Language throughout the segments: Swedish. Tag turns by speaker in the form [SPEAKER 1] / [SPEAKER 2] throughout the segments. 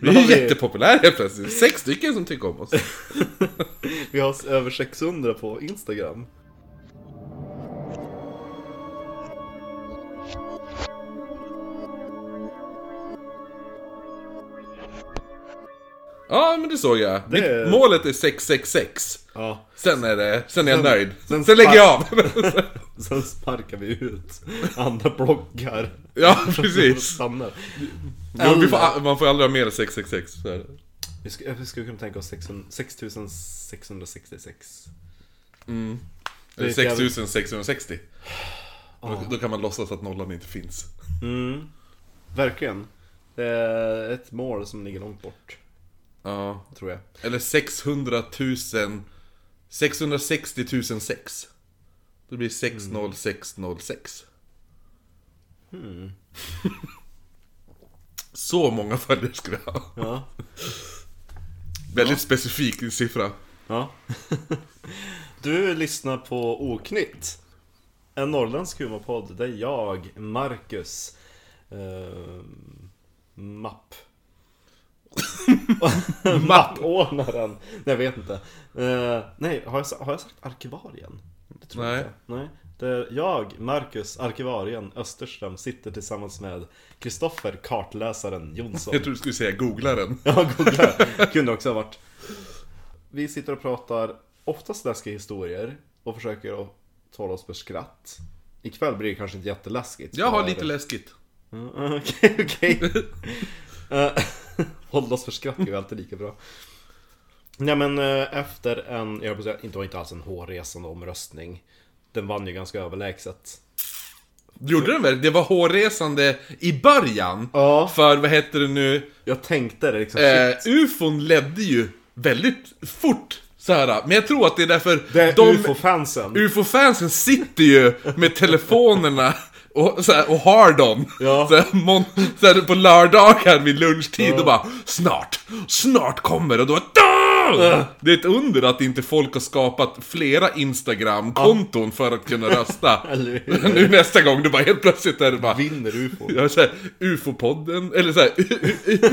[SPEAKER 1] Vi är ju jättepopulära helt plötsligt. Sex stycken som tycker om oss.
[SPEAKER 2] Vi har över 600 på Instagram.
[SPEAKER 1] Ja, men det såg jag. Mitt
[SPEAKER 2] är-
[SPEAKER 1] målet är 666.
[SPEAKER 2] Ja,
[SPEAKER 1] Sen är det, sen är jag
[SPEAKER 2] Sen-
[SPEAKER 1] nöjd. Sen,
[SPEAKER 2] sen
[SPEAKER 1] lägger jag av.
[SPEAKER 2] sen sparkar vi ut andra bloggar.
[SPEAKER 1] ja, precis.
[SPEAKER 2] Samlar.
[SPEAKER 1] Jo, vi får, a- man får aldrig ha mer än 666. Så är det.
[SPEAKER 2] Vi skulle, vi skulle kunna tänka oss 600 6666.
[SPEAKER 1] Eller
[SPEAKER 2] Det är jävligt-
[SPEAKER 1] 6660. Då, då kan man låtsas att nollan inte finns.
[SPEAKER 2] Mm. Verkligen. Det är ett mål som ligger långt bort,
[SPEAKER 1] Ja.
[SPEAKER 2] tror jag.
[SPEAKER 1] Eller 600 000... 660 006. Då blir det 60606.
[SPEAKER 2] Hmm.
[SPEAKER 1] Så många följare skulle jag ha.
[SPEAKER 2] Ja.
[SPEAKER 1] Väldigt specifik siffra.
[SPEAKER 2] ja. Du lyssnar på Oknytt. En norrländsk humorpodd där jag, Marcus, eh, Mapp. Mappordnaren. Nej, jag vet inte. Eh, nej, har jag, sa- har jag sagt arkivarien? Det tror jag
[SPEAKER 1] Nej.
[SPEAKER 2] inte. Nej. Det är jag, Marcus, arkivarien Österström, sitter tillsammans med Kristoffer, kartläsaren Jonsson.
[SPEAKER 1] Jag tror du skulle säga googlaren.
[SPEAKER 2] Ja, googla. Kunde också ha varit. Vi sitter och pratar oftast läskiga historier och försöker att tala oss för skratt. Ikväll blir det kanske inte jätteläskigt.
[SPEAKER 1] Jag har lite läskigt.
[SPEAKER 2] Mm, Okej, okej. Eh, Håll oss för skratt är ju alltid lika bra. Nej men eh, efter en, jag höll på att säga, inte var inte alls en hårresande omröstning. Den vann ju ganska överlägset.
[SPEAKER 1] Gjorde den väl? Det var hårresande i början.
[SPEAKER 2] Ja.
[SPEAKER 1] För vad heter det nu?
[SPEAKER 2] Jag tänkte det liksom, shit.
[SPEAKER 1] Eh, UFOn ledde ju väldigt fort. Så här. Men jag tror att det är därför
[SPEAKER 2] Det är
[SPEAKER 1] de
[SPEAKER 2] UFO-fansen.
[SPEAKER 1] UFO-fansen sitter ju med telefonerna och, så här, och har dem.
[SPEAKER 2] Ja.
[SPEAKER 1] Så här, mon- så här, på lördagar vid lunchtid och bara Snart, snart kommer det." och då "Da!" Det är ett under att inte folk har skapat flera Instagram-konton för att kunna rösta.
[SPEAKER 2] Eller hur?
[SPEAKER 1] nu nästa gång, du bara helt plötsligt är det bara
[SPEAKER 2] Vinner UFO.
[SPEAKER 1] jag har så här, UFO-podden, eller såhär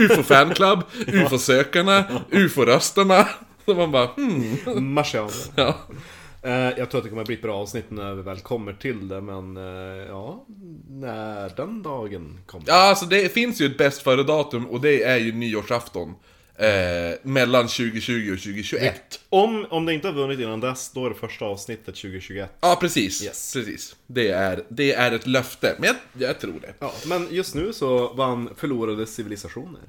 [SPEAKER 1] UFO-fanclub, UFO-sökarna, UFO-röstarna. Så man bara hmm,
[SPEAKER 2] Marcial.
[SPEAKER 1] ja.
[SPEAKER 2] Eh, Jag tror att det kommer bli ett bra avsnitt när vi väl kommer till det, men eh, ja, när den dagen kommer.
[SPEAKER 1] ja, alltså det finns ju ett bäst före-datum och det är ju nyårsafton. Eh, mellan 2020 och 2021.
[SPEAKER 2] Om, om det inte har vunnit innan dess, då är det första avsnittet 2021.
[SPEAKER 1] Ja, precis.
[SPEAKER 2] Yes.
[SPEAKER 1] precis. Det, är, det är ett löfte, men jag, jag tror det.
[SPEAKER 2] Ja, men just nu så vann Förlorade civilisationer.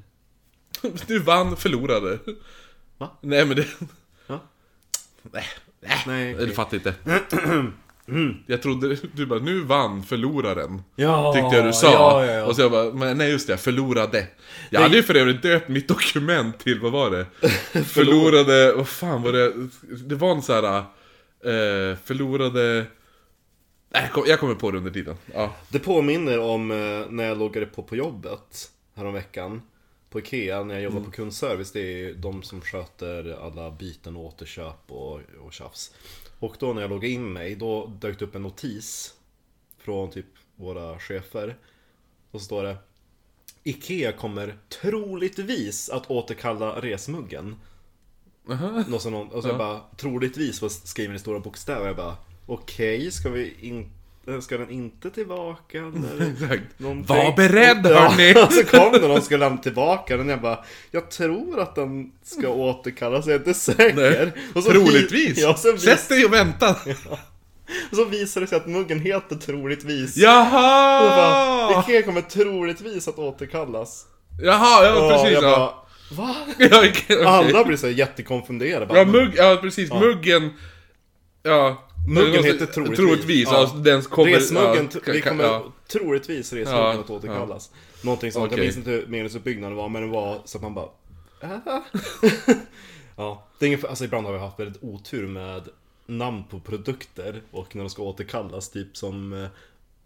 [SPEAKER 1] Du vann, förlorade.
[SPEAKER 2] Va?
[SPEAKER 1] Nej, men det...
[SPEAKER 2] Ja.
[SPEAKER 1] Nej, nej,
[SPEAKER 2] Nej, okej.
[SPEAKER 1] du fattar inte. jag trodde du bara, nu vann förloraren.
[SPEAKER 2] Ja,
[SPEAKER 1] Tyckte jag du sa.
[SPEAKER 2] ja, ja, ja.
[SPEAKER 1] Och så jag bara, men nej just det, jag förlorade. Jag hade ju för övrigt döpt mitt dokument till, vad var det? förlorade, vad fan var det? Det var en så här, eh, förlorade... Nej, jag kom- jag kommer på det under tiden. Ja.
[SPEAKER 2] Det påminner om eh, när jag loggade på på jobbet häromveckan. På Ikea, när jag jobbar på kundservice. Det är ju de som sköter alla byten och återköp och, och tjafs. Och då när jag loggade in mig, då dök det upp en notis. Från typ våra chefer. Och så står det Ikea kommer troligtvis att återkalla resmuggen. Något som någon, och så jag bara, troligtvis var skriven i stora bokstäver. Jag bara, okej, ska vi inte, ska den inte tillbaka eller?
[SPEAKER 1] Exakt.
[SPEAKER 2] någonting?
[SPEAKER 1] Var beredd,
[SPEAKER 2] ja,
[SPEAKER 1] hörni!
[SPEAKER 2] Så kom det någon skulle lämna tillbaka den. Jag bara, jag tror att den ska återkallas, jag är inte säker. Och så vi-
[SPEAKER 1] Troligtvis!
[SPEAKER 2] Ja, så, vis,
[SPEAKER 1] Sätt dig och vänta!
[SPEAKER 2] så visade det sig att muggen heter troligtvis. Och jag bara,
[SPEAKER 1] Jaha!
[SPEAKER 2] Ikea kommer troligtvis att återkallas.
[SPEAKER 1] Jaha, ja
[SPEAKER 2] Ja,
[SPEAKER 1] precis
[SPEAKER 2] jag
[SPEAKER 1] ja.
[SPEAKER 2] bara, va?
[SPEAKER 1] Ja, okej, okej.
[SPEAKER 2] Alla blir så här jättekonfunderade. Bara,
[SPEAKER 1] Ja, mugg, ja precis, muggen... Ja.
[SPEAKER 2] Muggen
[SPEAKER 1] Någonstans-
[SPEAKER 2] heter troligtvis.
[SPEAKER 1] Troligtvis,
[SPEAKER 2] Ja.
[SPEAKER 1] ja. den kommer...
[SPEAKER 2] Resmuggen,
[SPEAKER 1] ja,
[SPEAKER 2] vi
[SPEAKER 1] ka-
[SPEAKER 2] kommer
[SPEAKER 1] ja.
[SPEAKER 2] troligtvis resmuggen
[SPEAKER 1] Ja,
[SPEAKER 2] att återkallas. Någonting sånt, jag
[SPEAKER 1] Okej.
[SPEAKER 2] minns inte hur meningsuppbyggnaden var men det var så att man bara... "Ah." ja, det är ingen, alltså ibland har vi haft väldigt otur med namn på produkter och när de ska återkallas, typ som eh,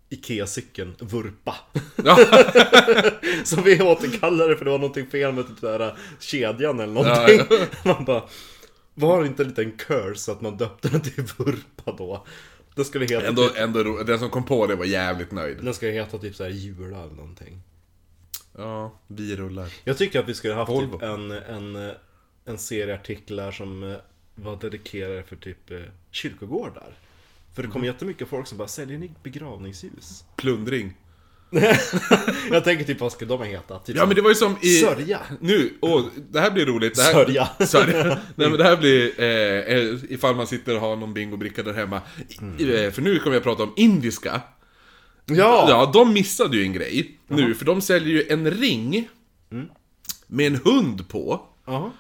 [SPEAKER 2] Ikea-cykeln Vurpa.
[SPEAKER 1] Ja.
[SPEAKER 2] Som vi återkallade för det var någonting fel med typ där eh, kedjan eller någonting. Man bara, var det inte en liten curse att man döpte den till Vurpa då? Det skulle heta
[SPEAKER 1] Ändå, ändå, ro- den som kom på det var jävligt nöjd.
[SPEAKER 2] Den ska ju heta typ såhär jula eller någonting.
[SPEAKER 1] Ja, vi rullar.
[SPEAKER 2] Jag tycker att vi skulle haft
[SPEAKER 1] Volvo.
[SPEAKER 2] typ en, en, en serie artiklar som eh, var dedikerade för typ eh, kyrkogårdar. För det kom
[SPEAKER 1] Mm.
[SPEAKER 2] jättemycket folk som bara säljer ni begravningshus?
[SPEAKER 1] Plundring.
[SPEAKER 2] Jag tänker typ vad ska de heta? Typ
[SPEAKER 1] Ja men det var ju som i...
[SPEAKER 2] Sörja.
[SPEAKER 1] Nu, åh, det här blir roligt. Det här,
[SPEAKER 2] Sörja.
[SPEAKER 1] Sörja. Nej men det här blir, eh, eh, ifall man sitter och har någon bingobricka där hemma. I- eh, För nu kommer jag prata om indiska.
[SPEAKER 2] Mm. Ja!
[SPEAKER 1] Ja, de missade ju en grej nu, för de säljer ju en ring
[SPEAKER 2] Mm.
[SPEAKER 1] med en hund på.
[SPEAKER 2] Jaha.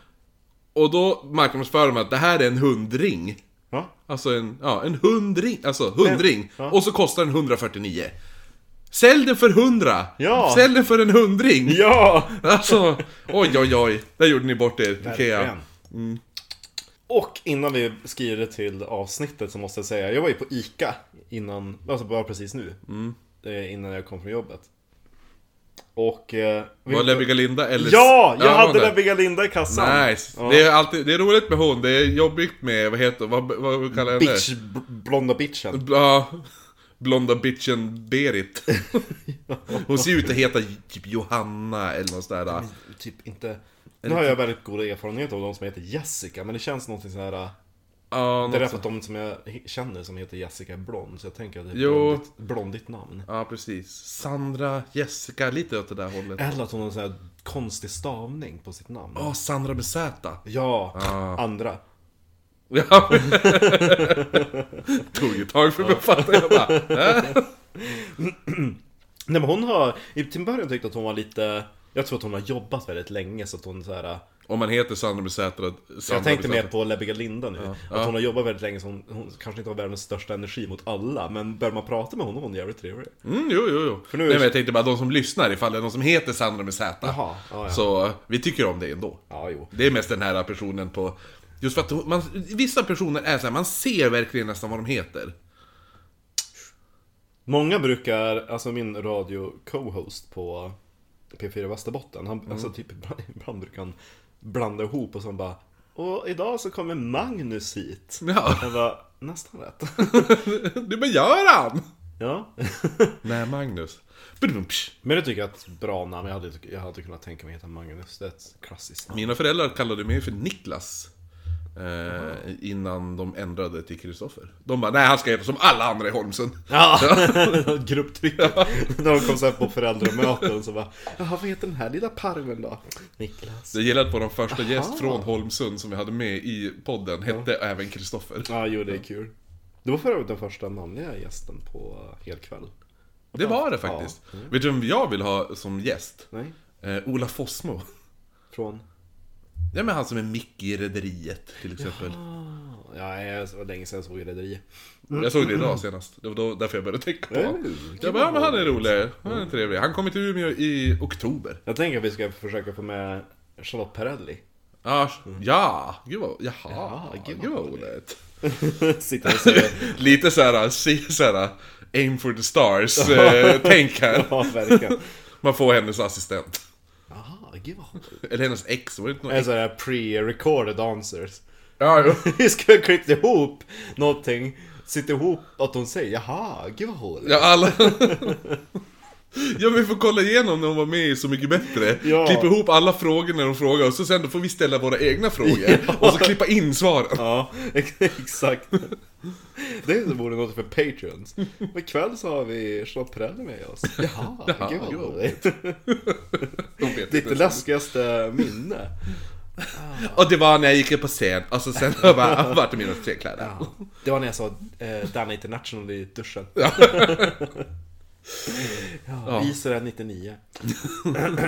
[SPEAKER 1] Och då marknadsför de att det här är en hundring.
[SPEAKER 2] Ja.
[SPEAKER 1] Alltså en, ja, en hundring, alltså hundring.
[SPEAKER 2] ja.
[SPEAKER 1] Och så kostar den 149. Sälj den för 100!
[SPEAKER 2] Ja.
[SPEAKER 1] Sälj den för en hundring!
[SPEAKER 2] Ja!
[SPEAKER 1] Alltså, oj oj oj. Där gjorde ni bort er, Ikea.
[SPEAKER 2] Verkligen.
[SPEAKER 1] Mm.
[SPEAKER 2] Och innan vi skriver till avsnittet så måste jag säga, jag var ju på ICA innan, alltså bara precis nu.
[SPEAKER 1] Mm.
[SPEAKER 2] Eh, Innan jag kom från jobbet. Och... Eh, vi-
[SPEAKER 1] Var Lemmy Galinda eller...
[SPEAKER 2] Ja! Jag
[SPEAKER 1] var
[SPEAKER 2] hade
[SPEAKER 1] där.
[SPEAKER 2] Lemmy Galinda i kassan.
[SPEAKER 1] Nice!
[SPEAKER 2] Ja.
[SPEAKER 1] Det, är alltid, det är roligt med hon, det är jobbigt med, vad heter vad, vad kallar jag henne?
[SPEAKER 2] Bitch, b- blonda bitchen.
[SPEAKER 1] Ja, blonda bitchen Berit. Hon ser ut att heta typ Johanna eller något sånt där.
[SPEAKER 2] Typ inte... Nu har
[SPEAKER 1] typ-
[SPEAKER 2] jag väldigt goda erfarenheter av de som heter Jessica, men det känns någonting sån här... eh,
[SPEAKER 1] Ja,
[SPEAKER 2] Det är
[SPEAKER 1] något
[SPEAKER 2] därför
[SPEAKER 1] sånt.
[SPEAKER 2] att de som jag he- känner som heter Jessica är blond, så jag tänker att det är
[SPEAKER 1] Jo.
[SPEAKER 2] blondigt, blondigt namn.
[SPEAKER 1] ja, precis. Sandra, Jessica, lite åt det där hållet.
[SPEAKER 2] Eller att hon har en sån här konstig stavning på sitt namn.
[SPEAKER 1] Ja, Sandra med Z.
[SPEAKER 2] Ja, andra.
[SPEAKER 1] Ja. Tog ett tag för mig att fatta. Jag bara, äh?
[SPEAKER 2] Nej men hon har, i till en början tyckte jag att hon var lite, jag tror att hon har jobbat väldigt länge så att hon så här.
[SPEAKER 1] Om man heter Sandra med Z. Sandra
[SPEAKER 2] Jag tänkte
[SPEAKER 1] med
[SPEAKER 2] mer
[SPEAKER 1] Z.
[SPEAKER 2] på Lebby Galinda nu, att hon har jobbat väldigt länge så hon, hon kanske inte har världens största energi mot alla, men börjar man prata med honom hon är jävligt trevlig.
[SPEAKER 1] Mm, jo, jo, jo.
[SPEAKER 2] nu är
[SPEAKER 1] Nej,
[SPEAKER 2] det-
[SPEAKER 1] men jag tänkte bara de som lyssnar, ifall det är någon som heter Sandra med Z.
[SPEAKER 2] Jaha, ja, ja.
[SPEAKER 1] Så vi tycker om det ändå.
[SPEAKER 2] Ja, jo.
[SPEAKER 1] Det är mest den här personen på... Just för att hon- man, vissa personer är så här, man ser verkligen nästan vad de heter.
[SPEAKER 2] Många brukar, alltså min radio co-host på P4 Västerbotten, han, alltså
[SPEAKER 1] Mm.
[SPEAKER 2] typ ibland, ibland brukar han blanda ihop och så han bara Och idag så kommer Magnus hit.
[SPEAKER 1] Ja,
[SPEAKER 2] Jag bara, nästan rätt.
[SPEAKER 1] du men Göran!
[SPEAKER 2] ja.
[SPEAKER 1] Nej, Magnus. Badum, psh.
[SPEAKER 2] Men jag tycker jag är ett bra namn, jag hade, jag hade kunnat tänka mig att heta Magnus, det är ett klassiskt namn.
[SPEAKER 1] Mina föräldrar kallade mig för Niklas. Eh, innan de ändrade till Kristoffer. De bara, nej han ska heta som alla andra i Holmsund.
[SPEAKER 2] Ja, grupptrycket. De kom så här på föräldramöten så bara Jaha, vad heter den här lilla parven då? Niklas.
[SPEAKER 1] Jag gillade på de första gäst från Holmsund som vi hade med i podden, hette även Kristoffer.
[SPEAKER 2] Ja, jo det är kul. Det var för övrigt den första manliga gästen på helkväll.
[SPEAKER 1] Det var det faktiskt. Vet du vem jag vill ha som gäst?
[SPEAKER 2] Mm. Nej,
[SPEAKER 1] Eh, Ola Fossmo.
[SPEAKER 2] från?
[SPEAKER 1] Ja men han som är Micke i Rederiet till exempel.
[SPEAKER 2] Ja, jag- det var länge sedan jag såg Rederiet.
[SPEAKER 1] Jag såg det idag senast. Det var då, därför jag började tänka på
[SPEAKER 2] Mm,
[SPEAKER 1] honom.
[SPEAKER 2] kul.
[SPEAKER 1] Jag bara, ja, men han är rolig. Han är trevlig. Han kommer till Umeå i oktober.
[SPEAKER 2] Jag tänker att vi ska försöka få med Charlotte Perrelli.
[SPEAKER 1] Ja, ja, gud vad, Mm. jaha,
[SPEAKER 2] Ja,
[SPEAKER 1] gud
[SPEAKER 2] gud
[SPEAKER 1] vad
[SPEAKER 2] vad
[SPEAKER 1] roligt.
[SPEAKER 2] Sitta och säga
[SPEAKER 1] Lite såhär, se såhär, aim for the stars, eh, tänk här.
[SPEAKER 2] Ja, verkligen.
[SPEAKER 1] Man får hennes assistent.
[SPEAKER 2] Jaha, gud vad
[SPEAKER 1] Eller hennes ex, var det inte någon
[SPEAKER 2] Eller
[SPEAKER 1] ex?
[SPEAKER 2] så här pre-recorded answers.
[SPEAKER 1] Ja, jo.
[SPEAKER 2] Vi skulle ha klippt ihop någonting, sitta ihop att hon säger jaha, gud vad hål.
[SPEAKER 1] Ja, alla... Ja, vi får kolla igenom när hon var med i Så Mycket Bättre.
[SPEAKER 2] Ja.
[SPEAKER 1] Klippa ihop alla frågor när hon frågar och så sen får vi ställa våra egna frågor. Och så klippa in svaren.
[SPEAKER 2] Ja, ex- exakt. Det vore något för Patreons. Men ikväll så har vi Charlotte Perrelli med oss. Jaha,
[SPEAKER 1] Jaha,
[SPEAKER 2] gud vad
[SPEAKER 1] gud vad
[SPEAKER 2] roligt.
[SPEAKER 1] De vet
[SPEAKER 2] Ditt
[SPEAKER 1] inte.
[SPEAKER 2] läskigaste minne.
[SPEAKER 1] Och det var när jag gick upp på scen och så sen har jag bara varit i mina träkläder.
[SPEAKER 2] Det var när jag sa eh, Danna International i duschen.
[SPEAKER 1] Ja.
[SPEAKER 2] Ja, Israel 99. Mm.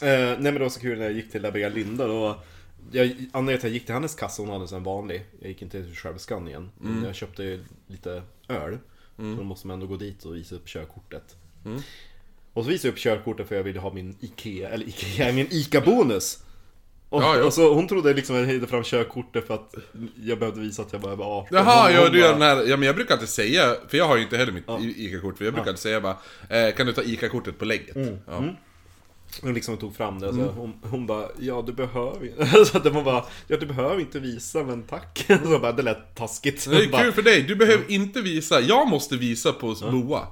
[SPEAKER 2] Eh, nej men det var så kul när jag gick till Labega Linda då jag, anledningen till att jag gick till hennes kassa, hon hade en sån här vanlig Jag gick inte till självskanningen mm. Jag köpte ju lite öl Så då måste man ändå gå dit och visa upp körkortet Och så visade jag upp körkortet för jag ville ha min Ikea, eller Ikea, min Ica-bonus och,
[SPEAKER 1] Ja, ja.
[SPEAKER 2] och så hon trodde liksom att jag höjde fram körkortet för att jag behövde visa att jag bara var 18
[SPEAKER 1] Jaha,
[SPEAKER 2] Hon-
[SPEAKER 1] ja,
[SPEAKER 2] hon
[SPEAKER 1] du gör
[SPEAKER 2] bara-
[SPEAKER 1] den här, ja men jag brukar inte säga, för jag har ju inte heller mitt I- ICA-kort, för jag brukar inte säga bara eh, Kan du ta ICA-kortet på lägget?
[SPEAKER 2] Mm.
[SPEAKER 1] Ja.
[SPEAKER 2] Hon liksom tog fram det, så hon, hon bara Ja du behöver inte Så att man bara Ja du behöver inte visa men tack Så jag bara, Mm. det lät taskigt
[SPEAKER 1] Det
[SPEAKER 2] Hon bara,
[SPEAKER 1] är kul för dig, du behöver inte visa, jag måste visa på Moa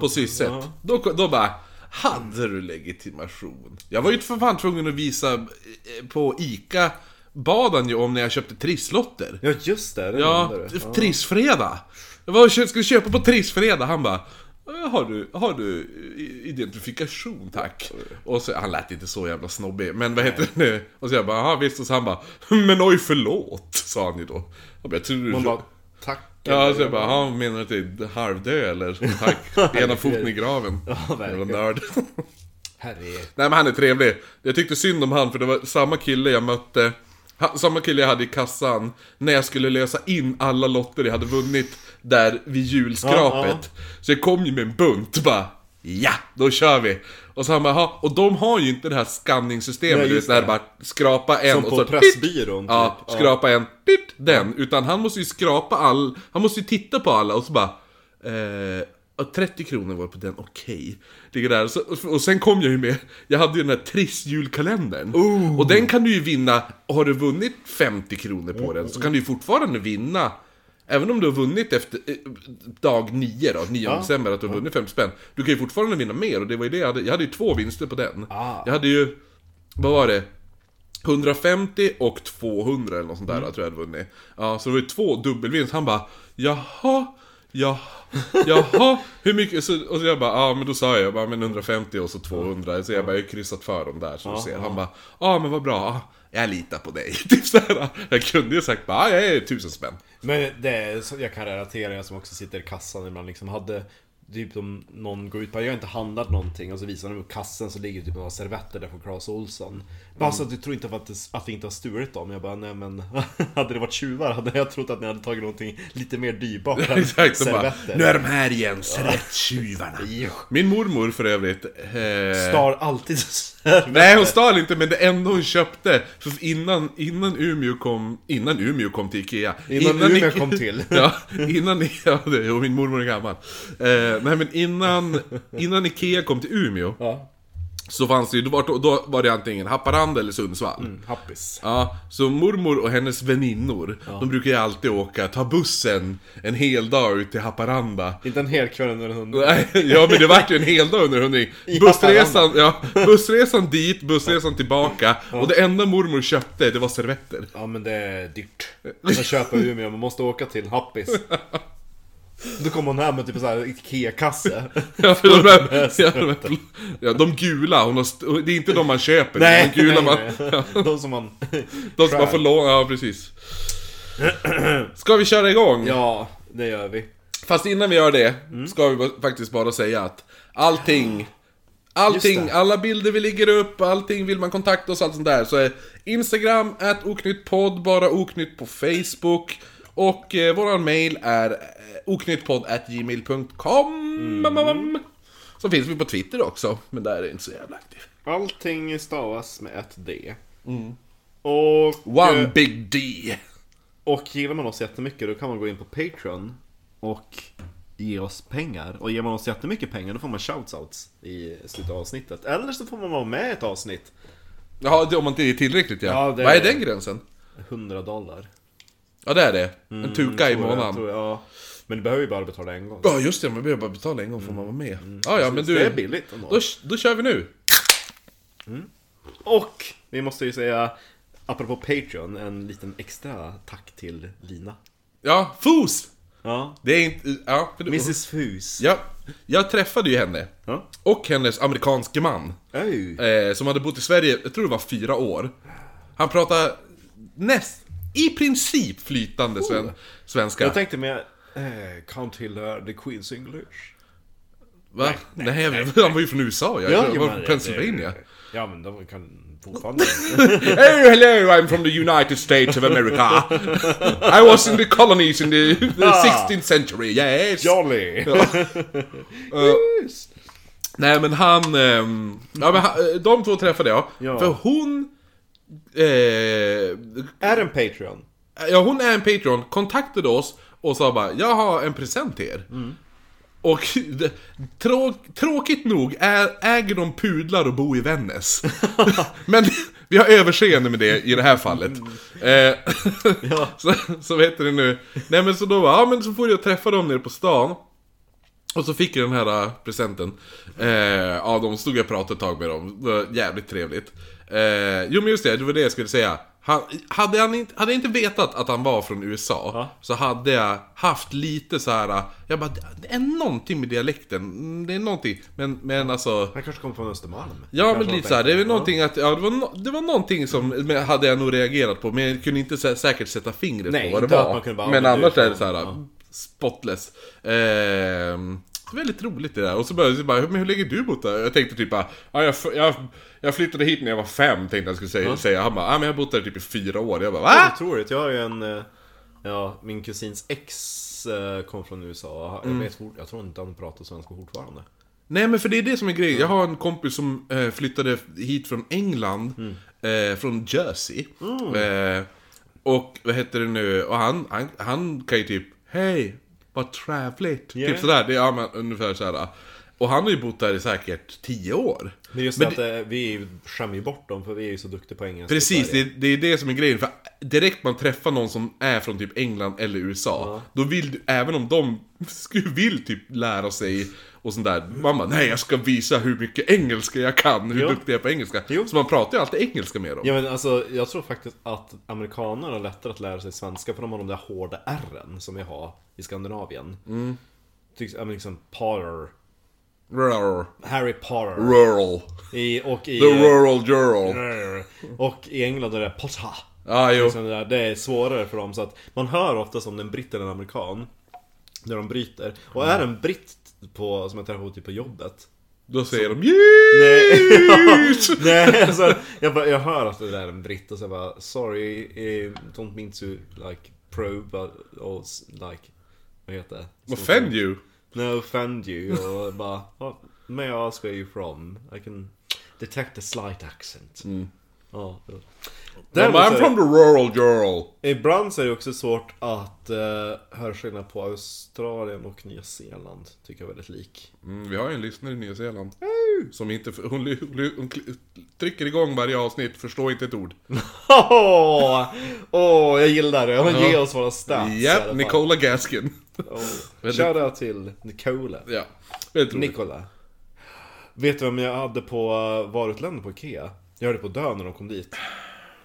[SPEAKER 1] på sitt sätt. Då, då bara, hade du legitimation? Jag var ju för fan tvungen att visa eh, på ICA, bad han ju om när jag köpte trisslotter.
[SPEAKER 2] Ja just det, det
[SPEAKER 1] Ja,
[SPEAKER 2] nämnde du. Ja.
[SPEAKER 1] Trissfredag! Jag var och kö- skulle köpa på Trissfredag, han bara "Eh, har du, har du i- identifikation tack? Och så, han lät inte så jävla snobbig, men vad heter det nu? Och så jag bara, ja visst, och så han bara, men oj förlåt, sa han ju då. Jag bara, jag tror du...
[SPEAKER 2] Man bara, tack.
[SPEAKER 1] ja, så jag bara, han menar du att det är halvdö eller? Tack, ena foten i graven.
[SPEAKER 2] Ja, verkligen.
[SPEAKER 1] Jävla nörd.
[SPEAKER 2] Herre.
[SPEAKER 1] Nej men han är trevlig. Jag tyckte synd om han för det var samma kille jag mötte. ha- Samma kille jag hade i kassan när jag skulle lösa in alla lotter jag hade vunnit där vid julskrapet.
[SPEAKER 2] Ja,
[SPEAKER 1] Så jag kom ju med en bunt bara Ja, då kör vi! Och så han bara, "Ha." och de har ju inte det här skanningssystemet,
[SPEAKER 2] Nej,
[SPEAKER 1] du vet
[SPEAKER 2] just
[SPEAKER 1] när
[SPEAKER 2] det.
[SPEAKER 1] bara skrapa en
[SPEAKER 2] Som
[SPEAKER 1] Liksom, och
[SPEAKER 2] på
[SPEAKER 1] så
[SPEAKER 2] Pressbyrån,
[SPEAKER 1] Ja,
[SPEAKER 2] typ. Ja.
[SPEAKER 1] skrapa en, titt, den. Utan han måste ju skrapa all, han måste ju titta på alla och så bara... Eh, ja, 30 kronor var på den, okej. Ligger där. Så, och sen kom jag ju med, jag hade ju den här Triss-julkalendern. Och den kan du ju vinna, har du vunnit 50 kronor på den så kan du ju fortfarande vinna. Även om du har vunnit efter eh, dag 9 då, 9 december, att du har vunnit 50 spänn. Du kan ju fortfarande vinna mer och det var ju det jag hade, jag hade ju två vinster på den.
[SPEAKER 2] Ah.
[SPEAKER 1] Jag hade ju, vad var det? 150 och 200 eller något sånt där tror jag hade vunnit. Ja, så det var ju två dubbelvinst. Han bara Jaha, ja, jaha, hur mycket? Så, och så jag bara, ja men då sa jag, jag bara, men 150 och så 200. Så jag bara, jag har kryssat för dem där som du ser. Han bara, ja men vad bra, ja, jag litar på dig. Typ så här. Jag kunde ju sagt bara, "Ja, jag är tusen spänn.
[SPEAKER 2] Men det är, så- jag kan relatera, jag som också sitter i kassan ibland liksom hade Typ om någon går ut på jag har inte handlat någonting och så visar de upp kassen så ligger det typ några servetter där från Clas Ohlson. Bara
[SPEAKER 1] Mm.
[SPEAKER 2] så att du tror inte att, det, att vi inte har stulit dem. Jag bara nej men hade det varit tjuvar hade jag trott att ni hade tagit någonting lite mer dyrbart än
[SPEAKER 1] Exakt, så bara,
[SPEAKER 2] servetter.
[SPEAKER 1] nu är de här igen, servettjuvarna. Min mormor för övrigt. Eh,
[SPEAKER 2] Star alltid servetter.
[SPEAKER 1] Nej hon stal inte men det enda hon köpte för innan, innan Umeå kom Innan Umeå kom till Ikea
[SPEAKER 2] Innan Umeå
[SPEAKER 1] Ike-
[SPEAKER 2] kom till.
[SPEAKER 1] Ja, innan ja, det, och min mormor är gammal eh, Nej men innan, innan Ikea kom till Umeå
[SPEAKER 2] Ja.
[SPEAKER 1] Så fanns det ju, då var, då var det antingen Haparanda eller Sundsvall
[SPEAKER 2] Mm. Happis.
[SPEAKER 1] Ja, så mormor och hennes väninnor, de brukar ju alltid åka, ta bussen en hel dag ut till Haparanda
[SPEAKER 2] Inte en hel kväll under en hund.
[SPEAKER 1] Nej, ja men det vart ju en hel dag under hundring.
[SPEAKER 2] I
[SPEAKER 1] Bussresan, ja, bussresan dit, bussresan tillbaka. Och det enda mormor köpte, det var servetter.
[SPEAKER 2] Ja men det är dyrt. Man köper i Umeå, man måste åka till Happis. Då kommer hon hem med typ en sån här IKEA-kasse.
[SPEAKER 1] Ja, för de, här, ja, de, här, ja, de gula, hon har, st- det är inte de man köper, det är
[SPEAKER 2] Nej,
[SPEAKER 1] de gula man,
[SPEAKER 2] nej, nej. De som man...
[SPEAKER 1] de som man får låna, ja precis. Ska vi köra igång?
[SPEAKER 2] Ja, det gör vi.
[SPEAKER 1] Fast innan vi gör det, ska vi ba- faktiskt bara säga att allting, allting,
[SPEAKER 2] Just det.
[SPEAKER 1] alla bilder vi lägger upp, allting, vill man kontakta oss, allt sånt där, så är Instagram, att oknyttpodd, bara oknytt på Facebook, och eh, våran mail är eh, oknyttpodd at gmail.com. Så finns vi på Twitter också, men där är jag inte så jävla aktiv.
[SPEAKER 2] Allting stavas med ett D.
[SPEAKER 1] Mm.
[SPEAKER 2] Och,
[SPEAKER 1] One big D.
[SPEAKER 2] och gillar man oss jättemycket då kan man gå in på Patreon och ge oss pengar. Och ger man oss jättemycket pengar då får man shoutouts i slutet av avsnittet. Eller så får man vara med i ett avsnitt.
[SPEAKER 1] Jaha, det- om man inte är tillräckligt ja.
[SPEAKER 2] Ja, det-
[SPEAKER 1] Vad är den gränsen?
[SPEAKER 2] 100 dollar.
[SPEAKER 1] Ja, det är det. En tuka i
[SPEAKER 2] Tror jag,
[SPEAKER 1] månaden.
[SPEAKER 2] tror jag, ja. Men du behöver ju bara betala en gång.
[SPEAKER 1] Ja just det, man behöver bara betala en gång för man vara med. ja, ja, men du,
[SPEAKER 2] Precis, Mm. Alltså, det är billigt ändå.
[SPEAKER 1] Då, då kör vi nu!
[SPEAKER 2] Och vi måste ju säga, apropå Patreon, en liten extra tack till Lina.
[SPEAKER 1] Ja, FOS!
[SPEAKER 2] Ja.
[SPEAKER 1] Det är inte... Ja, för du,
[SPEAKER 2] Mrs Fus.
[SPEAKER 1] ja, jag träffade ju henne.
[SPEAKER 2] Ja.
[SPEAKER 1] Och hennes amerikanske man.
[SPEAKER 2] Oj.
[SPEAKER 1] Eh, som hade bott i Sverige, jag tror det var fyra år. Han pratade näst... I princip flytande sven, svenska.
[SPEAKER 2] Oh. Jag tänkte mer, eh, can't till her the Queen's English.
[SPEAKER 1] Va? Nej, jag vet- han var ju från USA, jag, jag var
[SPEAKER 2] men
[SPEAKER 1] från
[SPEAKER 2] det-
[SPEAKER 1] Pennsylvania.
[SPEAKER 2] Ja men de kan fortfarande...
[SPEAKER 1] Oh, hello, I'm from the United States of America. I was in the colonies in the, the 16th century, yes.
[SPEAKER 2] Jolly! Yes.
[SPEAKER 1] Nej men han... ehm, ja, men han eh, de två träffade jag.
[SPEAKER 2] Ja.
[SPEAKER 1] För hon... Eh,
[SPEAKER 2] Är en Patreon?
[SPEAKER 1] ja, hon är en Patreon, kontaktade oss och sa bara Jag har en present till er.
[SPEAKER 2] Mm.
[SPEAKER 1] Och det- trå, tråkigt nog är, äger de pudlar och bor i Vännäs. men vi har överseende med det i det här fallet. Eh,
[SPEAKER 2] Mm. Ja.
[SPEAKER 1] så, så vet du det nu. Nej men så då bara, ja men så får jag träffa dem nere på stan. Och så fick jag den här äh, presenten. Eh, ja, de stod jag och pratade ett tag med dem. Det var jävligt trevligt. Eh, jo, men just det, det var det jag skulle säga. Han, hade, han inte, hade jag inte vetat att han var från USA,
[SPEAKER 2] Ja.
[SPEAKER 1] så hade jag haft lite så här. äh, Jag bara, det är någonting med dialekten. Mm, Det är någonting. Men, men alltså...
[SPEAKER 2] Han kanske kommer från Östermalm.
[SPEAKER 1] Ja men
[SPEAKER 2] Kanske
[SPEAKER 1] lite
[SPEAKER 2] han
[SPEAKER 1] såhär, det är väl
[SPEAKER 2] tänkte,
[SPEAKER 1] någonting att, ja det var, no, det var någonting som men, hade jag nog reagerat på Men jag kunde inte sä- säkert sätta fingret på
[SPEAKER 2] Nej,
[SPEAKER 1] vad det
[SPEAKER 2] inte att
[SPEAKER 1] var
[SPEAKER 2] man kunde bara,
[SPEAKER 1] Men
[SPEAKER 2] "Ja, men du är
[SPEAKER 1] annars är det
[SPEAKER 2] från-"
[SPEAKER 1] såhär,
[SPEAKER 2] ja.
[SPEAKER 1] spotless Ehm, det är väldigt roligt det där, och så började jag bara, men hur länge har du bott där? Jag tänkte typ bara, ja, jag, f- jag, jag flyttade hit när jag var fem tänkte jag skulle säga, säga. Han bara, ja men jag har bott där typ i fyra år Jag bara,
[SPEAKER 2] "Ja,
[SPEAKER 1] va?
[SPEAKER 2] det är Otroligt, jag har ju en... eh, Ja, min kusins ex eh, kom från USA. Jag, vet, fort- jag tror inte han pratar svenska fortfarande.
[SPEAKER 1] Nej men för det är det som är grejen. Jag har en kompis som eh, flyttade hit från England, eh, från Jersey. Eh, och vad heter det nu, och han, han, han kan ju typ Hej, vad trevligt.
[SPEAKER 2] Yeah.
[SPEAKER 1] Typ sådär, det är ja, men, ungefär sådär. Och han har ju bott där i säkert 10 år.
[SPEAKER 2] Det är just
[SPEAKER 1] Men
[SPEAKER 2] att eh, vi skämmer ju bort dem för vi är ju så duktiga på engelska i
[SPEAKER 1] Precis,
[SPEAKER 2] Sverige.
[SPEAKER 1] det, det är det som är grejen. För direkt man träffar någon som är från typ England eller USA, då vill du, även om de skulle, vill typ lära sig och sånt där. Man bara, nej jag ska visa hur mycket engelska jag kan, hur
[SPEAKER 2] Ja.
[SPEAKER 1] duktig jag är på engelska.
[SPEAKER 2] Jo.
[SPEAKER 1] Så man pratar ju alltid engelska med dem.
[SPEAKER 2] Ja men alltså, jag tror faktiskt att amerikaner har lättare att lära sig svenska för de har de där hårda R'n som vi har i Skandinavien. Mm. Tycks, ja, men liksom Potter,
[SPEAKER 1] Rural.
[SPEAKER 2] Harry Potter.
[SPEAKER 1] Rural.
[SPEAKER 2] I, och i...
[SPEAKER 1] The rural jural.
[SPEAKER 2] Och i England är det Potter.
[SPEAKER 1] Ja, jo.
[SPEAKER 2] Liksom det, där. det är svårare för dem så att man hör ofta som en britt eller en amerikan när de bryter. Och är en britt på, som jag träffar typ på jobbet
[SPEAKER 1] Då säger de yes!
[SPEAKER 2] Nej, alltså, jag, bara, jag hör att det där är en britt och så jag bara Sorry, eh, don't mean to like probe but or like Vad heter det?
[SPEAKER 1] Offend you.
[SPEAKER 2] No offend you och bara oh, May I ask where you're from? I can detect a slight accent mm. ja.
[SPEAKER 1] De
[SPEAKER 2] Däremot
[SPEAKER 1] bara,
[SPEAKER 2] så
[SPEAKER 1] I'm
[SPEAKER 2] är-
[SPEAKER 1] from the rural jural.
[SPEAKER 2] Ibland så är det också svårt att eh, höra skillnad på Australien och Nya Zeeland Tycker jag är väldigt lik
[SPEAKER 1] Mm, vi har ju en lyssnare i Nya Zeeland. Som inte... Hon, ly- ly- hon kli- trycker igång varje avsnitt, förstår inte ett ord.
[SPEAKER 2] Åh, åh, jag gillar det! Men Ge oss våra stats i alla
[SPEAKER 1] Japp,
[SPEAKER 2] fall.
[SPEAKER 1] Nicola Gaskin.
[SPEAKER 2] Oh. Shoutout till Nicola.
[SPEAKER 1] Ja, väldigt roligt.
[SPEAKER 2] Nicola. Vet du vem jag hade på eh, varutländer på Ikea? Jag hörde på dö när de kom dit.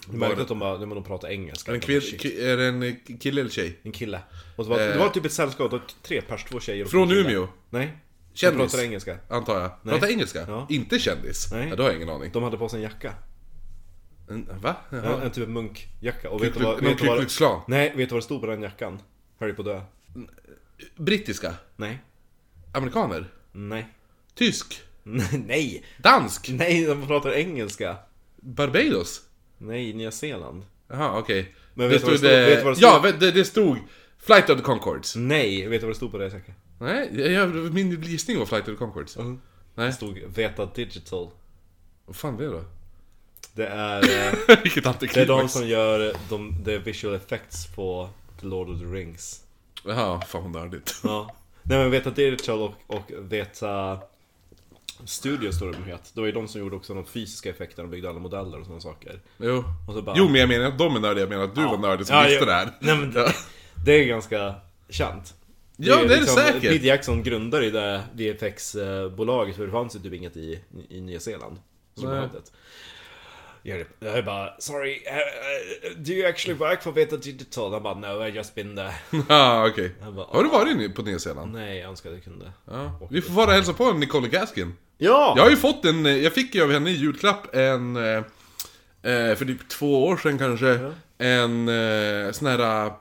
[SPEAKER 2] Du märkte att de bara, nej men de pratar engelska.
[SPEAKER 1] En
[SPEAKER 2] De
[SPEAKER 1] kvin-
[SPEAKER 2] bara, shit.
[SPEAKER 1] ki- är det en eh, kille eller tjej?
[SPEAKER 2] en kille. Och så var, Det var typ ett sällskap, det var tre pers, två tjejer och
[SPEAKER 1] Eh. Från
[SPEAKER 2] en kille.
[SPEAKER 1] Umeå?
[SPEAKER 2] Nej. De
[SPEAKER 1] Kändis?
[SPEAKER 2] pratar engelska.
[SPEAKER 1] Antar jag. Pratar engelska?
[SPEAKER 2] Ja.
[SPEAKER 1] Inte kändis?
[SPEAKER 2] Nej.
[SPEAKER 1] Ja, då har jag ingen aning.
[SPEAKER 2] De hade på sig en jacka.
[SPEAKER 1] En, va? Jaha.
[SPEAKER 2] En, en typ av munkjacka. Och vet du
[SPEAKER 1] Klu-
[SPEAKER 2] vad...
[SPEAKER 1] någon
[SPEAKER 2] vet du vad-
[SPEAKER 1] Ku Klux Klan?
[SPEAKER 2] Nej, vet du vad det stod på den jackan? Hörde på dö.
[SPEAKER 1] Brittiska?
[SPEAKER 2] Nej.
[SPEAKER 1] Amerikaner?
[SPEAKER 2] Nej.
[SPEAKER 1] Tysk?
[SPEAKER 2] nej!
[SPEAKER 1] Dansk?
[SPEAKER 2] Nej, de pratar engelska.
[SPEAKER 1] Barbados?
[SPEAKER 2] Nej, Nya Zeeland.
[SPEAKER 1] Jaha, okej. Okay.
[SPEAKER 2] Men vet du vad det stod- vet du vad det
[SPEAKER 1] Ja, vet- det, det stod Flight of the Conchords.
[SPEAKER 2] Nej, vet du vad det stod på deras jacka?
[SPEAKER 1] Nej, jag, jag, min gissning var Flight of the Conchords.
[SPEAKER 2] Det
[SPEAKER 1] Nej,
[SPEAKER 2] stod Veta Digital.
[SPEAKER 1] vad fan är det då?
[SPEAKER 2] Det är, eh,
[SPEAKER 1] Vilket
[SPEAKER 2] det är de
[SPEAKER 1] antiklimax.
[SPEAKER 2] som gör de, the visual effects på The Lord of the Rings.
[SPEAKER 1] Jaha, fan vad nördigt.
[SPEAKER 2] Ja. Nej men Veta Digital och, och Veta Studios tror jag de heter. Det var ju de som gjorde också de fysiska effekterna och byggde alla modeller och sådana saker.
[SPEAKER 1] Jo.
[SPEAKER 2] Och så bara-
[SPEAKER 1] jo, men jag menar att de är nördiga, jag menar att du var nördig som
[SPEAKER 2] Ja,
[SPEAKER 1] visste
[SPEAKER 2] ja.
[SPEAKER 1] det här.
[SPEAKER 2] Nej, men det, det är ganska känt.
[SPEAKER 1] Ja, det är det säkert.
[SPEAKER 2] Pete Jackson grundade ju det VFX-bolaget för det fanns ju typ inget i, i Nya Zeeland. Som
[SPEAKER 1] Nej.
[SPEAKER 2] Nej. Jag är bara, sorry, uh, uh, do you actually work for Veta Digital? Han bara, no, I just been there.
[SPEAKER 1] Ja, okej.
[SPEAKER 2] bara,
[SPEAKER 1] Har du varit i- på Nya Zeeland?
[SPEAKER 2] Nej, jag önskar att jag kunde.
[SPEAKER 1] Ja. Vi får vara och hälsa på Nicole Gaskin.
[SPEAKER 2] Ja!
[SPEAKER 1] Jag har ju fått en, eh, jag fick ju av henne i julklapp en, eh, eh, för typ två år sedan kanske, en eh, sån här eh,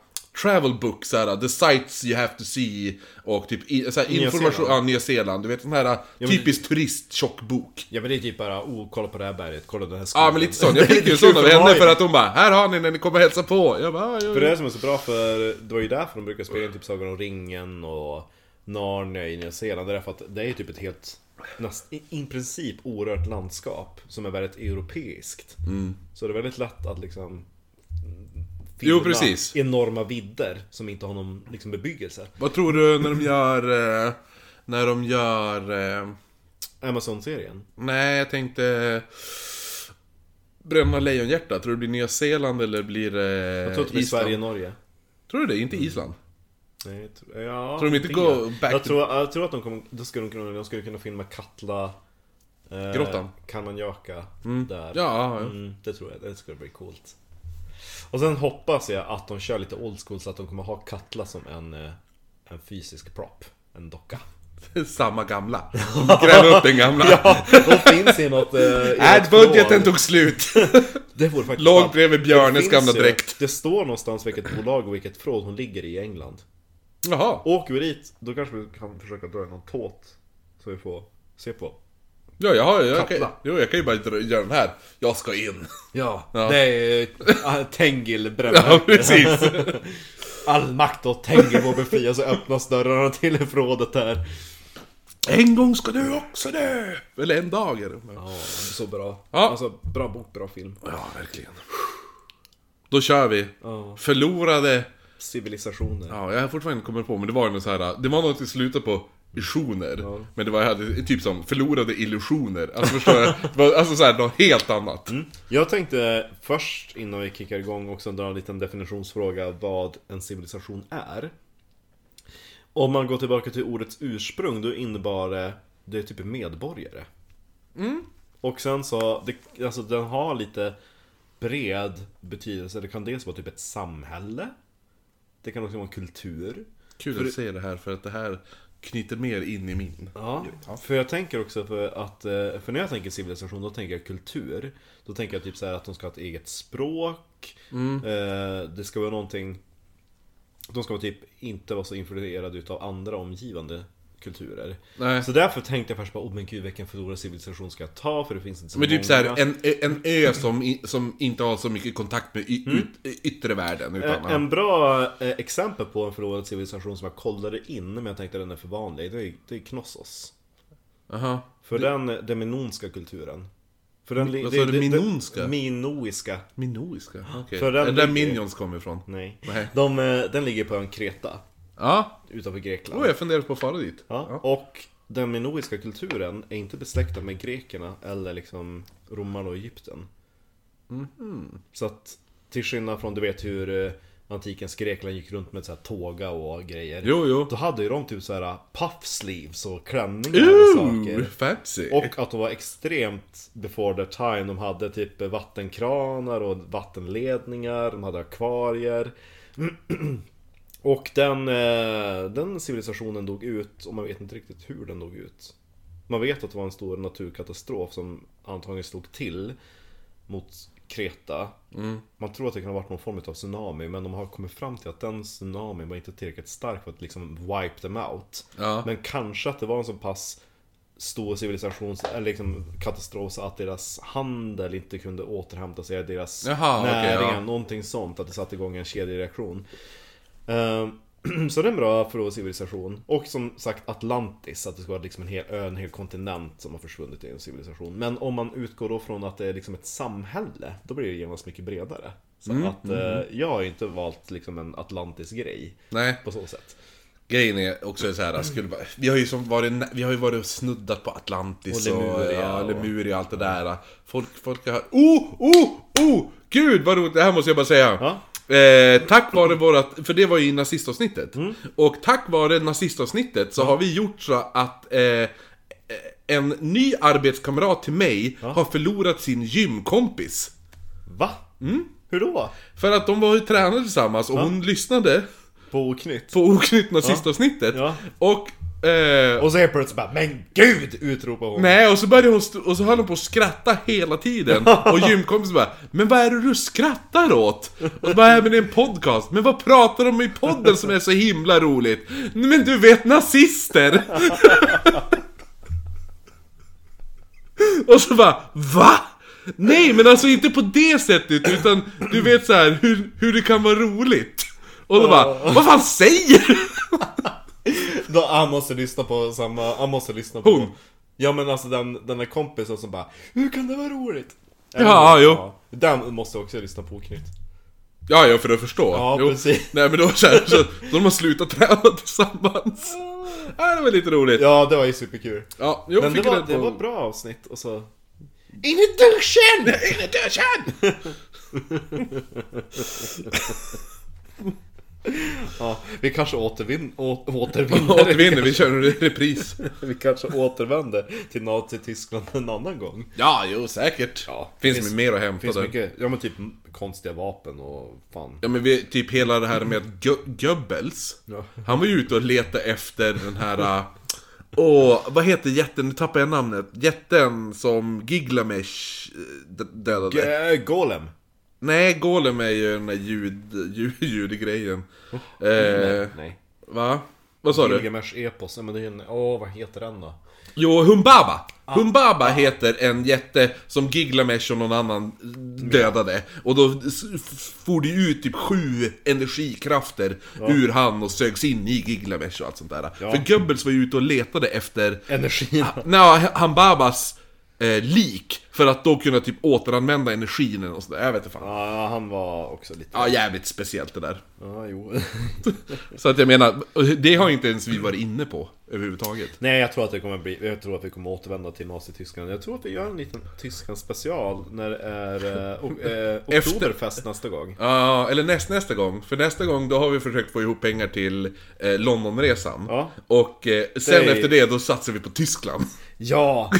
[SPEAKER 1] travel book, så här, the sights you have to see och typ i, så här,
[SPEAKER 2] Nya
[SPEAKER 1] information,
[SPEAKER 2] Zeeland.
[SPEAKER 1] ja Nya Zeeland, du vet sån här eh, typisk turist tjock bok.
[SPEAKER 2] Ja men det är typ bara, oh, kolla på det här berget, kolla den här skogen.
[SPEAKER 1] Ja men lite sån,
[SPEAKER 2] Det är
[SPEAKER 1] jag fick
[SPEAKER 2] lite
[SPEAKER 1] ju en sån
[SPEAKER 2] kul,
[SPEAKER 1] av
[SPEAKER 2] de har
[SPEAKER 1] henne
[SPEAKER 2] ju-
[SPEAKER 1] för att hon bara 'Här har ni när ni kommer och hälsa på' Jag bara, ja,
[SPEAKER 2] För
[SPEAKER 1] ja.
[SPEAKER 2] det är som är så bra för det var ju därför de brukar spela in typ Sagan om ringen och Narnia i Nya Zeeland. Det är därför att det är ju typ ett helt, näst, i, i princip orört landskap som är väldigt europeiskt.
[SPEAKER 1] Mm.
[SPEAKER 2] Så det är väldigt lätt att liksom mm,
[SPEAKER 1] Jo, precis.
[SPEAKER 2] enorma vidder som inte har någon liksom, bebyggelse.
[SPEAKER 1] Vad tror du när de gör... eh, När de gör... eh,
[SPEAKER 2] Amazon-serien.
[SPEAKER 1] Nej, jag tänkte... Bränna Lejonhjärta, tror du det blir Nya Zeeland eller blir det
[SPEAKER 2] Jag tror att
[SPEAKER 1] Island?
[SPEAKER 2] det Mm. blir Sverige och Norge.
[SPEAKER 1] Tror du det? Inte Island?
[SPEAKER 2] Nej, tro- ja,
[SPEAKER 1] Tror de inte
[SPEAKER 2] det.
[SPEAKER 1] går back
[SPEAKER 2] jag,
[SPEAKER 1] to-
[SPEAKER 2] tror, jag tror att de kommer, då skulle de kunna, de skulle kunna filma Katla eh,
[SPEAKER 1] Grottan.
[SPEAKER 2] Kananjaka där.
[SPEAKER 1] Ja, ja.
[SPEAKER 2] Mm, det tror jag, det skulle bli coolt. Och sen hoppas jag att de kör lite old school så att de kommer ha Katla som en, eh, en fysisk prop. En docka.
[SPEAKER 1] Samma gamla. De gräver upp den gamla.
[SPEAKER 2] De finns i något... eh, i
[SPEAKER 1] Äh,
[SPEAKER 2] något
[SPEAKER 1] budgeten
[SPEAKER 2] förråd.
[SPEAKER 1] tog slut.
[SPEAKER 2] Det vore faktiskt
[SPEAKER 1] Låg
[SPEAKER 2] sant.
[SPEAKER 1] bredvid
[SPEAKER 2] Det
[SPEAKER 1] Björnes
[SPEAKER 2] finns
[SPEAKER 1] gamla
[SPEAKER 2] ju.
[SPEAKER 1] dräkt.
[SPEAKER 2] Det står någonstans vilket bolag och vilket förråd hon ligger i i England.
[SPEAKER 1] Jaha.
[SPEAKER 2] Åker vi dit, då kanske vi kan försöka dra in någon tåt. Så vi får se på.
[SPEAKER 1] Ja, jag, har, jag, kan,
[SPEAKER 2] Kapla.
[SPEAKER 1] jo, jag kan ju bara dra- göra den här. Jag ska in.
[SPEAKER 2] Ja,
[SPEAKER 1] Ja.
[SPEAKER 2] det är äh, Tengil
[SPEAKER 1] Ja,
[SPEAKER 2] bränner.
[SPEAKER 1] precis.
[SPEAKER 2] All makt åt Tengil må befria så öppnas dörrarna till förrådet här.
[SPEAKER 1] En gång ska du också dö! Eller en dag är det.
[SPEAKER 2] Ja, så bra.
[SPEAKER 1] Ja.
[SPEAKER 2] Alltså, bra bok, bra film.
[SPEAKER 1] Ja, verkligen. Då kör vi.
[SPEAKER 2] Ja.
[SPEAKER 1] Förlorade...
[SPEAKER 2] Civilisationer.
[SPEAKER 1] Ja, jag har fortfarande inte kommit på, men det var ju något så här. Det var något i slutet på illusioner. Men det var jag hade, typ som förlorade illusioner. Alltså förstår jag? Det var, alltså så här, något helt annat.
[SPEAKER 2] Jag tänkte först innan vi kickar igång också dra en liten definitionsfråga vad en civilisation är. Om man går tillbaka till ordets ursprung då innebar det, det är typ medborgare. Och sen så, det, alltså den har lite bred betydelse. Det kan dels vara typ ett samhälle. Det kan också vara en kultur.
[SPEAKER 1] Kul att se det här, för att det här knyter mer in i min.
[SPEAKER 2] Ja, för jag tänker också för att, eh, för när jag tänker civilisation då tänker jag kultur. Då tänker jag typ så här att de ska ha ett eget språk,
[SPEAKER 1] Mm.
[SPEAKER 2] eh, det ska vara någonting, de ska vara typ inte vara så influerade utav andra omgivande kulturer.
[SPEAKER 1] Nej.
[SPEAKER 2] Så därför tänkte jag först bara, oh men gud vilken förlorad civilisation ska jag ta för det finns inte så
[SPEAKER 1] Men
[SPEAKER 2] många.
[SPEAKER 1] typ såhär, en, en ö som, i- som inte har så mycket kontakt med y, ut, yttre världen. Utan,
[SPEAKER 2] Eh, En bra eh, exempel på en förlorad civilisation som jag kollade in men jag tänkte den är för vanlig, det är, det är Knossos.
[SPEAKER 1] Aha.
[SPEAKER 2] För den, den minonska kulturen. För den,
[SPEAKER 1] Vad sa du, minonska?
[SPEAKER 2] Minoiska.
[SPEAKER 1] Minoiska? Okej.
[SPEAKER 2] För
[SPEAKER 1] Är
[SPEAKER 2] den
[SPEAKER 1] det där
[SPEAKER 2] ligger-
[SPEAKER 1] Minions kom ifrån?
[SPEAKER 2] Nej.
[SPEAKER 1] Nej.
[SPEAKER 2] De, eh, den ligger på ön Kreta
[SPEAKER 1] Ja,
[SPEAKER 2] utanför Grekland.
[SPEAKER 1] oh, jag funderar på att fara dit.
[SPEAKER 2] Ja. Och den minoiska kulturen är inte besläktad med grekerna eller liksom romarna och Egypten.
[SPEAKER 1] Mm-hmm.
[SPEAKER 2] Så att till skillnad från du vet hur eh, antikens Grekland gick runt med så här tåga och grejer.
[SPEAKER 1] Jo, jo.
[SPEAKER 2] Då hade ju de typ så här puff sleeves och klänningar och
[SPEAKER 1] Ooh,
[SPEAKER 2] saker.
[SPEAKER 1] fancy!
[SPEAKER 2] Och att de var extremt before their time. De hade typ vattenkranar och vattenledningar, de hade akvarier. Och den, eh, den civilisationen dog ut och man vet inte riktigt hur den dog ut. Man vet att det var en stor naturkatastrof som antagligen slog till mot Kreta. Man tror att det kan ha varit någon form av tsunami men de har kommit fram till att den tsunamin var inte tillräckligt stark för att liksom wipe them out.
[SPEAKER 1] Ja.
[SPEAKER 2] Men kanske att det var en så pass stor civilisations eller liksom katastrof så att deras handel inte kunde återhämta sig, deras
[SPEAKER 1] Jaha, okej,
[SPEAKER 2] näringar,
[SPEAKER 1] ja.
[SPEAKER 2] någonting sånt. Att det satte igång en kedjereaktion. Ehm, Så det är en bra förråd civilisation. Och som sagt Atlantis, att det ska vara liksom en hel ö, en hel kontinent som har försvunnit i en civilisation. Men om man utgår då från att det är liksom ett samhälle, då blir det genast mycket bredare. Så
[SPEAKER 1] Mm,
[SPEAKER 2] att eh, jag har ju inte valt liksom en atlantisk grej
[SPEAKER 1] Nej,
[SPEAKER 2] på så sätt.
[SPEAKER 1] grejen är också så
[SPEAKER 2] Mm.
[SPEAKER 1] här, skulle bara, vi har ju som varit, nä- vi har ju varit och snuddat på Atlantis
[SPEAKER 2] Och
[SPEAKER 1] och
[SPEAKER 2] Lemuria
[SPEAKER 1] ja,
[SPEAKER 2] och-
[SPEAKER 1] Lemuria och allt det där. Folk, folk har... Oh, oh, oh! Gud vad roligt, det här måste jag bara säga.
[SPEAKER 2] Ja.
[SPEAKER 1] Eh, tack vare vårat, för det var ju i nazistavsnittet.
[SPEAKER 2] Mm.
[SPEAKER 1] Och tack vare nazistavsnittet så har vi gjort så att eh, eh, en ny arbetskamrat till mig har förlorat sin gymkompis.
[SPEAKER 2] Va?
[SPEAKER 1] Mm.
[SPEAKER 2] Hur då?
[SPEAKER 1] För att de var ju tränade tillsammans och hon lyssnade
[SPEAKER 2] På oknytt?
[SPEAKER 1] på oknytt nazistavsnittet.
[SPEAKER 2] Ja.
[SPEAKER 1] Och... Eh,
[SPEAKER 2] Och så helt plötsligt bara Men gud! utropar hon.
[SPEAKER 1] Nej, och så började hon, st- och så höll hon på att skratta hela tiden Och gymkompisen bara Men vad är det du skrattar åt? Och så bara, "Nej, men det är en podcast Men vad pratar de om i podden som är så himla roligt? "Nej, Men du vet, nazister! och så bara, VA? Nej, men alltså inte på det sättet utan du vet så här hur, hur det kan vara roligt Och då bara, vad fan säger du?
[SPEAKER 2] Då, han måste lyssna på samma, han måste lyssna på
[SPEAKER 1] Hon?
[SPEAKER 2] Ja men alltså den, den där kompisen som bara Hur kan det vara roligt?
[SPEAKER 1] Ja, jo.
[SPEAKER 2] Den måste också lyssna på oknytt
[SPEAKER 1] Ja, ja, för att förstå.
[SPEAKER 2] Ja,
[SPEAKER 1] Jo.
[SPEAKER 2] precis.
[SPEAKER 1] Nej, men då var det så, här, så de har slutat träna tillsammans. Ja, det var lite roligt. Ja,
[SPEAKER 2] Ja det var ju superkul
[SPEAKER 1] jo,
[SPEAKER 2] Men det
[SPEAKER 1] fick
[SPEAKER 2] var,
[SPEAKER 1] reda
[SPEAKER 2] det
[SPEAKER 1] på-
[SPEAKER 2] var ett bra avsnitt och så
[SPEAKER 1] In i duschen! In i duschen!
[SPEAKER 2] Ja, vi kanske återvin- å- återvinner
[SPEAKER 1] Återvinner, vi kör en repris.
[SPEAKER 2] Vi kanske återvänder till Nazi-Tyskland en annan gång.
[SPEAKER 1] Ja, jo säkert.
[SPEAKER 2] Ja,
[SPEAKER 1] finns,
[SPEAKER 2] finns-
[SPEAKER 1] mer att
[SPEAKER 2] Det finns
[SPEAKER 1] hämta där.
[SPEAKER 2] mycket, ja men typ konstiga vapen och fan.
[SPEAKER 1] Ja men vi, typ hela det här med att Gö- Goebbels
[SPEAKER 2] Ja.
[SPEAKER 1] Han var ju ute och letade efter den här äh, Åh, vad heter jätten? Nu tappar jag namnet Jätten som Giglamesh eh, d- dödade
[SPEAKER 2] G- Eh, golem.
[SPEAKER 1] Nej, Golem är ju den där ljud, ljud, ljudgrejen eh,
[SPEAKER 2] Nej.
[SPEAKER 1] Va? Vad sa du?
[SPEAKER 2] Gilgamesh epos, ja, men det är ju en, åh vad heter den då?
[SPEAKER 1] Jo, Humbaba! Humbaba heter en jätte som Giglamesh och någon annan dödade. Och då s- f- for det ut typ sju energikrafter ur han och sögs in i Giglamesh och allt sånt där.
[SPEAKER 2] Ja.
[SPEAKER 1] För Goebbels var ju ute och letade efter
[SPEAKER 2] Energin.
[SPEAKER 1] Nja, Humbabas eh, lik för att då kunna typ återanvända energin och sådär. Jag vet inte fan.
[SPEAKER 2] Ja, han var också lite...
[SPEAKER 1] Ja, jävligt speciellt det där.
[SPEAKER 2] Ja, jo.
[SPEAKER 1] Så att jag menar, det har inte ens vi varit inne på överhuvudtaget.
[SPEAKER 2] Nej, jag tror att det kommer bli... Jag tror att vi kommer återvända till Nazi-Tyskland. Jag tror att vi gör en liten Tyskland special när det är eh, o- eh,
[SPEAKER 1] Efter-
[SPEAKER 2] Oktoberfest nästa gång.
[SPEAKER 1] Ja, eller näst, nästa gång. För nästa gång då har vi försökt få ihop pengar till eh, Londonresan.
[SPEAKER 2] Ja.
[SPEAKER 1] Och eh, sen
[SPEAKER 2] Det är-
[SPEAKER 1] efter det då satsar vi på Tyskland.
[SPEAKER 2] Ja!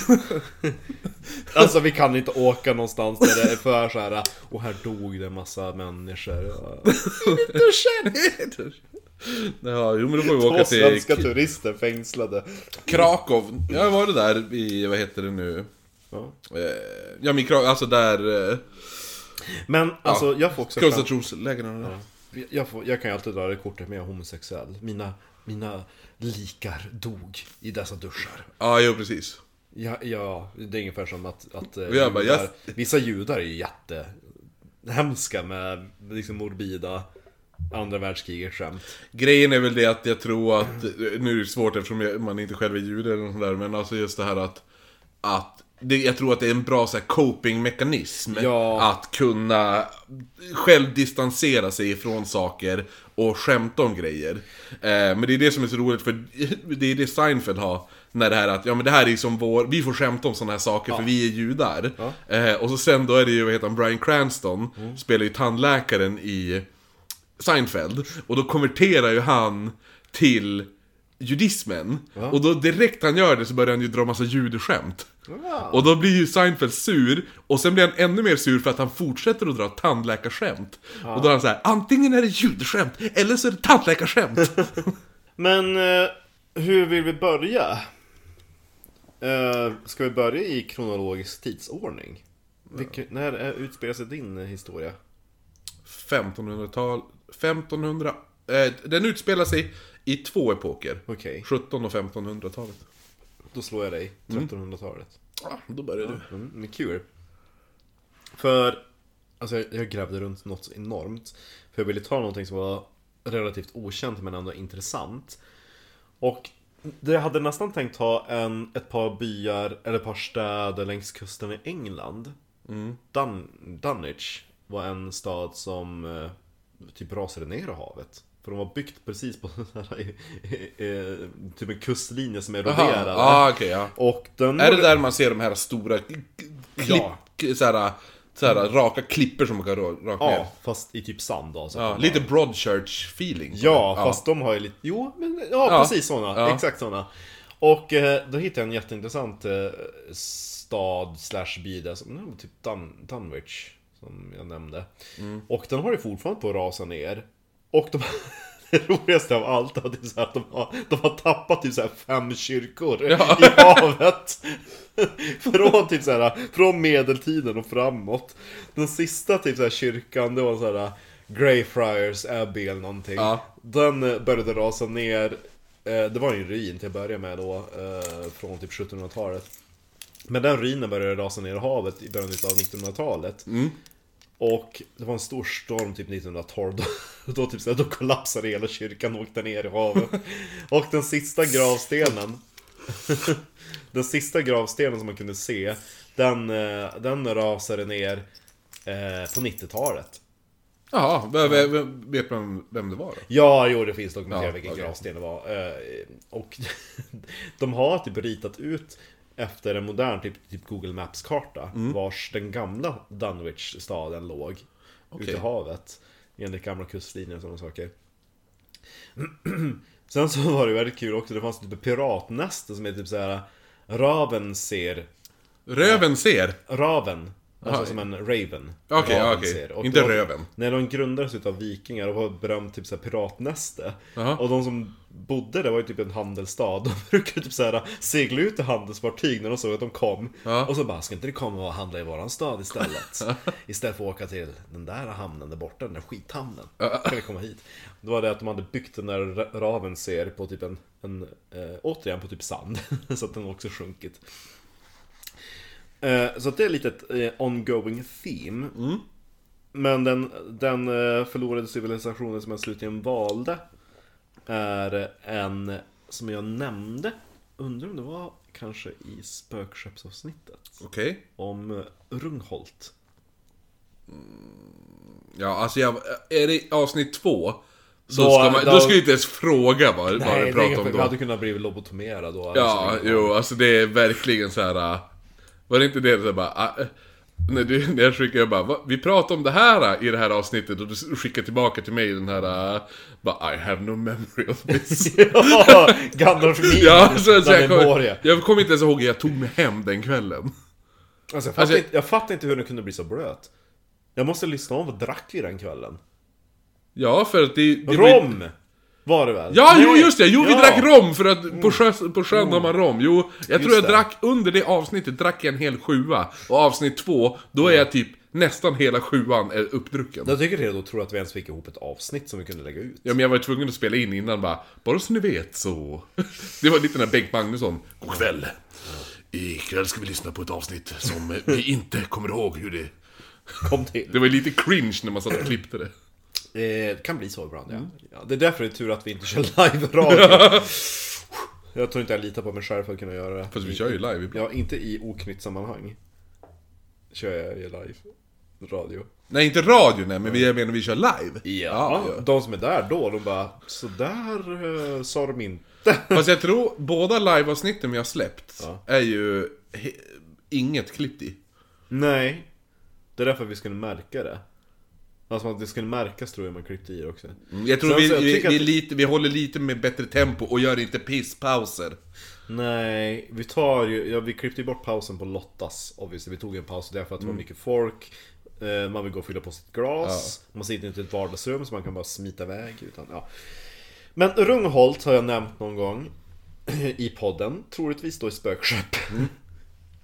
[SPEAKER 2] alltså vi kan inte åka någonstans där det är för så här. Och här dog det en massa människor.
[SPEAKER 1] ja, jo men då får vi åka
[SPEAKER 2] Två
[SPEAKER 1] till
[SPEAKER 2] svenska turister fängslade.
[SPEAKER 1] Krakow. Jag har varit där i, vad heter det nu?
[SPEAKER 2] Ja.
[SPEAKER 1] Eh, ja, men Krakow, alltså där... Eh,
[SPEAKER 2] Men alltså jag får också... fram-
[SPEAKER 1] Koncentrationslägren och det där.
[SPEAKER 2] Jag, får, jag kan ju alltid dra det kortet med jag är homosexuell. Mina, mina likar dog i dessa duschar.
[SPEAKER 1] Ja, jo precis.
[SPEAKER 2] Ja, ja det är ungefär som att, att eh,
[SPEAKER 1] Jag bara,
[SPEAKER 2] judar,
[SPEAKER 1] yes.
[SPEAKER 2] vissa judar är ju jättehemska med liksom morbida andra världskriget skämt.
[SPEAKER 1] Grejen är väl det att jag tror att, nu är det svårt eftersom jag, man inte själv är jude eller något sånt där, men alltså just det här att, att det, jag tror att det är en bra så här, coping-mekanism
[SPEAKER 2] Ja.
[SPEAKER 1] att kunna själv distansera sig ifrån saker och skämta om grejer. Eh, men det är det som är så roligt, för det är det Seinfeld har, när det här att, ja men det här är ju som vår, vi får skämta om sådana här saker för vi är judar. Eh, och så sen då är det ju, vad heter han, Bryan Cranston, spelar ju tandläkaren i Seinfeld och då konverterar ju han till judismen. Och då direkt han gör det så börjar han ju dra massa judeskämt. Och då blir ju Seinfeld sur, och sen blir han ännu mer sur för att han fortsätter att dra tandläkarskämt. Och då är han så här: antingen är det judeskämt, eller så är det tandläkarskämt.
[SPEAKER 2] Men eh, hur vill vi börja? Eh, ska vi börja i kronologisk tidsordning? Vilken, när eh, utspelar sig din eh, historia?
[SPEAKER 1] 1500-tal, 1500, eh, den utspelar sig i två epoker.
[SPEAKER 2] Okej,
[SPEAKER 1] 17 och 1500-talet.
[SPEAKER 2] då slår jag dig.
[SPEAKER 1] Mm.
[SPEAKER 2] 1300-talet.
[SPEAKER 1] Ja, Ah, då börjar du.
[SPEAKER 2] Mm, men kul. För, alltså jag, jag grävde runt något så enormt. För jag ville ta någonting som var relativt okänt men ändå intressant. Och det jag hade nästan tänkt ta en, ett par byar eller ett par städer längs kusten i England.
[SPEAKER 1] Mm.
[SPEAKER 2] Dun, Dunwich var en stad som eh, typ rasade ner i havet. För de var byggt precis på den här, eh, typ en kustlinje som eroderade.
[SPEAKER 1] ah, okej, ja.
[SPEAKER 2] Och den
[SPEAKER 1] Är det där man ser de här stora k- k- klipp,
[SPEAKER 2] Ja.
[SPEAKER 1] k-
[SPEAKER 2] Mm.
[SPEAKER 1] såhär, såhär, raka klippor som man kan ra- raka ner?
[SPEAKER 2] Ja, fast i typ sand då. Så att
[SPEAKER 1] Ja,
[SPEAKER 2] de
[SPEAKER 1] lite
[SPEAKER 2] har...
[SPEAKER 1] Broadchurch-feeling.
[SPEAKER 2] ja fast de har ju lite... Jo, men ja,
[SPEAKER 1] Ja.
[SPEAKER 2] precis sådana.
[SPEAKER 1] Ja.
[SPEAKER 2] Exakt sådana. Och eh, då hittade jag en jätteintressant eh, stad slash by där, som, nej, typ Dun, Dunwich, som jag nämnde. Och den har ju fortfarande på att rasa ner. Och de... Det roligaste av allt är att, det är så här att de, har, de har tappat typ så här fem kyrkor i havet. från, typ så här, från medeltiden och framåt. Den sista typ så här, kyrkan, det var så här Greyfriars Abbey eller någonting.
[SPEAKER 1] Ja.
[SPEAKER 2] Den eh, började rasa ner, eh, det var ju en ruin till att börja med då, eh, från typ 1700-talet. Men den ruinen började rasa ner i havet i början av 1900-talet. Och det var en stor storm typ 1912 då, då, typ, så här, då kollapsade hela kyrkan och åkte ner i havet. Och den sista gravstenen Den sista gravstenen som man kunde se Den, eh, den rasade ner eh, på 90-talet
[SPEAKER 1] Jaha, v- v- v- vet man vem det var då?
[SPEAKER 2] Ja, jo det finns dokumenterat
[SPEAKER 1] Ja,
[SPEAKER 2] vilken
[SPEAKER 1] okej.
[SPEAKER 2] gravsten det var. Eh, Och de har typ ritat ut efter en modern typ, typ Google Maps-karta
[SPEAKER 1] Mm.
[SPEAKER 2] vars den gamla Dunwich-staden låg ute i havet. Enligt gamla kustlinjer och sådana saker. Sen så var det väldigt kul också, det fanns typ ett piratnäste som är typ såhär Raven ser
[SPEAKER 1] Röven ser.
[SPEAKER 2] Raven. Alltså
[SPEAKER 1] Aha.
[SPEAKER 2] som en raven.
[SPEAKER 1] Okej,
[SPEAKER 2] Raven
[SPEAKER 1] okej.
[SPEAKER 2] ser. Och
[SPEAKER 1] Inte
[SPEAKER 2] det var-
[SPEAKER 1] röven.
[SPEAKER 2] När de grundades utav vikingar och var ett berömt typ såhär piratnäste.
[SPEAKER 1] Jaha.
[SPEAKER 2] Och de som bodde där var ju typ en handelsstad. De brukade typ såhär segla ut i handelsfartyg när de såg att de kom.
[SPEAKER 1] Ja.
[SPEAKER 2] Och så bara, ska inte ni komma och handla i våran stad istället? istället för att åka till den där hamnen där borta, den där skithamnen. Kan vi komma hit? Det var det att de hade byggt den där ra- raven ser på typ en, en eh, återigen på typ sand. så att den också sjunkit. Eh, Så att det är lite ett eh, ongoing theme.
[SPEAKER 1] Mm.
[SPEAKER 2] Men den, den eh, förlorade civilisationen som jag slutligen valde är en som jag nämnde, undrar om det var kanske i spökskeppsavsnittet,
[SPEAKER 1] Okej.
[SPEAKER 2] om eh, Rungholt.
[SPEAKER 1] Ja, alltså jag, är det avsnitt två, så
[SPEAKER 2] Då-
[SPEAKER 1] ska man, då,
[SPEAKER 2] då-
[SPEAKER 1] ska jag inte ens fråga vad, vad vi
[SPEAKER 2] Nej, det
[SPEAKER 1] pratar
[SPEAKER 2] om
[SPEAKER 1] om då.
[SPEAKER 2] jag hade kunnat bli lobotomerad då.
[SPEAKER 1] Ja, jo, alltså det är verkligen så här. äh, Var det inte det så bara... äh, äh, När, du, när jag skickade, jag bara "Va? Vi pratade om det här äh, i det här avsnittet och du skickar tillbaka till mig den här... äh, Bara, I have no memory of this.
[SPEAKER 2] ja, Gandalf min,
[SPEAKER 1] ja, så, så
[SPEAKER 2] den
[SPEAKER 1] jag, kom,
[SPEAKER 2] memoria.
[SPEAKER 1] jag kommer inte ens ihåg hur jag tog mig hem den kvällen.
[SPEAKER 2] Alltså, jag, fattar
[SPEAKER 1] Alltså-
[SPEAKER 2] inte, jag fattar inte hur den kunde bli så blöt. Jag måste lyssna om vad drack vi den kvällen?
[SPEAKER 1] Ja, för att det... det blir-
[SPEAKER 2] Rom! Var det väl?
[SPEAKER 1] Ja,
[SPEAKER 2] Nej.
[SPEAKER 1] jo just det! Jo, vi
[SPEAKER 2] Ja. Mm.
[SPEAKER 1] drack rom för att på, sjö, på sjön har man rom. Jo, jag tror jag
[SPEAKER 2] det.
[SPEAKER 1] drack, under det avsnittet drack jag en hel sjua. Och avsnitt två, då är jag typ nästan hela sjuan är uppdrucken.
[SPEAKER 2] Jag tycker det är då tror att vi ens fick ihop ett avsnitt som vi kunde lägga ut.
[SPEAKER 1] Ja men jag var ju tvungen att spela in innan bara, bara så ni vet så. Det var lite när Bengt Magnusson, god kväll. Ikväll ska vi lyssna på ett avsnitt som vi inte kommer ihåg hur det...
[SPEAKER 2] Kom till.
[SPEAKER 1] Det var lite cringe när man satt och klippte det.
[SPEAKER 2] Eh, Det kan bli så ibland ja. ja. Det är därför det är tur att vi inte kör live-radio. jag tror inte jag litar på mig själv för att kunna göra det.
[SPEAKER 1] Fast vi kör ju live ibland.
[SPEAKER 2] Ja, inte i oknytt sammanhang. Kör jag ju live-radio.
[SPEAKER 1] Nej inte radio nej, men vi- jag menar vi kör live.
[SPEAKER 2] Ja, de som är där då, de bara Sådär eh, sa de inte.
[SPEAKER 1] Fast jag tror båda liveavsnitten vi har släppt
[SPEAKER 2] Ja.
[SPEAKER 1] är ju he- inget klippt i.
[SPEAKER 2] Nej. Det är därför vi skulle märka det. Alltså att det skulle märkas tror jag man klippte i det också.
[SPEAKER 1] Jag tror
[SPEAKER 2] Sen
[SPEAKER 1] vi,
[SPEAKER 2] så jag
[SPEAKER 1] vi,
[SPEAKER 2] tycker
[SPEAKER 1] vi,
[SPEAKER 2] att-
[SPEAKER 1] lite, vi håller lite med bättre tempo och gör inte pisspauser.
[SPEAKER 2] Nej, vi tar ju, ja, vi klippte ju bort pausen på Lottas obviously. Vi tog en paus därför att det var mycket folk eh, Man vill gå och fylla på sitt glas Man sitter inte i ett vardagsrum så man kan bara smita iväg utan, ja. Men Rungholt har jag nämnt någon gång I podden, troligtvis då i spökskepp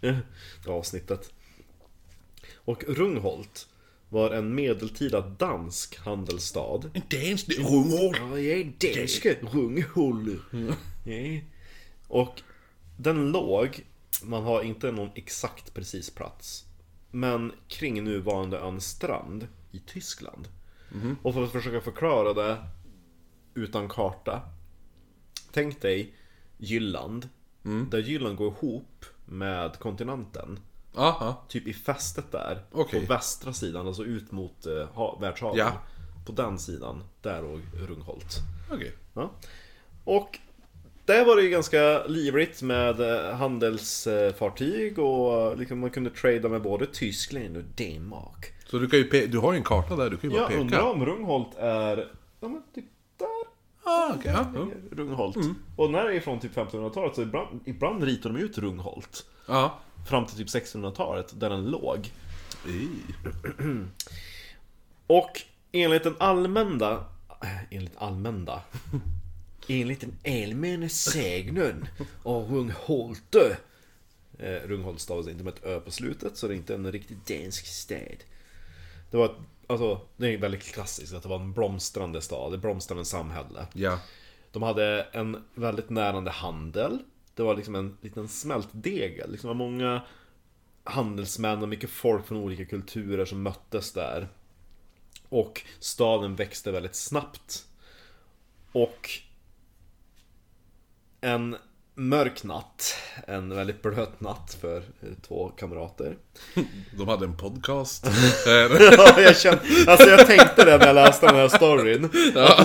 [SPEAKER 2] Det avsnittet Och Rungholt var en medeltida dansk handelsstad
[SPEAKER 1] Dans, det- rungor.
[SPEAKER 2] Ja, jag är dansk. Runghull. Ja. Och den låg, man har inte någon exakt precis plats, men kring nuvarande ön Strand i Tyskland.
[SPEAKER 1] Mhm.
[SPEAKER 2] Och för att försöka förklara det utan karta. Tänk dig Jylland,
[SPEAKER 1] Mm.
[SPEAKER 2] där Jylland går ihop med kontinenten.
[SPEAKER 1] Aha.
[SPEAKER 2] Typ i fästet där,
[SPEAKER 1] Okej.
[SPEAKER 2] på västra sidan, alltså ut mot eh, ha- världshaven.
[SPEAKER 1] Ja.
[SPEAKER 2] På den sidan, där låg Rungholt.
[SPEAKER 1] Okej.
[SPEAKER 2] Ja. Och där var det ju ganska livligt med eh, handelsfartyg och eh, liksom man kunde trada med både Tyskland och Danmark.
[SPEAKER 1] Så du kan ju pe- du har ju en karta där, du kan ju bara
[SPEAKER 2] Jag
[SPEAKER 1] peka.
[SPEAKER 2] undrar om Rungholt är... Ja men typ där
[SPEAKER 1] Ah, okej, ja. ja.
[SPEAKER 2] är Rungholt. Och den här är ju från typ 1500-talet så ibland, ibland ritar de ut Rungholt.
[SPEAKER 1] Ja.
[SPEAKER 2] Fram till typ 1600-talet där den låg. Och enligt den allmänna... Enligt allmänna? enligt den allmänna sägnen av Rungholte. Eh, Rungholt stavas inte med ett ö på slutet så det är inte en riktigt dansk stad. Det var ett, alltså, det är väldigt klassiskt att det var en blomstrande stad, ett blomstrande samhälle.
[SPEAKER 1] Ja.
[SPEAKER 2] De hade en väldigt närande handel. Det var liksom en liten smältdegel. Liksom det var många handelsmän och mycket folk från olika kulturer som möttes där. Och staden växte väldigt snabbt. Och en mörk natt, en väldigt blöt natt för eh, två kamrater.
[SPEAKER 1] De hade en podcast. Eh,
[SPEAKER 2] Ja, jag kände, alltså jag tänkte det när jag läste den här storyn. Att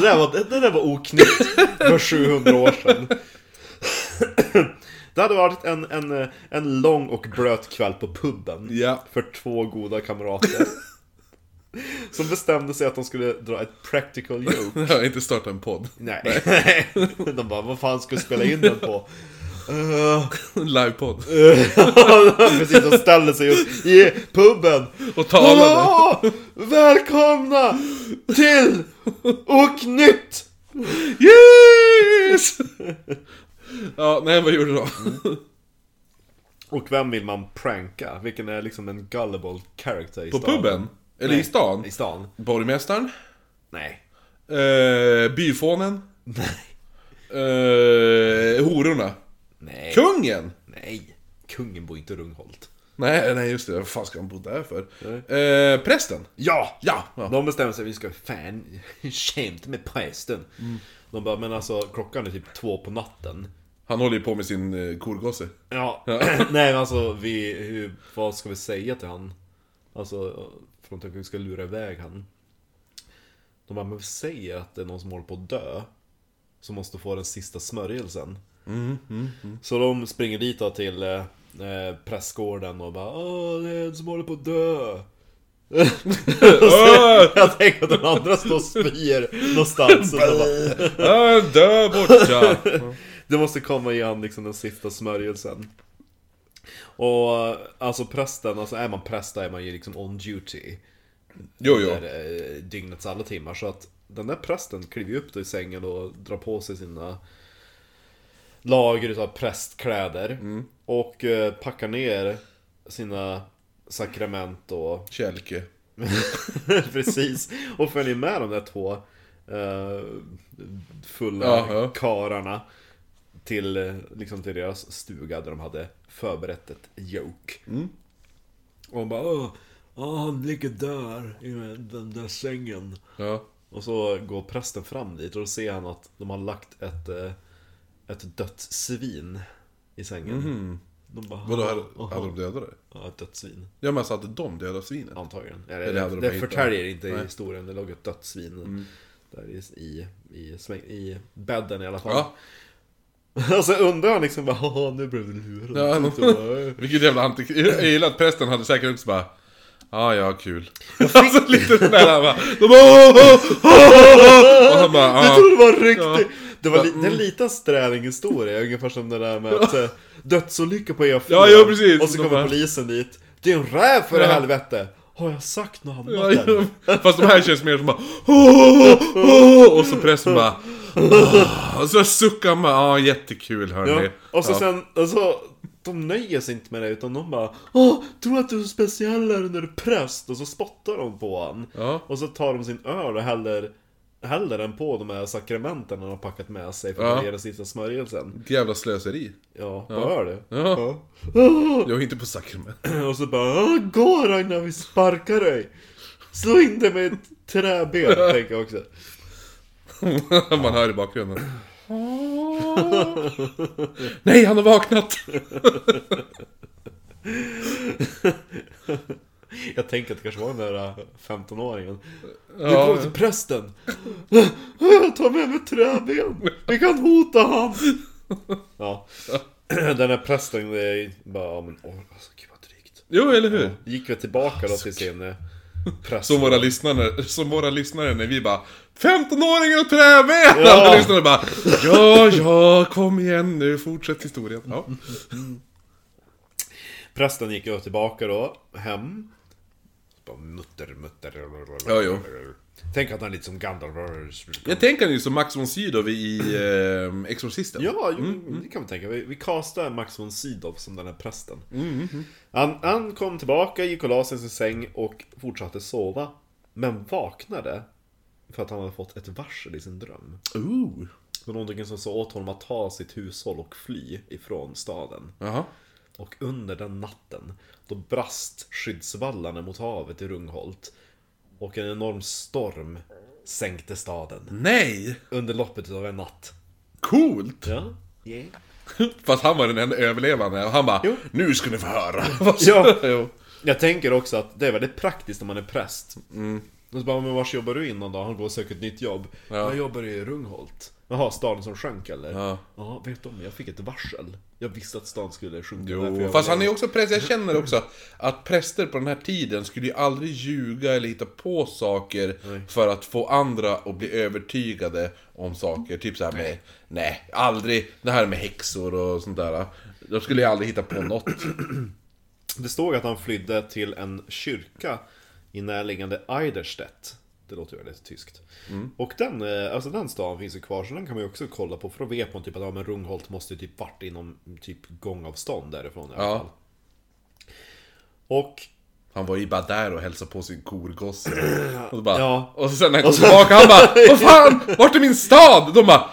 [SPEAKER 2] det, där var, det där var oknytt för 700 år sedan. Det hade varit en, en, en lång och blöt kväll på puben
[SPEAKER 1] Ja.
[SPEAKER 2] för två goda kamrater. Som bestämde sig att de skulle dra ett practical joke.
[SPEAKER 1] Jag har inte startat en podd.
[SPEAKER 2] Nej. De bara, vad fan ska vi spela in den på? Uh,
[SPEAKER 1] En livepodd.
[SPEAKER 2] Eh. precis, de ställde sig upp i puben.
[SPEAKER 1] Och talade.
[SPEAKER 2] Hallå! Välkomna till och nytt!
[SPEAKER 1] Yes! Ja, nej vad gjorde de?
[SPEAKER 2] Mm, Och vem vill man pranka? Vilken är liksom en gullible character i
[SPEAKER 1] På
[SPEAKER 2] stan?
[SPEAKER 1] puben? Eller
[SPEAKER 2] Nej,
[SPEAKER 1] i stan?
[SPEAKER 2] I stan?
[SPEAKER 1] Borgmästaren?
[SPEAKER 2] Nej.
[SPEAKER 1] Eh, byfånen?
[SPEAKER 2] Nej.
[SPEAKER 1] Eh, hororna?
[SPEAKER 2] Nej.
[SPEAKER 1] Kungen?
[SPEAKER 2] Nej. Kungen bor inte i Rungholt.
[SPEAKER 1] Nej, nej just det. Vad fan ska han bo där för?
[SPEAKER 2] Nej.
[SPEAKER 1] Eh, prästen?
[SPEAKER 2] Ja!
[SPEAKER 1] Ja! ja.
[SPEAKER 2] De bestämmer sig, vi ska fan skämta med prästen.
[SPEAKER 1] Mm.
[SPEAKER 2] De bara, men alltså klockan är typ två på natten.
[SPEAKER 1] Han håller ju på med sin eh, korgosse.
[SPEAKER 2] Ja, nej men alltså vi, hur, vad ska vi säga till han? Alltså, från att vi ska lura iväg han. De bara, men vi säger att det är någon som håller på att dö. Som måste få den sista smörjelsen. Så de springer dit då till eh, eh, prästgården och bara Åh, det är en som håller på att dö.
[SPEAKER 1] Åh!
[SPEAKER 2] Jag tänker att den andra står och spyr någonstans. Och de bara,
[SPEAKER 1] Ah, dö borta!
[SPEAKER 2] det måste komma igen liksom den sista smörjelsen. Och alltså prästen, alltså är man präst då är man ju liksom on duty.
[SPEAKER 1] Jo, jo.
[SPEAKER 2] Där, eh, dygnets alla timmar. Så att den där prästen kliver ju upp då i sängen och drar på sig sina lager utav prästkläder.
[SPEAKER 1] Mm.
[SPEAKER 2] Och eh, packar ner sina sakrament och
[SPEAKER 1] Kälke.
[SPEAKER 2] Precis, och följer med de där två eh, fulla
[SPEAKER 1] Jaha.
[SPEAKER 2] kararna till, eh, liksom till deras stuga där de hade förberett ett joke.
[SPEAKER 1] Mm.
[SPEAKER 2] Och de bara Åh, åh, han ligger där i den där sängen.
[SPEAKER 1] Ja.
[SPEAKER 2] Och så går prästen fram dit och då ser han att de har lagt ett, eh, ett dött svin i sängen. De bara,
[SPEAKER 1] Mhm. Vadå,
[SPEAKER 2] "Aha."
[SPEAKER 1] hade, hade de dödat det?
[SPEAKER 2] Ja, ett dött svin.
[SPEAKER 1] Ja men alltså hade de dödat svinet?
[SPEAKER 2] Antagligen. Ja,
[SPEAKER 1] Eller
[SPEAKER 2] det
[SPEAKER 1] hade de
[SPEAKER 2] det
[SPEAKER 1] hittat-
[SPEAKER 2] förtäljer inte
[SPEAKER 1] Nej. Mm.
[SPEAKER 2] historien, det låg ett dött svin där i, i, i, sväng- i bädden i alla fall.
[SPEAKER 1] Ja.
[SPEAKER 2] Alltså undrar han liksom bara "Haha, nu blev du lurad.
[SPEAKER 1] Ja,
[SPEAKER 2] Och så bara, "Eh."
[SPEAKER 1] Vilket jävla antik... Jag gillar att prästen hade säkert också bara... Ja, ja, kul. Alltså lite sådär, han bara... De bara "Ah, "Åh, åh, åh, åh." ah, Och han bara... "Ah."
[SPEAKER 2] Du
[SPEAKER 1] "Ja."
[SPEAKER 2] trodde det var riktigt! Det var
[SPEAKER 1] Ja, mm.
[SPEAKER 2] li, det är en liten sträling historia, ungefär som det där med att eh, dödsolycka på E4
[SPEAKER 1] Ja, ja, precis.
[SPEAKER 2] och så
[SPEAKER 1] De
[SPEAKER 2] kommer
[SPEAKER 1] bara-
[SPEAKER 2] polisen dit Det är en räv för
[SPEAKER 1] Ja.
[SPEAKER 2] helvete! Har jag sagt något annat
[SPEAKER 1] Ja,
[SPEAKER 2] än?
[SPEAKER 1] ja. Fast de här känns mer som bara... "Ah, "Åh, åh, åh." ah, Och så prästen bara... "Åh." Och så suckar han bara... Ja, jättekul hörni.
[SPEAKER 2] Ja. Och så
[SPEAKER 1] Ja.
[SPEAKER 2] sen, alltså, de nöjer sig inte med det utan de bara Åh, tror att du är så speciell här när du är präst? Och så spottar de på han
[SPEAKER 1] Ja.
[SPEAKER 2] Och så tar de sin öl och häller, häller den på de här sakramenten han har packat med sig för
[SPEAKER 1] Ja.
[SPEAKER 2] att ge den sista smörjelsen
[SPEAKER 1] Jävla slöseri.
[SPEAKER 2] Ja, på öl
[SPEAKER 1] Ja.
[SPEAKER 2] ja. Åh!
[SPEAKER 1] Jag är inte på sakrament.
[SPEAKER 2] Och så bara "Åh, Gå Ragnar, vi sparkar dig! Slå in dig med ett träben, tänker jag också
[SPEAKER 1] Man hör i bakgrunden. Nej, han har vaknat!
[SPEAKER 2] Jag tänker att det kanske var den där äh, 15-åringen Du
[SPEAKER 1] Ja.
[SPEAKER 2] kommer till prästen. Jag tar med mig träben. Vi kan hota han. Ja. Den här prästen, det är bara, ja, men åh, alltså gud vad drygt.
[SPEAKER 1] Jo, eller hur?
[SPEAKER 2] Gick vi tillbaka då till sin eh, präst.
[SPEAKER 1] Som våra lyssnare, som våra lyssnare när vi bara 15-åringen och träven!
[SPEAKER 2] Ja.
[SPEAKER 1] Alla lyssnare bara Ja, ja, kom igen nu, fortsätt historien. Ja.
[SPEAKER 2] Prästen gick ju tillbaka då, hem. Bara mutter, mutter.
[SPEAKER 1] Ja, jo.
[SPEAKER 2] Tänk att han är lite som Gandalf.
[SPEAKER 1] Jag tänker nu som Max von Sydow i eh, Exorcisten.
[SPEAKER 2] Ja, jo, det kan vi tänka. Vi, vi castar Max von Sydow som den här prästen. Han, han kom tillbaka, gick och la sig i sin säng och fortsatte sova. Men vaknade för att han hade fått ett varsel i sin dröm.
[SPEAKER 1] Ooh.
[SPEAKER 2] Det var någonting som sa åt honom att ta sitt hushåll och fly ifrån staden.
[SPEAKER 1] Jaha.
[SPEAKER 2] Och under den natten, då brast skyddsvallarna mot havet i Rungholt. Och en enorm storm sänkte staden.
[SPEAKER 1] Nej!
[SPEAKER 2] Under loppet av en natt.
[SPEAKER 1] Coolt!
[SPEAKER 2] Ja. Yeah.
[SPEAKER 1] Fast han var den enda överlevande och han bara
[SPEAKER 2] Jo.
[SPEAKER 1] Nu ska ni få höra!
[SPEAKER 2] Ja.
[SPEAKER 1] Jo.
[SPEAKER 2] Jag tänker också att det är väldigt praktiskt när man är präst. Mm. Och så bara, men vars jobbar du innan då? Han går och söker ett nytt jobb. Jag jobbar i Rungholt. Jaha, staden som sjönk eller?
[SPEAKER 1] Ja.
[SPEAKER 2] Ja, vet du om jag fick ett varsel? Jag visste att stan skulle sjunka därför
[SPEAKER 1] Jo,
[SPEAKER 2] jag
[SPEAKER 1] fast
[SPEAKER 2] var-
[SPEAKER 1] han är också präst. Jag känner också att präster på den här tiden skulle ju aldrig ljuga eller hitta på saker för att få andra att bli övertygade om saker. Typ så här med, nej, aldrig, det här med häxor och sånt där. De skulle ju aldrig hitta på något.
[SPEAKER 2] Det stod att han flydde till en kyrka i närliggande Eiderstedt. Det låter ju väldigt tyskt.
[SPEAKER 1] Mm.
[SPEAKER 2] Och den, eh, alltså den staden finns ju kvar, så den kan man ju också kolla på. För då vet man typ att ja, men Rungholt måste ju typ varit inom typ gångavstånd därifrån i alla
[SPEAKER 1] Ja.
[SPEAKER 2] fall. Och
[SPEAKER 1] Han var ju bara där och hälsade på sin korgosse. Och, så bara,
[SPEAKER 2] Ja.
[SPEAKER 1] och så sen när han kom tillbaka, han bara Vad fan, vart är min stad? De bara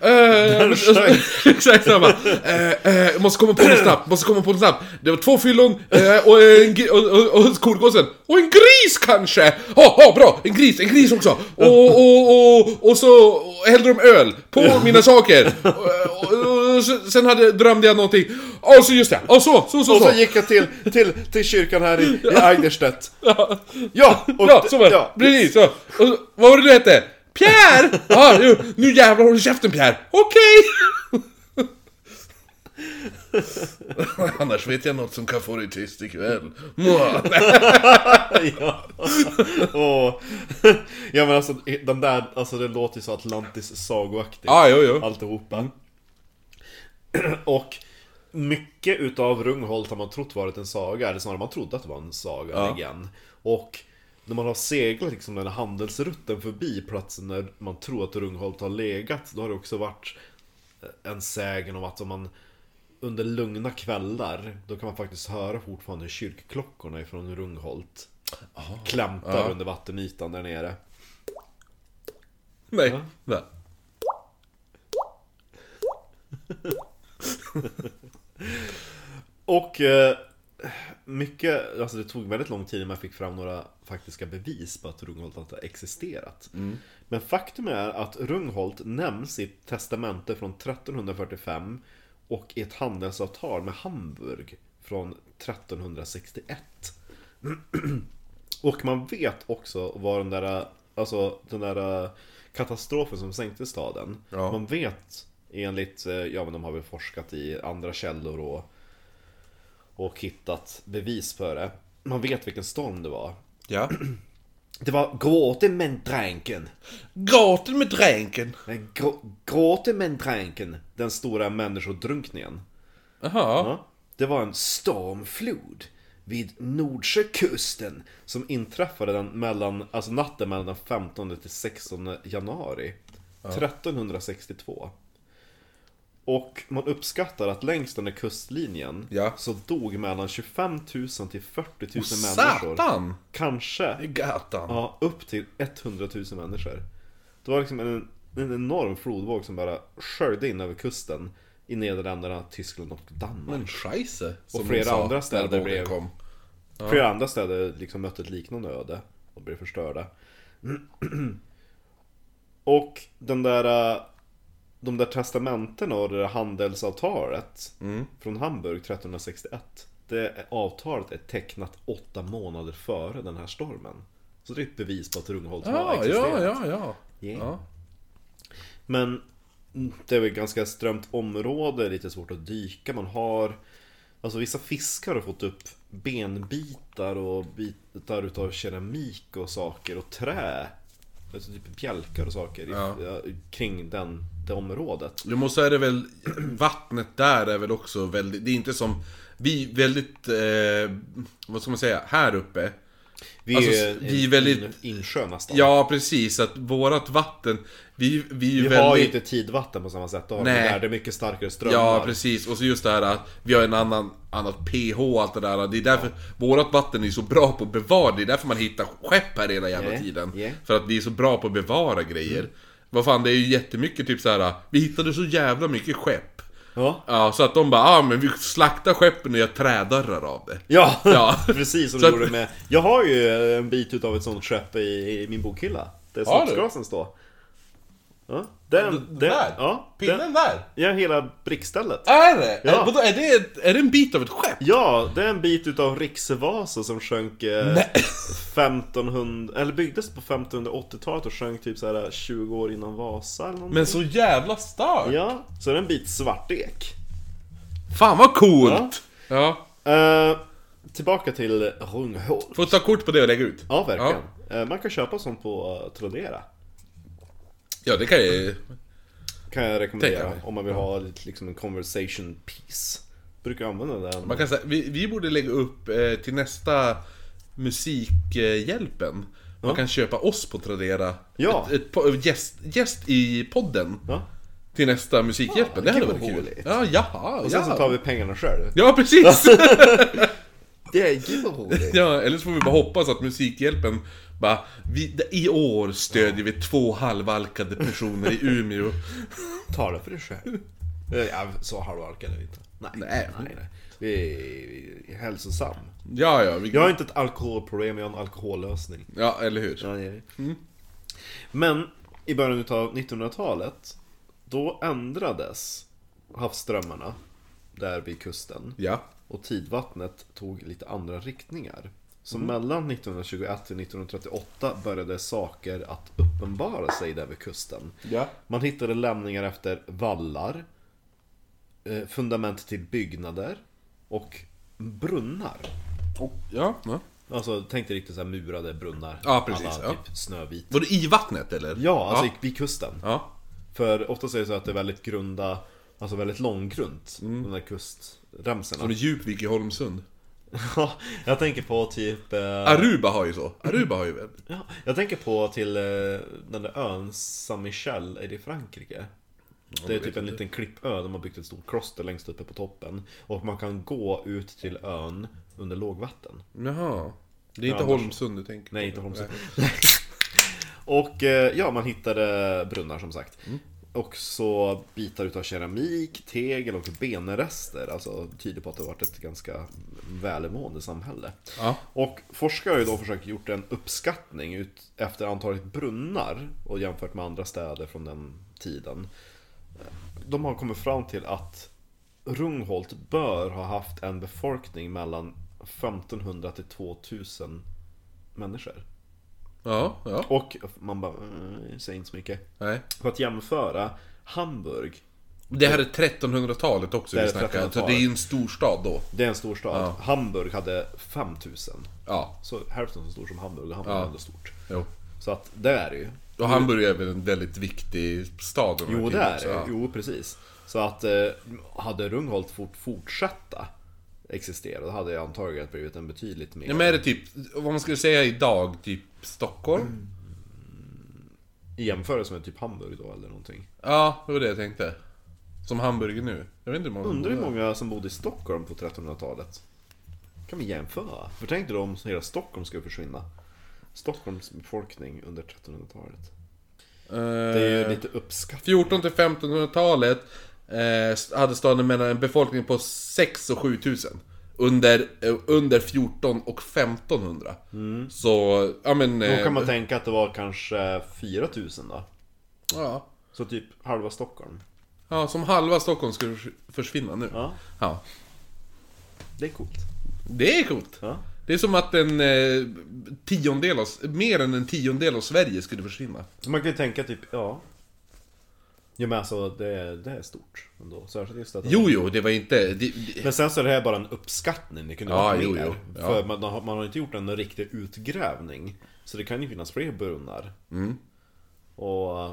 [SPEAKER 1] Eh,
[SPEAKER 2] sjönk.
[SPEAKER 1] exakt så han bara, eh, eh, jag måste komma på den snabbt, måste komma på den snabbt. Det var två fyllon eh, och en gri- och, och, och korgossen. Och en gris kanske! Ja, ja, bra! En gris, en gris också! Och, och, och, och så hällde de öl på mina saker. Och, och, och, och, sen hade, drömde jag någonting. Ja, så just det! Ja, så, så, så, så.
[SPEAKER 2] Och så gick jag till, till, till kyrkan här i, i Eiderstedt.
[SPEAKER 1] Ja.
[SPEAKER 2] Ja! Och,
[SPEAKER 1] ja, så var det.
[SPEAKER 2] ja.
[SPEAKER 1] Precis, så. Och, så- vad var det du hette? Pierre! Ja, jo, nu jävlar håller käften Pierre! Okej! Annars vet jag något som kan få dig tyst ikväll. Mwah.
[SPEAKER 2] ja. Och, ja men alltså den där, alltså det låter ju så Atlantis sagoaktigt.
[SPEAKER 1] Ja, Ah, jo, jo.
[SPEAKER 2] Alltihopa. Och mycket utav Rungholt har man trott varit en saga, eller snarare man trodde att det var en saga igen. Och när man har seglat liksom den här handelsrutten förbi platsen där man tror att Rungholt har legat, då har det också varit eh, en sägen om att om man under lugna kvällar, då kan man faktiskt höra fortfarande kyrkklockorna ifrån Rungholt. Klämtar under vattenytan där nere.
[SPEAKER 1] Nej. Nej.
[SPEAKER 2] Och eh, mycket, alltså det tog väldigt lång tid innan man fick fram några faktiska bevis på att Rungholt inte har existerat. Men faktum är att Rungholt nämns i ett testamente från 1345 och i ett handelsavtal med Hamburg från 1361. Och man vet också vad den där, alltså den där katastrofen som sänkte staden.
[SPEAKER 1] Ja.
[SPEAKER 2] Man vet enligt, eh, ja men de har väl forskat i andra källor och och hittat bevis för det. Man vet vilken storm det var.
[SPEAKER 1] Ja.
[SPEAKER 2] Det var gråten men dränken.
[SPEAKER 1] Gatan med dränken.
[SPEAKER 2] Nej, grå- Gråten men dränken. Den stora människodrunkningen.
[SPEAKER 1] Jaha.
[SPEAKER 2] Ja. Det var en stormflod vid Nordsjökusten som inträffade den mellan, alltså natten mellan den 15 till 16 januari 1362. Och man uppskattar att längs den här kustlinjen
[SPEAKER 1] Ja.
[SPEAKER 2] så dog mellan 25 000 till 40 000 människor.
[SPEAKER 1] Satan!
[SPEAKER 2] Kanske,
[SPEAKER 1] Gatan.
[SPEAKER 2] ja, upp till 100 000 människor. Det var liksom en, en enorm flodvåg som bara sköljde in över kusten i Nederländerna, Tyskland och Danmark.
[SPEAKER 1] Men scheisse. som
[SPEAKER 2] flera
[SPEAKER 1] de sa
[SPEAKER 2] andra städer
[SPEAKER 1] när vågen
[SPEAKER 2] blev-
[SPEAKER 1] Kom.
[SPEAKER 2] Flera andra städer liksom mötte ett liknande öde och blev förstörda. och den där, eh, de där testamenten och det där handelsavtalet
[SPEAKER 1] Mm.
[SPEAKER 2] från Hamburg 1361. Det avtalet är tecknat åtta månader före den här stormen. Så det är ett bevis på att Rungholt har
[SPEAKER 1] Ah, Ja,
[SPEAKER 2] existerat.
[SPEAKER 1] ja, ja, ja.
[SPEAKER 2] Yeah.
[SPEAKER 1] Ja.
[SPEAKER 2] Men det är väl ett ganska strömt område, lite svårt att dyka. Man har, alltså vissa fiskar har fått upp benbitar och bitar utav keramik och saker och trä. Alltså typ bjälkar och saker i,
[SPEAKER 1] Ja.
[SPEAKER 2] ja, kring den, det området.
[SPEAKER 1] Jo men så är det väl, vattnet där är väl också väldigt, det är inte som, vi är väldigt, eh, vad ska man säga, här uppe.
[SPEAKER 2] Vi
[SPEAKER 1] Alltså,
[SPEAKER 2] är,
[SPEAKER 1] vi är
[SPEAKER 2] en
[SPEAKER 1] väldigt-
[SPEAKER 2] in, insjö nästan.
[SPEAKER 1] Ja precis, att vårat vatten, vi, vi är
[SPEAKER 2] vi
[SPEAKER 1] väldigt...
[SPEAKER 2] har ju inte tidvatten på samma sätt. Då har vi
[SPEAKER 1] Nej.
[SPEAKER 2] där, det är mycket starkare strömmar.
[SPEAKER 1] Ja precis, och så just det här att vi har en annan, annat pH och allt det där. Det är därför vårat vatten är så bra på att bevara, det är därför man hittar skepp här hela jävla
[SPEAKER 2] Yeah,
[SPEAKER 1] tiden.
[SPEAKER 2] yeah.
[SPEAKER 1] För att vi är så bra på att bevara grejer.
[SPEAKER 2] Mm.
[SPEAKER 1] Vad fan, det är ju jättemycket typ så här. vi hittade så jävla mycket skepp.
[SPEAKER 2] Ja.
[SPEAKER 1] Ja, så att de bara, ja ah, men vi slaktar skeppen och gör trädörrar av det.
[SPEAKER 2] Ja,
[SPEAKER 1] Ja.
[SPEAKER 2] precis som
[SPEAKER 1] Så
[SPEAKER 2] du
[SPEAKER 1] att-
[SPEAKER 2] gjorde med... Jag har ju en bit utav ett sånt skepp i, i min bokhylla. Där
[SPEAKER 1] Har du?
[SPEAKER 2] slottsgrasen står. Ja, den, den, Ja, den,
[SPEAKER 1] där?
[SPEAKER 2] ja, hela brickstället.
[SPEAKER 1] Är det?
[SPEAKER 2] Ja.
[SPEAKER 1] Är, vadå, är, det ett, är det en bit av ett skepp?
[SPEAKER 2] Ja, det är en bit utav Riksvasa som sjönk eh, 1500, eller byggdes på 1580-talet och sjönk typ så här 20 år innan Vasa eller någonting.
[SPEAKER 1] Men så jävla stark!
[SPEAKER 2] Ja, så är det en bit svartek.
[SPEAKER 1] Fan vad coolt! Ja.
[SPEAKER 2] Eh, tillbaka till Rungholm.
[SPEAKER 1] Får ta kort på det och lägga ut?
[SPEAKER 2] Ja, verkligen. Eh, man kan köpa sånt på eh, Tradera.
[SPEAKER 1] Ja, det kan jag ju...
[SPEAKER 2] Kan jag rekommendera
[SPEAKER 1] Tänker jag.
[SPEAKER 2] om man vill ha lite, liksom en conversation piece. Brukar jag använda den.
[SPEAKER 1] Man kan säga, vi, vi borde lägga upp eh, till nästa Musikhjälpen. Man kan köpa oss på Tradera.
[SPEAKER 2] Ja.
[SPEAKER 1] Ett, ett, po- gäst, gäst i podden.
[SPEAKER 2] Ja.
[SPEAKER 1] Till nästa Musikhjälpen. det
[SPEAKER 2] det
[SPEAKER 1] hade
[SPEAKER 2] kan
[SPEAKER 1] varit
[SPEAKER 2] vara
[SPEAKER 1] kul.
[SPEAKER 2] roligt.
[SPEAKER 1] Ja, jaha,
[SPEAKER 2] Och sen så tar
[SPEAKER 1] ja.
[SPEAKER 2] vi pengarna själv.
[SPEAKER 1] ja, precis!
[SPEAKER 2] Det är ju roligt.
[SPEAKER 1] ja, eller så får vi bara hoppas att Musikhjälpen bara, vi, i år stödjer vi två halvalkade personer i Umeå.
[SPEAKER 2] Tala för dig själv. Eh, Ja, så halvalkad är vi inte. Nej.
[SPEAKER 1] Nej.
[SPEAKER 2] Vi är- vi är hälsosam.
[SPEAKER 1] Ja, ja, vi,
[SPEAKER 2] Jag har inte ett alkoholproblem, jag har en alkohollösning.
[SPEAKER 1] ja, eller hur? Mm.
[SPEAKER 2] Men i början av 1900-talet, då ändrades havsströmmarna där vid kusten.
[SPEAKER 1] Ja.
[SPEAKER 2] Och tidvattnet tog lite andra riktningar. Så
[SPEAKER 1] Mm.
[SPEAKER 2] mellan 1921 till 1938 började saker att uppenbara sig där vid kusten.
[SPEAKER 1] Ja.
[SPEAKER 2] Man hittade lämningar efter vallar, eh, fundament till byggnader och brunnar.
[SPEAKER 1] Ja, ja.
[SPEAKER 2] Alltså tänk dig riktigt så här murade brunnar.
[SPEAKER 1] Ja, precis,
[SPEAKER 2] Alla
[SPEAKER 1] ja.
[SPEAKER 2] typ Snövit.
[SPEAKER 1] Var det i vattnet eller?
[SPEAKER 2] Ja, alltså vid kusten.
[SPEAKER 1] Ja.
[SPEAKER 2] För ofta säger det så att det är väldigt grunda, alltså väldigt långgrunt, de där
[SPEAKER 1] Mm. Som
[SPEAKER 2] kustremsorna.
[SPEAKER 1] är djup vik i Holmsund.
[SPEAKER 2] Ja, jag tänker på typ... Eh,
[SPEAKER 1] Aruba har ju så. Aruba har ju väl.
[SPEAKER 2] ja, jag tänker på till eh, den där ön San Michel, är det i Frankrike? Det är typ en liten klippö, de har byggt ett stort kloster längst uppe på toppen. Och man kan gå ut till ön under lågvatten.
[SPEAKER 1] Jaha. Det är inte
[SPEAKER 2] annars-
[SPEAKER 1] Holmsund du tänker på.
[SPEAKER 2] Nej, inte Holmsund. och eh, ja, man hittade brunnar som sagt. Och så bitar utav keramik, tegel och benrester. Alltså tyder på att det har varit ett ganska välmående samhälle.
[SPEAKER 1] Ja.
[SPEAKER 2] Och forskare har ju då försökt gjort en uppskattning ut efter antalet brunnar och jämfört med andra städer från den tiden. De har kommit fram till att Rungholt bör ha haft en befolkning mellan 1500 till 2000 människor.
[SPEAKER 1] Ja, ja.
[SPEAKER 2] Och man bara, mm, säger inte så mycket.
[SPEAKER 1] Nej.
[SPEAKER 2] För att jämföra Hamburg,
[SPEAKER 1] Det här är 1300-talet också
[SPEAKER 2] Det
[SPEAKER 1] vi
[SPEAKER 2] är
[SPEAKER 1] snackar. Så
[SPEAKER 2] 1300-talet.
[SPEAKER 1] det är ju en stor stad då.
[SPEAKER 2] det är en stor stad. Hamburg hade 5000.
[SPEAKER 1] Ja.
[SPEAKER 2] Så hälften så stor som Hamburg, och Hamburg
[SPEAKER 1] Ja.
[SPEAKER 2] är ändå stort.
[SPEAKER 1] Jo.
[SPEAKER 2] Så att det är det ju.
[SPEAKER 1] Och Hamburg är väl en väldigt viktig stad under den här
[SPEAKER 2] Jo, det
[SPEAKER 1] tiden
[SPEAKER 2] är
[SPEAKER 1] också,
[SPEAKER 2] det.
[SPEAKER 1] ja.
[SPEAKER 2] Jo, precis. Så att eh, hade Rungholt fort fortsätta existera, då hade jag antagligen blivit en betydligt mer...
[SPEAKER 1] Ja, men är det typ, vad man skulle säga idag, typ Stockholm?
[SPEAKER 2] Mm. I jämförelse med typ Hamburg då eller någonting.
[SPEAKER 1] Ja, det var det jag tänkte. Som Hamburg är nu. Jag vet inte hur många
[SPEAKER 2] Undrar hur
[SPEAKER 1] det är.
[SPEAKER 2] många som bodde i Stockholm på 1300-talet? Kan vi jämföra? För tänk dig om hela Stockholm skulle försvinna. Stockholms befolkning under 1300-talet. Det är ju
[SPEAKER 1] Eh,
[SPEAKER 2] lite uppskattat.
[SPEAKER 1] 14 till 1500-talet eh, hade staden mellan en befolkning på 6 och 7000. Under, eh, under 14 och 1500. Så, ja men...
[SPEAKER 2] Mm. Då
[SPEAKER 1] Eh,
[SPEAKER 2] kan man tänka att det var kanske 4000 då.
[SPEAKER 1] ja,
[SPEAKER 2] Så typ halva Stockholm.
[SPEAKER 1] ja, som halva Stockholm skulle förs- försvinna nu.
[SPEAKER 2] Ja,
[SPEAKER 1] Ja.
[SPEAKER 2] det är coolt.
[SPEAKER 1] Det är coolt!
[SPEAKER 2] Ja.
[SPEAKER 1] Det är som att en eh, tiondel av, s- mer än en tiondel av Sverige skulle försvinna.
[SPEAKER 2] Så man kan ju tänka typ, ja. Ja men alltså det, är- det är stort ändå. Särskilt just att
[SPEAKER 1] Jo, jo, det var inte... Det, det,
[SPEAKER 2] Men sen så är det här bara en uppskattning, det kunde
[SPEAKER 1] Ja,
[SPEAKER 2] varit
[SPEAKER 1] jo,
[SPEAKER 2] mer.
[SPEAKER 1] jo, ja.
[SPEAKER 2] För man, har- man har inte gjort en riktig utgrävning. Så det kan ju finnas fler brunnar.
[SPEAKER 1] Mm.
[SPEAKER 2] Och,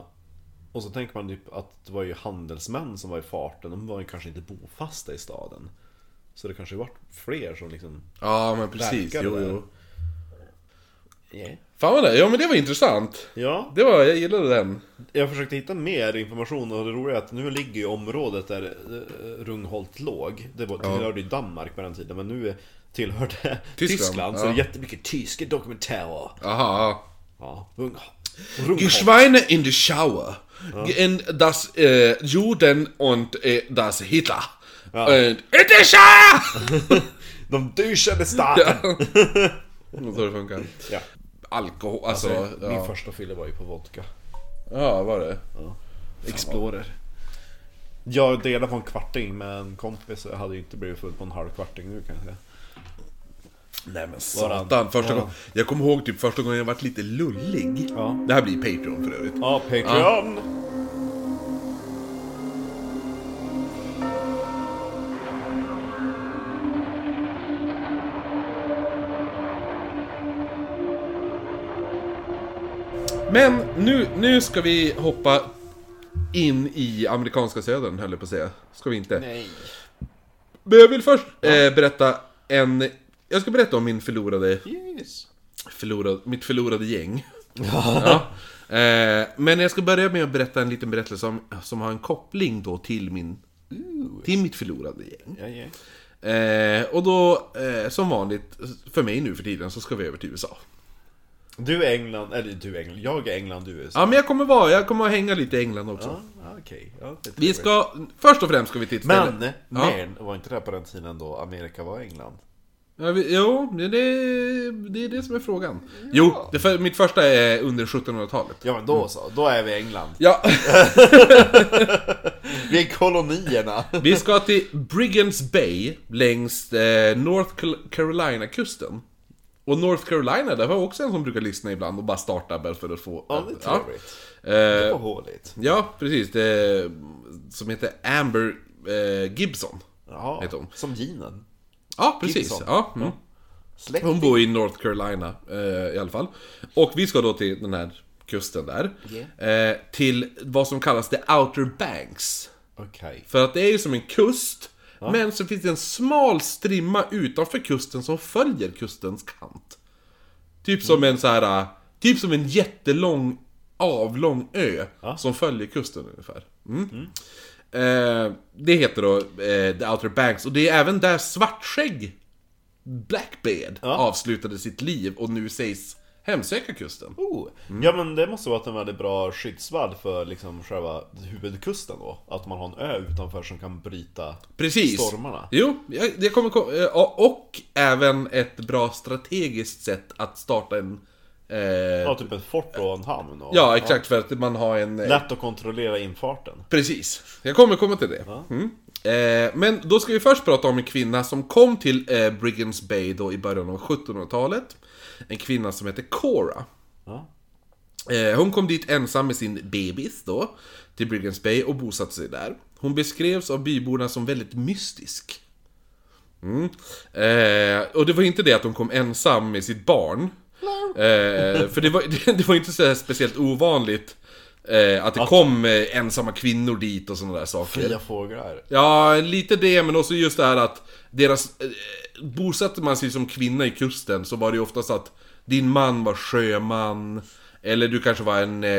[SPEAKER 2] och så tänker man typ att det var ju handelsmän som var i farten, de var ju kanske inte bofasta i staden. Så det kanske varit fler som liksom...
[SPEAKER 1] ja, men precis.
[SPEAKER 2] Verkar det
[SPEAKER 1] Jo,
[SPEAKER 2] där.
[SPEAKER 1] jo. Fan vad det Ja, men det var intressant.
[SPEAKER 2] Ja,
[SPEAKER 1] Det var, jag gillade den.
[SPEAKER 2] Jag försökte hitta mer information och det roliga är att nu ligger ju området där eh, Rungholt låg. Det var, tillhörde ju Danmark på den tiden men nu är- tillhör det Tyskland. så
[SPEAKER 1] ja.
[SPEAKER 2] det är jättemycket tyska dokumentärer.
[SPEAKER 1] Aha. ja.
[SPEAKER 2] Ja, Rung, Rungholt.
[SPEAKER 1] Die Schweine in the shower. In das äh, Juden und äh, das Hitler. Und in the shower!
[SPEAKER 2] De duschade staden!
[SPEAKER 1] Så det funkar.
[SPEAKER 2] Ja.
[SPEAKER 1] Alkohol, alltså.
[SPEAKER 2] Min
[SPEAKER 1] ja.
[SPEAKER 2] första fylla var ju på vodka.
[SPEAKER 1] ja, var det?
[SPEAKER 2] Explorer. Jag delade på en kvarting med en kompis och jag hade ju inte blivit full på en halv kvarting nu kan jag säga.
[SPEAKER 1] Nej men
[SPEAKER 2] Varann.
[SPEAKER 1] satan. Första
[SPEAKER 2] Ja.
[SPEAKER 1] gången, jag kommer ihåg typ första gången jag varit lite lullig.
[SPEAKER 2] Ja.
[SPEAKER 1] Det här blir Patreon för övrigt.
[SPEAKER 2] Ja, Patreon!
[SPEAKER 1] Men nu, nu ska vi hoppa in i amerikanska södern höll jag på att säga. Ska vi inte.
[SPEAKER 2] Nej.
[SPEAKER 1] Men jag vill först eh, berätta en... Jag ska berätta om min förlorade...
[SPEAKER 2] Yes.
[SPEAKER 1] Förlorad, mitt förlorade gäng. ja. eh, men jag ska börja med att berätta en liten berättelse om, som har en koppling då till min... Till mitt förlorade gäng.
[SPEAKER 2] Ja, ja.
[SPEAKER 1] Eh, och då, eh, som vanligt, för mig nu för tiden, så ska vi över till USA.
[SPEAKER 2] Du är England, eller du är England, jag är England, du är USA.
[SPEAKER 1] Ja, men jag kommer vara, jag kommer att hänga lite i England också.
[SPEAKER 2] Ja, ja, ah, okej. Ja, det är
[SPEAKER 1] Vi
[SPEAKER 2] trevligt.
[SPEAKER 1] ska, först och främst ska vi till ett
[SPEAKER 2] Men,
[SPEAKER 1] ställe-
[SPEAKER 2] men, var inte det här på den tiden då Amerika var England?
[SPEAKER 1] Ja, vi, jo, det, det- det är det som är frågan. Jo, det för, mitt första är under 1700-talet.
[SPEAKER 2] Ja men då så, då är vi England.
[SPEAKER 1] Ja,
[SPEAKER 2] Vi är kolonierna.
[SPEAKER 1] vi ska till Brigands Bay längs eh, North Cal- Carolina-kusten. Och North Carolina, där var också en som brukar lyssna ibland och bara starta bara för att få...
[SPEAKER 2] Ja, det är trevligt.
[SPEAKER 1] Eh,
[SPEAKER 2] Vad håligt.
[SPEAKER 1] ja, precis. Det, som heter Amber eh, Gibson.
[SPEAKER 2] Jaha,
[SPEAKER 1] Heter hon.
[SPEAKER 2] som ginen.
[SPEAKER 1] Ja, precis.
[SPEAKER 2] Gibson.
[SPEAKER 1] Ja, mm.
[SPEAKER 2] Släkt.
[SPEAKER 1] Hon bor i North Carolina eh, i alla fall. Och vi ska då till den här kusten där. Eh, till vad som kallas the Outer Banks.
[SPEAKER 2] Okej.
[SPEAKER 1] För att det är ju som en kust. Men så finns det en smal strimma utanför kusten som följer kustens kant. Typ som en så här, eh, Typ som en jättelång avlång ö som följer kusten ungefär. Mm. Eh, det heter då eh, The Outer Banks och det är även där Svartskägg Blackbeard avslutade sitt liv och nu sägs hemsöka kusten.
[SPEAKER 2] Oh.
[SPEAKER 1] Mm.
[SPEAKER 2] Ja men det måste vara att de hade bra skyddsvall för liksom själva huvudkusten då. Att man har en ö utanför som kan bryta
[SPEAKER 1] Precis.
[SPEAKER 2] stormarna.
[SPEAKER 1] Jo, jag- det kommer ko- eh, ja, Och även ett bra strategiskt sätt att starta en... Eh,
[SPEAKER 2] Ja, typ ett fort och en hamn och...
[SPEAKER 1] ja, exakt för att man har en... eh,
[SPEAKER 2] Lätt att kontrollera infarten.
[SPEAKER 1] Precis. Jag kommer komma till det. Mm. Eh, men då ska vi först prata om en kvinna som kom till eh, Brigands Bay då i början av 1700-talet. En kvinna som heter Cora.
[SPEAKER 2] Ja.
[SPEAKER 1] Eh, Hon kom dit ensam med sin bebis då, till Brigands Bay och bosatte sig där. Hon beskrevs av byborna som väldigt mystisk. Mm. Eh, och det var inte det att hon kom ensam med sitt barn. Eh, för det var, det var inte så här speciellt ovanligt eh, att det kom eh, ensamma kvinnor dit och sådana där saker.
[SPEAKER 2] Fria fåglar.
[SPEAKER 1] Ja, lite det, men också just det här att deras... Eh, bosatte man sig som kvinna i kusten så var det ju oftast att din man var sjöman, eller du kanske var en eh,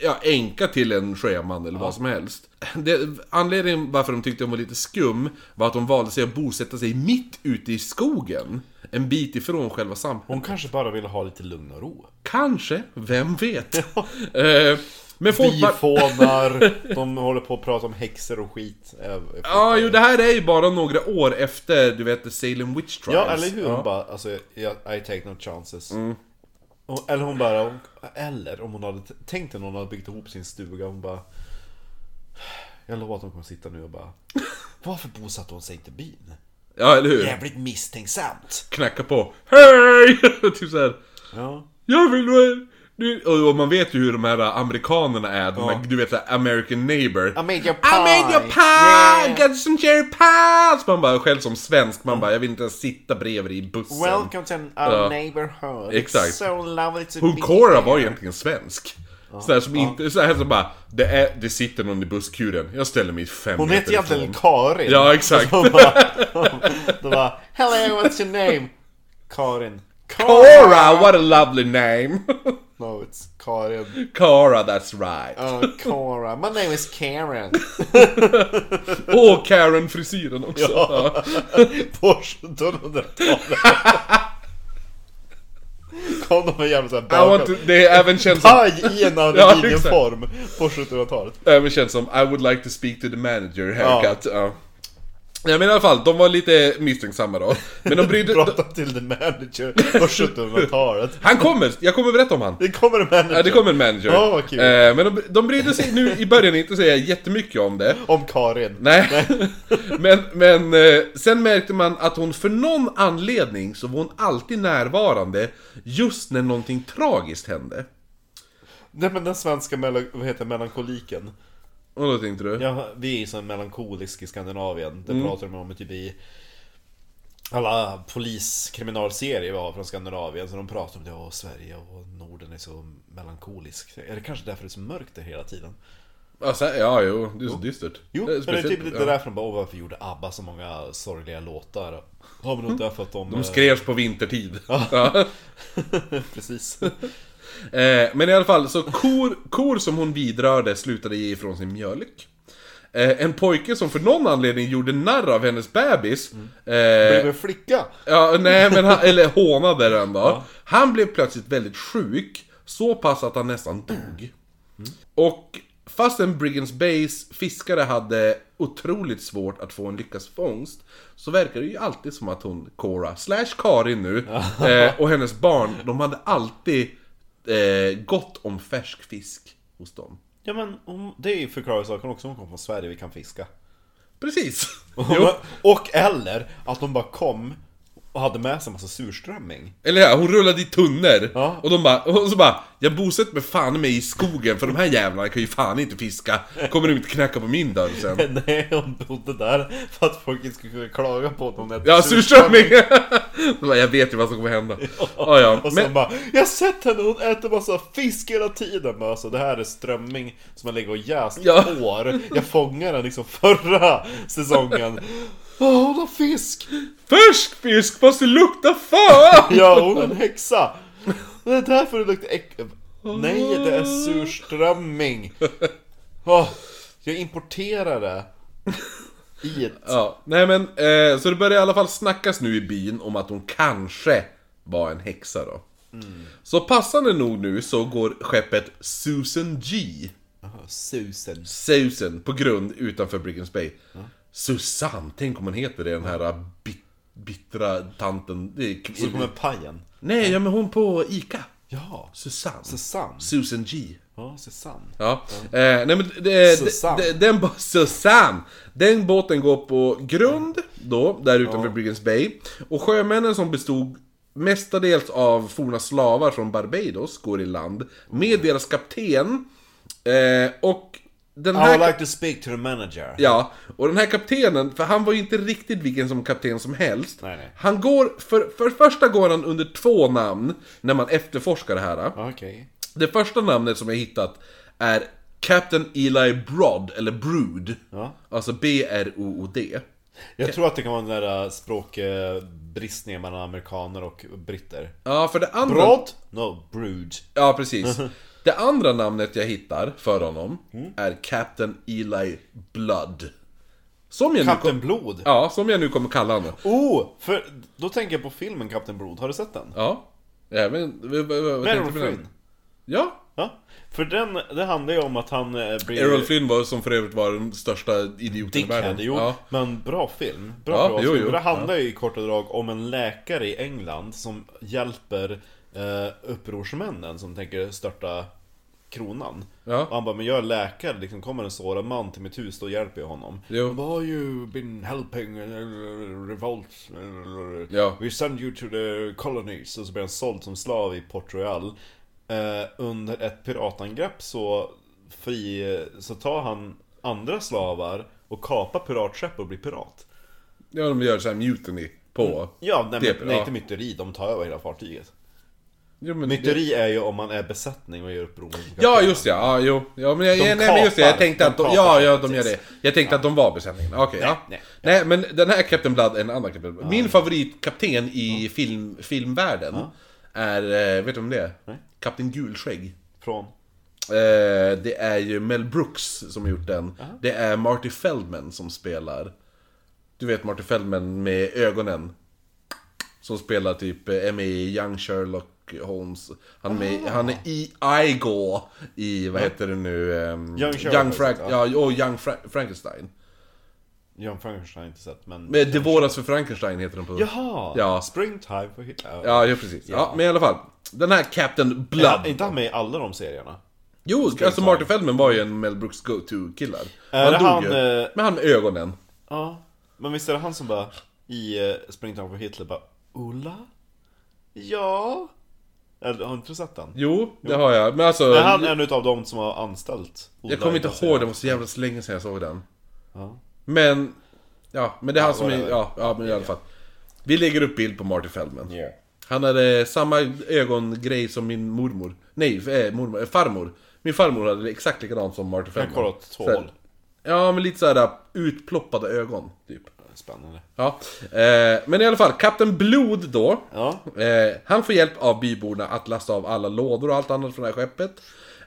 [SPEAKER 1] ja, änka till en sjöman eller vad som helst. Det, anledningen varför de tyckte hon var lite skum var att de valde sig att bosätta sig mitt ute i skogen. En bit ifrån själva samhället.
[SPEAKER 2] Hon kanske bara ville ha lite lugn och ro.
[SPEAKER 1] Kanske, vem vet? eh, men folk... bara-
[SPEAKER 2] Bifånar, de håller på att prata om häxor och skit. Eh,
[SPEAKER 1] Ja, jo det här är ju bara några år efter, du vet, The Salem Witch Trials.
[SPEAKER 2] Ja, eller hur? Hon bara, alltså, jag, I take no chances.
[SPEAKER 1] Mm.
[SPEAKER 2] Och, eller hon bara, hon, eller om hon hade t- tänkt när hon hade byggt ihop sin stuga, hon bara... Jag lovar att hon kommer sitta nu och bara... Varför bosatte hon sig inte i byn?
[SPEAKER 1] Ja, eller hur?
[SPEAKER 2] Jävligt misstänksamt!
[SPEAKER 1] knacka på. Hej! typ såhär.
[SPEAKER 2] Ja.
[SPEAKER 1] Jag vill vara... Du... Och och man vet ju hur de här amerikanerna är. De här, Du vet såhär American neighbor.
[SPEAKER 2] I made your pie!
[SPEAKER 1] I made your pie! Got some cherry pie! Så man bara, själv som svensk, man bara, jag vill inte ens sitta bredvid dig i bussen.
[SPEAKER 2] Welcome to our neighborhood. It's
[SPEAKER 1] Exakt.
[SPEAKER 2] So lovely to
[SPEAKER 1] Hon
[SPEAKER 2] be
[SPEAKER 1] Cora
[SPEAKER 2] here.
[SPEAKER 1] var egentligen svensk. Sådär som inte, sådär som bara, det, är, det sitter någon i busskuren, jag ställer mig fem
[SPEAKER 2] Hon heter
[SPEAKER 1] meter
[SPEAKER 2] egentligen
[SPEAKER 1] ifrån.
[SPEAKER 2] Karin.
[SPEAKER 1] Ja, exakt.
[SPEAKER 2] De bara, de bara, hello what's your name? Karin.
[SPEAKER 1] Cora, what a lovely name!
[SPEAKER 2] No, it's Karin.
[SPEAKER 1] Cora, that's right.
[SPEAKER 2] Uh, Cora. My name is Karen.
[SPEAKER 1] Och Karen-frisyren också. Ja.
[SPEAKER 2] På 1700-talet. Kom de med jävla såhär
[SPEAKER 1] I want to,
[SPEAKER 2] bakom.
[SPEAKER 1] det är även känns som,
[SPEAKER 2] Paj i en
[SPEAKER 1] Ja,
[SPEAKER 2] aluminiumform på 1700-talet.
[SPEAKER 1] även känns som I would like to speak to the manager haircut. Ja. Nej men i alla fall, de var lite misstänksamma då. Men de brydde de,
[SPEAKER 2] Prata till the manager på 1700-talet.
[SPEAKER 1] Han kommer! Jag kommer berätta om han.
[SPEAKER 2] Det kommer en manager.
[SPEAKER 1] Ja, det kommer en manager.
[SPEAKER 2] Ja, vad kul.
[SPEAKER 1] Eh, men de, de brydde sig nu i början inte säga jättemycket om det.
[SPEAKER 2] Om Karin.
[SPEAKER 1] Nej. men men eh, sen märkte man att hon för någon anledning så var hon alltid närvarande just när någonting tragiskt hände.
[SPEAKER 2] Nej men den svenska melo- vad heter det, melankoliken.
[SPEAKER 1] Och då tänkte du?
[SPEAKER 2] Ja, vi är ju så melankolisk i Skandinavien. Det pratar de om typ i alla poliskriminalserier vi har från Skandinavien. Så de pratar om det, och Sverige och Norden är så melankolisk. Är det kanske därför det är så mörkt där hela tiden?
[SPEAKER 1] Alltså, ja, jo, det är så dystert.
[SPEAKER 2] Jo,
[SPEAKER 1] Det är
[SPEAKER 2] men det är typ
[SPEAKER 1] Eh, speciellt,
[SPEAKER 2] lite
[SPEAKER 1] ja.
[SPEAKER 2] därför de bara, åh varför gjorde ABBA så många sorgliga låtar? Ja men nog därför att de...
[SPEAKER 1] De skrevs på vintertid. Ja.
[SPEAKER 2] Precis.
[SPEAKER 1] Eh, men i alla fall, så kor, kor som hon vidrörde slutade ge ifrån sin mjölk. Eh, en pojke som för någon anledning gjorde narr av hennes bebis.
[SPEAKER 2] Mm.
[SPEAKER 1] Eh,
[SPEAKER 2] Blev en flicka!
[SPEAKER 1] ja, nej, men han, eller hånade den då. Han blev plötsligt väldigt sjuk, så pass att han nästan dog. Och fastän Brigands Bays fiskare hade otroligt svårt att få en lyckas fångst så verkar det ju alltid som att hon, Cora, slash Karin nu, eh, och hennes barn, de hade alltid eh, gott om färsk fisk hos dem.
[SPEAKER 2] Ja men hon- det förklarar ju saken också, hon kom från Sverige, vi kan fiska.
[SPEAKER 1] Precis!
[SPEAKER 2] Jo. Och eller att de bara kom och hade med sig en massa surströmming.
[SPEAKER 1] Eller ja, hon rullade i tunnor
[SPEAKER 2] Ja.
[SPEAKER 1] och de bara, och så bara Jag bosätter mig fan med i skogen för de här jävlarna kan ju fan inte fiska Kommer de inte knacka på min dörr sen?
[SPEAKER 2] Nej, hon bodde där för att folk inte skulle kunna klaga på att hon äter
[SPEAKER 1] Ja, surströmming! De bara, jag vet ju vad som kommer hända ja, ja.
[SPEAKER 2] Och sen
[SPEAKER 1] Men,
[SPEAKER 2] bara, jag har sett henne, hon äter massa fisk hela tiden! Men alltså det här är strömming som har legat och jäst i
[SPEAKER 1] Ja.
[SPEAKER 2] år. Jag fångade den liksom förra säsongen. Åh, hon har fisk!
[SPEAKER 1] Först fisk måste lukta fan!
[SPEAKER 2] Ja, hon är en häxa! Det är därför det luktar äck... Nej, det är surströmming! Åh, jag importerar det. I ett...
[SPEAKER 1] Ja, nej men, eh, så det börjar i alla fall snackas nu i byn om att hon kanske var en häxa då Så passande nog nu så går skeppet Susan G
[SPEAKER 2] Jaha, Susan.
[SPEAKER 1] Susan på grund utanför Brigands Bay. Susanne, tänk om hon heter det, den här äh, bit, bittra tanten. Det är
[SPEAKER 2] Så kommer pajen.
[SPEAKER 1] Nej, ja men hon på ICA.
[SPEAKER 2] Ja,
[SPEAKER 1] Susanne.
[SPEAKER 2] Susanne.
[SPEAKER 1] Susan G.
[SPEAKER 2] Ja, Susanne.
[SPEAKER 1] Ja. Eh, nej men det,
[SPEAKER 2] Susanne.
[SPEAKER 1] det, den bo- Susanne! Den båten går på grund då, där utanför Brigands Bay. Och sjömännen som bestod mestadels av forna slavar från Barbados går i land med deras kapten. Eh, och den
[SPEAKER 2] I
[SPEAKER 1] här...
[SPEAKER 2] would like to speak to the manager.
[SPEAKER 1] Ja, och den här kaptenen, för han var ju inte riktigt vilken som kapten som helst.
[SPEAKER 2] Nej, nej.
[SPEAKER 1] Han går, för, för första går han under två namn när man efterforskar det här.
[SPEAKER 2] Okej.
[SPEAKER 1] Det första namnet som jag hittat är Captain Eli Broad, eller Brood.
[SPEAKER 2] Ja.
[SPEAKER 1] Alltså B-R-O-O-D.
[SPEAKER 2] Jag tror att det kan vara den där äh, språkbristningen mellan amerikaner och britter.
[SPEAKER 1] Ja, för det andra...
[SPEAKER 2] Broad? No, brood.
[SPEAKER 1] Ja, precis. Det andra namnet jag hittar för honom
[SPEAKER 2] Mm.
[SPEAKER 1] är Captain Eli Blood. Som jag, nu, kom-
[SPEAKER 2] Kapten Blod.
[SPEAKER 1] ja, som jag nu kommer kalla honom.
[SPEAKER 2] Oh! För då tänker jag på filmen Kapten Blod, har du sett den?
[SPEAKER 1] Ja. Även...
[SPEAKER 2] Errol Flynn.
[SPEAKER 1] Ja,
[SPEAKER 2] Ja. För den, det handlar ju om att han eh, blir...
[SPEAKER 1] Errol Flynn var som för övrigt var den största idioten i världen.
[SPEAKER 2] Dickhead, jo.
[SPEAKER 1] Ja.
[SPEAKER 2] Men bra film. Bra,
[SPEAKER 1] Ja,
[SPEAKER 2] bra
[SPEAKER 1] jo,
[SPEAKER 2] film.
[SPEAKER 1] jo.
[SPEAKER 2] Det handlar ju i korta drag om en läkare i England som hjälper eh, upprorsmännen som tänker störta kronan.
[SPEAKER 1] Ja.
[SPEAKER 2] Och han bara, men jag är läkare, liksom kommer en sårad man till mitt hus, då hjälper jag honom.
[SPEAKER 1] Jo.
[SPEAKER 2] Han bara, "Har you been helping eh, revolt? eh,
[SPEAKER 1] Ja.
[SPEAKER 2] We send you to the eh, colonies. Och så blir han såld som slav i Port Royal. Eh, under ett piratangrepp så, fri, eh, så tar han andra slavar och kapar piratskepp och blir pirat.
[SPEAKER 1] ja, de gör såhär mutiny på...
[SPEAKER 2] Ja, nej,
[SPEAKER 1] Det-
[SPEAKER 2] men, nej
[SPEAKER 1] ja.
[SPEAKER 2] inte myteri, de tar över hela fartyget.
[SPEAKER 1] Jo, men det...
[SPEAKER 2] Myteri är ju om man är besättning och gör uppror. mot
[SPEAKER 1] Ja,
[SPEAKER 2] kaptenen.
[SPEAKER 1] just ja, ja, jo. Ja, men jag,
[SPEAKER 2] De
[SPEAKER 1] nej, men just det, jag
[SPEAKER 2] kapar.
[SPEAKER 1] tänkte
[SPEAKER 2] De
[SPEAKER 1] att de,
[SPEAKER 2] kapar,
[SPEAKER 1] ja, ja, de gör
[SPEAKER 2] precis.
[SPEAKER 1] det. Jag tänkte att de var besättningen. Okej, ja. Nej,
[SPEAKER 2] nej.
[SPEAKER 1] men den här Captain Blood är en annan Captain Blood. Min favoritkapten i film, filmvärlden är, eh, vet du om det är? Kapten Gulskägg.
[SPEAKER 2] Från...
[SPEAKER 1] Eh, det är ju Mel Brooks som har gjort den. Det är Marty Feldman som spelar. Du vet Marty Feldman med ögonen. Som spelar typ eh, Emmy i Young Sherlock Holmes. Han är,
[SPEAKER 2] Ah.
[SPEAKER 1] med, han är i Igor i, vad heter det nu? ehm,
[SPEAKER 2] Young Sherlock
[SPEAKER 1] Young Frank,
[SPEAKER 2] Holmes,
[SPEAKER 1] ja, och Young Fra- Frankenstein.
[SPEAKER 2] John Frankenstein har jag inte sett men...
[SPEAKER 1] Men Det våras för Frankenstein heter den på...
[SPEAKER 2] Jaha!
[SPEAKER 1] Ja.
[SPEAKER 2] Springtime for Hitler.
[SPEAKER 1] Ja, ja precis. Ja. men i alla fall. Den här Captain Blood.
[SPEAKER 2] Är han- Är inte han med i alla de serierna?
[SPEAKER 1] Jo, alltså Martin Feldman var ju en Mel Brooks go-to-killar.
[SPEAKER 2] Är det han,
[SPEAKER 1] ju.
[SPEAKER 2] eh,
[SPEAKER 1] Men han med ögonen.
[SPEAKER 2] Ja. Men visst är det han som bara i eh, Springtime for Hitler bara Ola? Ja? Eller, har du inte sett den?
[SPEAKER 1] Jo, det har jag. Men alltså,
[SPEAKER 2] Är han en utav dem som har anställt Ola
[SPEAKER 1] jag kommer
[SPEAKER 2] i
[SPEAKER 1] inte
[SPEAKER 2] den
[SPEAKER 1] ihåg,
[SPEAKER 2] serien?
[SPEAKER 1] det var så jävla så länge sedan jag såg den.
[SPEAKER 2] Ja.
[SPEAKER 1] Men, ja, men det är han som är,
[SPEAKER 2] whatever.
[SPEAKER 1] ja, ja, men i alla fall. Vi lägger upp bild på Martin Feldman.
[SPEAKER 2] Ja.
[SPEAKER 1] Han hade samma ögongrej som min mormor. Nej, eh, mormor, eh, farmor. Min farmor hade det exakt likadant som Martin Feldman.
[SPEAKER 2] kollar åt två
[SPEAKER 1] Så här-
[SPEAKER 2] håll.
[SPEAKER 1] Ja, men lite såhär utploppade ögon, typ.
[SPEAKER 2] Spännande.
[SPEAKER 1] Ja. Eh, men i alla fall, Kapten Blod då.
[SPEAKER 2] Ja.
[SPEAKER 1] Eh, han får hjälp av byborna att lasta av alla lådor och allt annat från det här skeppet.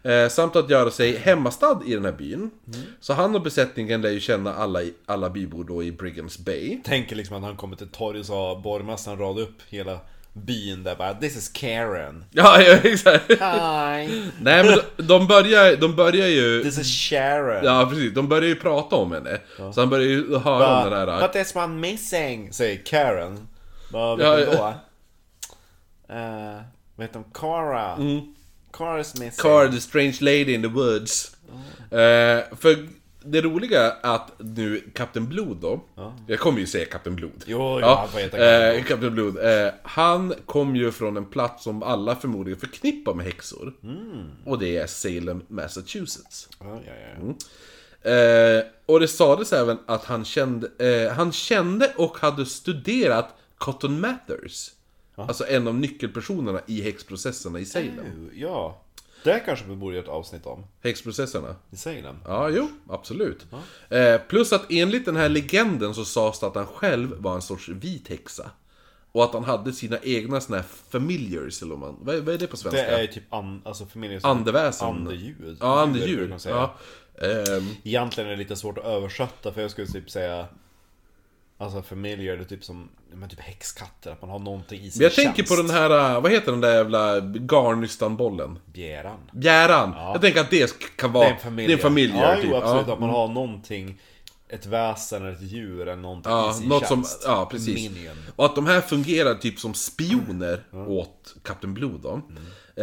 [SPEAKER 1] Eh, samt att göra sig hemmastad i den här byn. Så han och besättningen lär ju känna alla, i- alla bybor då i Brighams Bay.
[SPEAKER 2] Tänker liksom att han kommer till torget och så har borgmästaren radat upp hela byn där bara This is Karen.
[SPEAKER 1] Ja, ja exakt.
[SPEAKER 2] Hi.
[SPEAKER 1] Nej men de- de börjar, de börjar ju...
[SPEAKER 2] This is Sharon.
[SPEAKER 1] Ja precis, de börjar ju prata om henne. Så han börjar ju höra om det
[SPEAKER 2] Bara,
[SPEAKER 1] där.
[SPEAKER 2] But there's one missing, säger Karen. Bara,
[SPEAKER 1] Ja,
[SPEAKER 2] vilken
[SPEAKER 1] ja.
[SPEAKER 2] då? Uh, vet du om Cara?
[SPEAKER 1] Mm.
[SPEAKER 2] Cara is missing.
[SPEAKER 1] Car, the strange lady in the woods. Eh, för det roliga är att nu Kapten Blod då, jag kommer ju säga Kapten Blod.
[SPEAKER 2] Jo, jo, han får heta Kapten
[SPEAKER 1] eh, Kapten Blod. Eh, han kom ju från en plats som alla förmodligen förknippar med häxor.
[SPEAKER 2] Mm.
[SPEAKER 1] Och det är Salem, Massachusetts.
[SPEAKER 2] Ja, ja, ja.
[SPEAKER 1] Mm. Eh, och det sades även att han kände, eh, han kände och hade studerat Cotton Mathers. Alltså en av nyckelpersonerna i häxprocesserna i Salem.
[SPEAKER 2] Nu, ja. Det kanske vi borde göra ett avsnitt om.
[SPEAKER 1] Häxprocesserna.
[SPEAKER 2] I Salem.
[SPEAKER 1] Ja, jo, absolut. Eh, plus att enligt den här legenden så sades det att han själv var en sorts vit häxa. Och att han hade sina egna såna här familiars, eller vad man, vad, vad är det på
[SPEAKER 2] Det
[SPEAKER 1] svenska?
[SPEAKER 2] är ju typ an, alltså för min
[SPEAKER 1] Andeväsen.
[SPEAKER 2] Andeljud.
[SPEAKER 1] ja,
[SPEAKER 2] Djur, brukar
[SPEAKER 1] andedjur.
[SPEAKER 2] man säga.
[SPEAKER 1] Ja. Ehm,
[SPEAKER 2] Egentligen är det lite svårt att översätta för jag skulle typ säga Alltså familjer, det är typ som men typ häxkatter, att man har någonting i sin
[SPEAKER 1] men jag
[SPEAKER 2] tjänst.
[SPEAKER 1] tänker på den här, eh, vad heter den där jävla garnistanbollen?
[SPEAKER 2] Bjäran.
[SPEAKER 1] Bjäran! Jag tänker att det sk- kan vara...
[SPEAKER 2] Det är en familj.
[SPEAKER 1] Det är en familj,
[SPEAKER 2] ja,
[SPEAKER 1] typ.
[SPEAKER 2] jo, absolut.
[SPEAKER 1] Ja.
[SPEAKER 2] Att man har någonting, ett väsen eller ett djur eller någonting
[SPEAKER 1] Ja,
[SPEAKER 2] i sin
[SPEAKER 1] något som,
[SPEAKER 2] tjänst.
[SPEAKER 1] ja precis.
[SPEAKER 2] Minion. Mm.
[SPEAKER 1] Och att de här fungerar typ som spioner åt Kapten Blod då.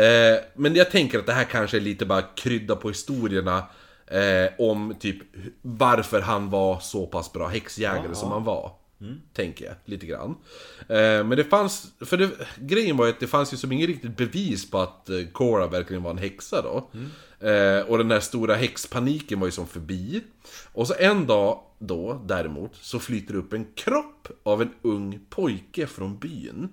[SPEAKER 1] Eh, men jag tänker att det här kanske är lite bara krydda på historierna eh, om typ hu- varför han var så pass bra häxjägare som han var.
[SPEAKER 2] Mm.
[SPEAKER 1] Tänker jag, lite grann. Eh, men det fanns, för det, grejen var ju att det fanns ju som inget riktigt bevis på att eh, Cora verkligen var en häxa då. Eh, och den här stora häxpaniken var ju som förbi. Och så en dag då, däremot, så flyter upp en kropp av en ung pojke från byn.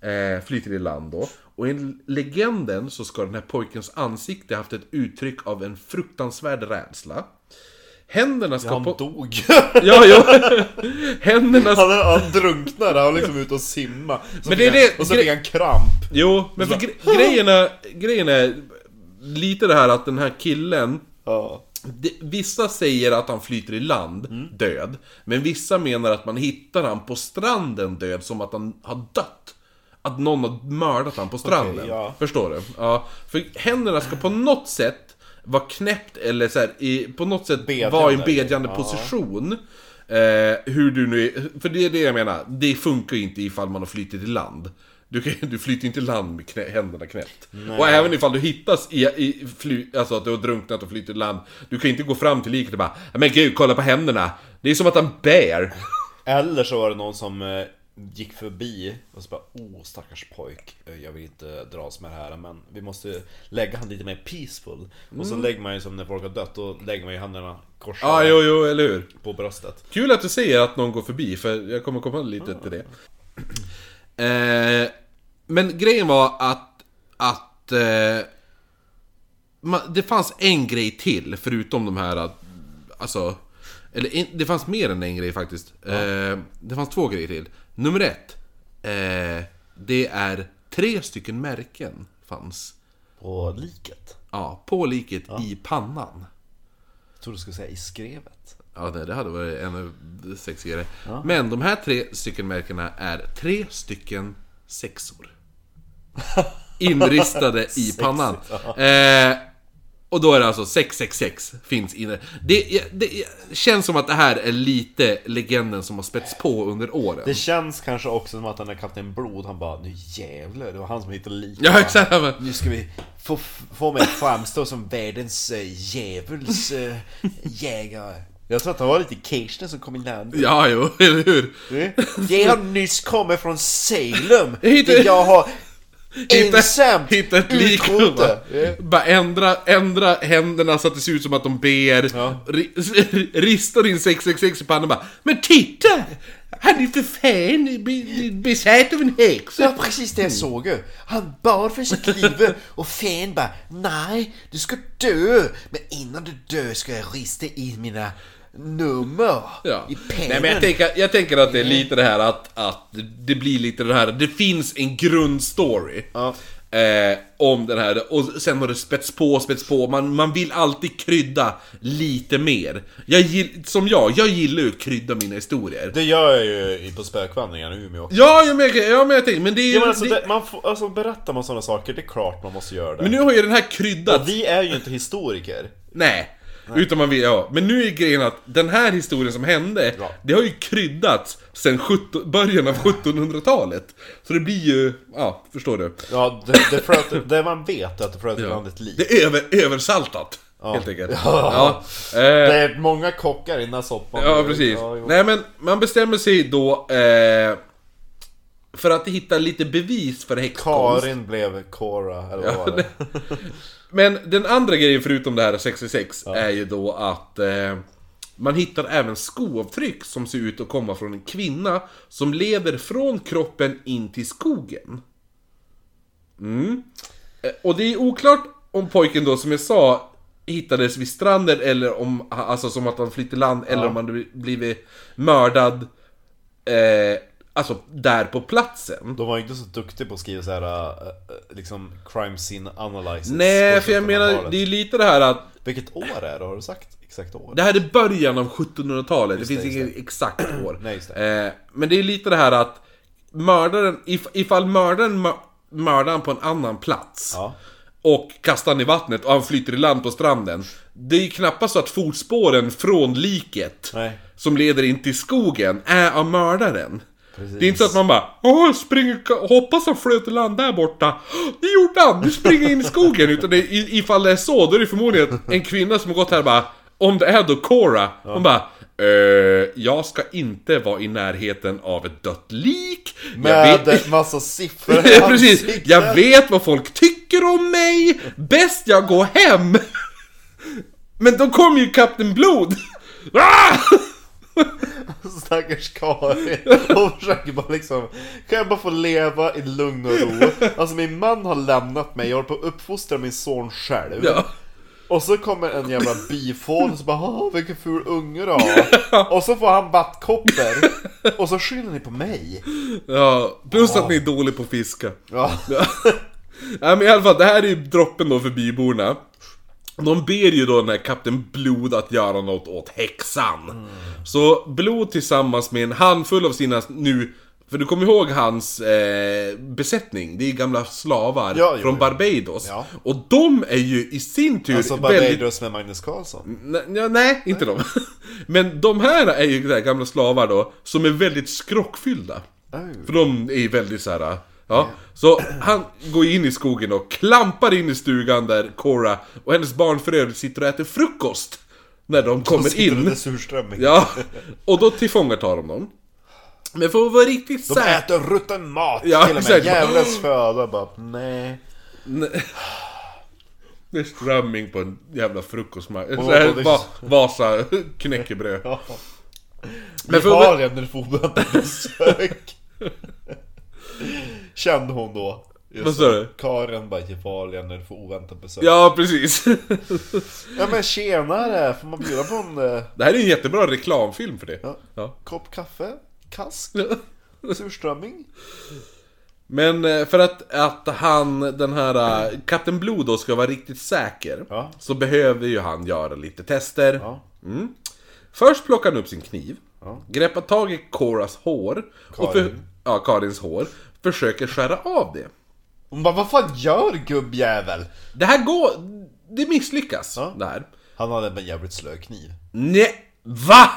[SPEAKER 1] Eh, flyter i land då. Och enligt legenden så ska den här pojkens ansikte haft ett uttryck av en fruktansvärd rädsla. Händerna ska
[SPEAKER 2] Han
[SPEAKER 1] på...
[SPEAKER 2] dog.
[SPEAKER 1] Ja, ja. Händerna ska...
[SPEAKER 2] Han, han drunknade, han var liksom ute och simma. Så
[SPEAKER 1] Men
[SPEAKER 2] fick
[SPEAKER 1] det är
[SPEAKER 2] han,
[SPEAKER 1] det-
[SPEAKER 2] och så
[SPEAKER 1] gre-
[SPEAKER 2] fick han kramp.
[SPEAKER 1] Jo, men för gre- grejen, är, grejen är lite det här att den här killen
[SPEAKER 2] Ja.
[SPEAKER 1] det, Vissa säger att han flyter i land, död. Men vissa menar att man hittar han på stranden död, som att han har dött. Att någon har mördat han på stranden.
[SPEAKER 2] Okej, ja.
[SPEAKER 1] Förstår du? Ja. För händerna ska på något sätt vara knäppt eller så här, i, på något sätt
[SPEAKER 2] Bedjande.
[SPEAKER 1] vara i en bedjande position. Eh, hur du nu är, För det är det jag menar, det funkar ju inte ifall man har flyttat i land. Du, kan, du flyter inte i land med knä, händerna knäppt. Och även ifall du hittas i, i fly, alltså att du har drunknat och flyttat i land. Du kan inte gå fram till liket och bara Men gud, kolla på händerna! Det är som att han bär.
[SPEAKER 2] Eller så var det någon som eh, gick förbi och så bara oh stackars pojk, eh, jag vill inte dras med det här men vi måste lägga han lite mer peaceful. Och så lägger man ju som när folk har dött, då lägger man ju händerna korsade
[SPEAKER 1] Mm. Ja, ah, jo, jo, eller hur?
[SPEAKER 2] på bröstet.
[SPEAKER 1] Kul att du säger att någon går förbi, för jag kommer komma lite till det. Eh, men grejen var att... att eh, man, det fanns en grej till, förutom de här... att- Alltså... Eller en, det fanns mer än en grej faktiskt. Eh, det fanns två grejer till. Nummer ett. Eh, det är tre stycken märken fanns.
[SPEAKER 2] På liket.
[SPEAKER 1] Ja, på liket i pannan.
[SPEAKER 2] Jag trodde du skulle säga i skrevet.
[SPEAKER 1] Ja, nej, det hade varit ännu sexigare. Men de här tre stycken märkena är tre stycken sexor. Inristade i pannan. Eh, Och då är det alltså 666 finns inne. Det, det känns som att det här är lite legenden som har spätts på under åren.
[SPEAKER 2] Det känns kanske också som att den där Kapten Blod, han bara Nu jävlar, det var han som hittade liket
[SPEAKER 1] Ja, exakt. Men,
[SPEAKER 2] Nu ska vi få, få mig att framstå som världens äh, djävuls eh, jägare Jag tror att det var lite Kirsten som kom i land
[SPEAKER 1] ja, jo, eller hur?
[SPEAKER 2] Du, Jag har nyss kommit från Salem
[SPEAKER 1] Jag hittade-
[SPEAKER 2] Där jag har
[SPEAKER 1] Hitta-
[SPEAKER 2] ensamt
[SPEAKER 1] Hitta ett lik.
[SPEAKER 2] utrotat-
[SPEAKER 1] Bara,
[SPEAKER 2] Ja.
[SPEAKER 1] bara ändra, ändra händerna så att det ser ut som att de ber.
[SPEAKER 2] Ja.
[SPEAKER 1] Ri- Ristar in 666 i pannan bara Men titta! Han är för fan be- besatt av en
[SPEAKER 2] Det
[SPEAKER 1] häxa.
[SPEAKER 2] var precis det jag såg ju. Han bad för sitt liv och fan bara Nej, du ska dö! Men innan du dör ska jag rista in mina nummer
[SPEAKER 1] Ja.
[SPEAKER 2] i
[SPEAKER 1] Nej,
[SPEAKER 2] pennen.
[SPEAKER 1] men jag, tänker, jag tänker att det är lite det här att, att det blir lite det här, det finns en grundstory.
[SPEAKER 2] Ja.
[SPEAKER 1] Eh, om den här, och sen har det spets på, spets på, man, man vill alltid krydda lite mer. Jag gill, som jag, jag gillar ju att krydda mina historier.
[SPEAKER 2] Det gör jag ju på spökvandringarna i Umeå.
[SPEAKER 1] Ja, jag men, ja, men jag tänker, men det är ju...
[SPEAKER 2] Ja, men alltså,
[SPEAKER 1] det,
[SPEAKER 2] det, man får, alltså, berättar man sådana saker, det är klart man måste göra det.
[SPEAKER 1] Men nu har ju den här kryddat...
[SPEAKER 2] Vi är ju inte historiker.
[SPEAKER 1] Nej. Utan man vill, ja. Men nu är grejen att den här historien som hände,
[SPEAKER 2] Ja.
[SPEAKER 1] det har ju kryddats sen 17, början av 1700-talet. Så det blir ju, ja, förstår du.
[SPEAKER 2] Ja, det, det, flöt, det man vet är att det flöt ibland ett liv.
[SPEAKER 1] Det är över, översaltat, helt enkelt.
[SPEAKER 2] Ja.
[SPEAKER 1] Ja. Eh,
[SPEAKER 2] Det är många kockar innan soppan.
[SPEAKER 1] Ja, precis.
[SPEAKER 2] Ja, jo.
[SPEAKER 1] Nej, men man bestämmer sig då eh, för att hitta lite bevis för häxkonst.
[SPEAKER 2] Karin blev Cora, eller vad var det?
[SPEAKER 1] Men den andra grejen förutom det här 66 är ju då att eh, man hittar även skoavtryck som ser ut att komma från en kvinna som leder från kroppen in till skogen. Mm. Eh, Och det är oklart om pojken då, som jag sa, hittades vid stranden eller om, alltså som att han flytt i land eller om han bli- blivit mördad, eh, alltså där på platsen.
[SPEAKER 2] De var ju inte så duktiga på att skriva så här eh, eh, liksom crime scene analysis.
[SPEAKER 1] Nej,
[SPEAKER 2] på
[SPEAKER 1] för jag menar,
[SPEAKER 2] 1700-talet.
[SPEAKER 1] det är ju lite det här att
[SPEAKER 2] Vilket år är det? Har du sagt exakt år?
[SPEAKER 1] Det här är början av 1700-talet, det
[SPEAKER 2] det,
[SPEAKER 1] finns
[SPEAKER 2] just
[SPEAKER 1] inget exakt år.
[SPEAKER 2] Nej, just
[SPEAKER 1] Eh, men det är lite det här att mördaren, if, ifall mördaren mör- mördar han på en annan plats
[SPEAKER 2] Ja.
[SPEAKER 1] och kastar han i vattnet och han flyter i land på stranden. Det är ju knappast så att fotspåren från liket
[SPEAKER 2] Nej.
[SPEAKER 1] som leder in till skogen är av mördaren.
[SPEAKER 2] Precis.
[SPEAKER 1] Det är inte så att man bara Åh, spring, hoppas han flöt i land där borta. Det gjorde han, nu springer jag in i skogen. Utan det, i- ifall det är så, då är det förmodligen en kvinna som har gått här och bara Om det är då Cora, hon bara eh, jag ska inte vara i närheten av ett dött lik. Jag
[SPEAKER 2] Med
[SPEAKER 1] vet-
[SPEAKER 2] en massa siffror i
[SPEAKER 1] Ja, precis.
[SPEAKER 2] ansiktet.
[SPEAKER 1] Jag vet vad folk tycker om mig. Bäst jag går hem. Men då kom ju Kapten Blod. Ah!
[SPEAKER 2] Stackars Karin. Hon försöker bara liksom, kan jag bara få leva i lugn och ro? Alltså min man har lämnat mig, jag håller på att uppfostra min son själv.
[SPEAKER 1] Ja.
[SPEAKER 2] Och så kommer en jävla bifån och så bara "Haha, vilken ful unge du har. Och så får han vattkoppor. Och så skyller ni på mig.
[SPEAKER 1] Ja, plus att ni är dålig på att fiska.
[SPEAKER 2] Ja.
[SPEAKER 1] Nej men i alla fall, det här är ju droppen då för byborna. De ber ju då den här Kapten Blod att göra något åt häxan. Så Blod tillsammans med en handfull av sina nu... För du kommer ihåg hans eh, besättning, det är gamla slavar
[SPEAKER 2] Ja, jo,
[SPEAKER 1] från
[SPEAKER 2] jo.
[SPEAKER 1] Barbados.
[SPEAKER 2] Ja.
[SPEAKER 1] Och de är ju i sin tur
[SPEAKER 2] Alltså
[SPEAKER 1] väldigt...
[SPEAKER 2] Barbados med Magnus Carlsson.
[SPEAKER 1] Nej, nej, nej, inte de. Men de här är ju så här gamla slavar då, som är väldigt skrockfyllda. För de är ju väldigt så här. ja. Så han går in i skogen och klampar in i stugan där Cora och hennes barn för övrigt sitter och äter frukost. När de kommer
[SPEAKER 2] Sitter
[SPEAKER 1] in.
[SPEAKER 2] under surströmming.
[SPEAKER 1] Ja, och då tillfångatar de dem. Men för att vara riktigt
[SPEAKER 2] De
[SPEAKER 1] säker...
[SPEAKER 2] äter rutten mat
[SPEAKER 1] Ja,
[SPEAKER 2] till och med.
[SPEAKER 1] exakt.
[SPEAKER 2] Djävulens föda. Bara, nej.
[SPEAKER 1] Det är strömming på en jävla frukostmarknad.
[SPEAKER 2] Och-
[SPEAKER 1] Så här,
[SPEAKER 2] och det-
[SPEAKER 1] Va- Vasa knäckebröd.
[SPEAKER 2] Ja.
[SPEAKER 1] Men för att-
[SPEAKER 2] Italien när du får oväntat besök. Kände hon då. Just
[SPEAKER 1] Vad sa du?
[SPEAKER 2] Karin bara Gevalia när du får oväntat besök. Ja.
[SPEAKER 1] Ja, precis.
[SPEAKER 2] men tjenare, får man bjuda på en eh,
[SPEAKER 1] Det här är ju en jättebra reklamfilm för det.
[SPEAKER 2] Ja.
[SPEAKER 1] Ja.
[SPEAKER 2] kopp kaffe? Kask? Surströmming?
[SPEAKER 1] Men eh, för att, att han, den här eh, Kapten Blod då ska vara riktigt säker
[SPEAKER 2] Ja.
[SPEAKER 1] Så behöver ju han göra lite tester
[SPEAKER 2] Ja.
[SPEAKER 1] mm. Först plockar han upp sin kniv
[SPEAKER 2] Ja.
[SPEAKER 1] Greppar tag i Coras hår och
[SPEAKER 2] Karin.
[SPEAKER 1] Ja, Karins hår Försöker skära av det
[SPEAKER 2] Hon bara, vad fan gör gubbjävel?
[SPEAKER 1] Det här går... det misslyckas
[SPEAKER 2] Ja.
[SPEAKER 1] där.
[SPEAKER 2] Han hade en jävligt slö kniv.
[SPEAKER 1] Nej, va?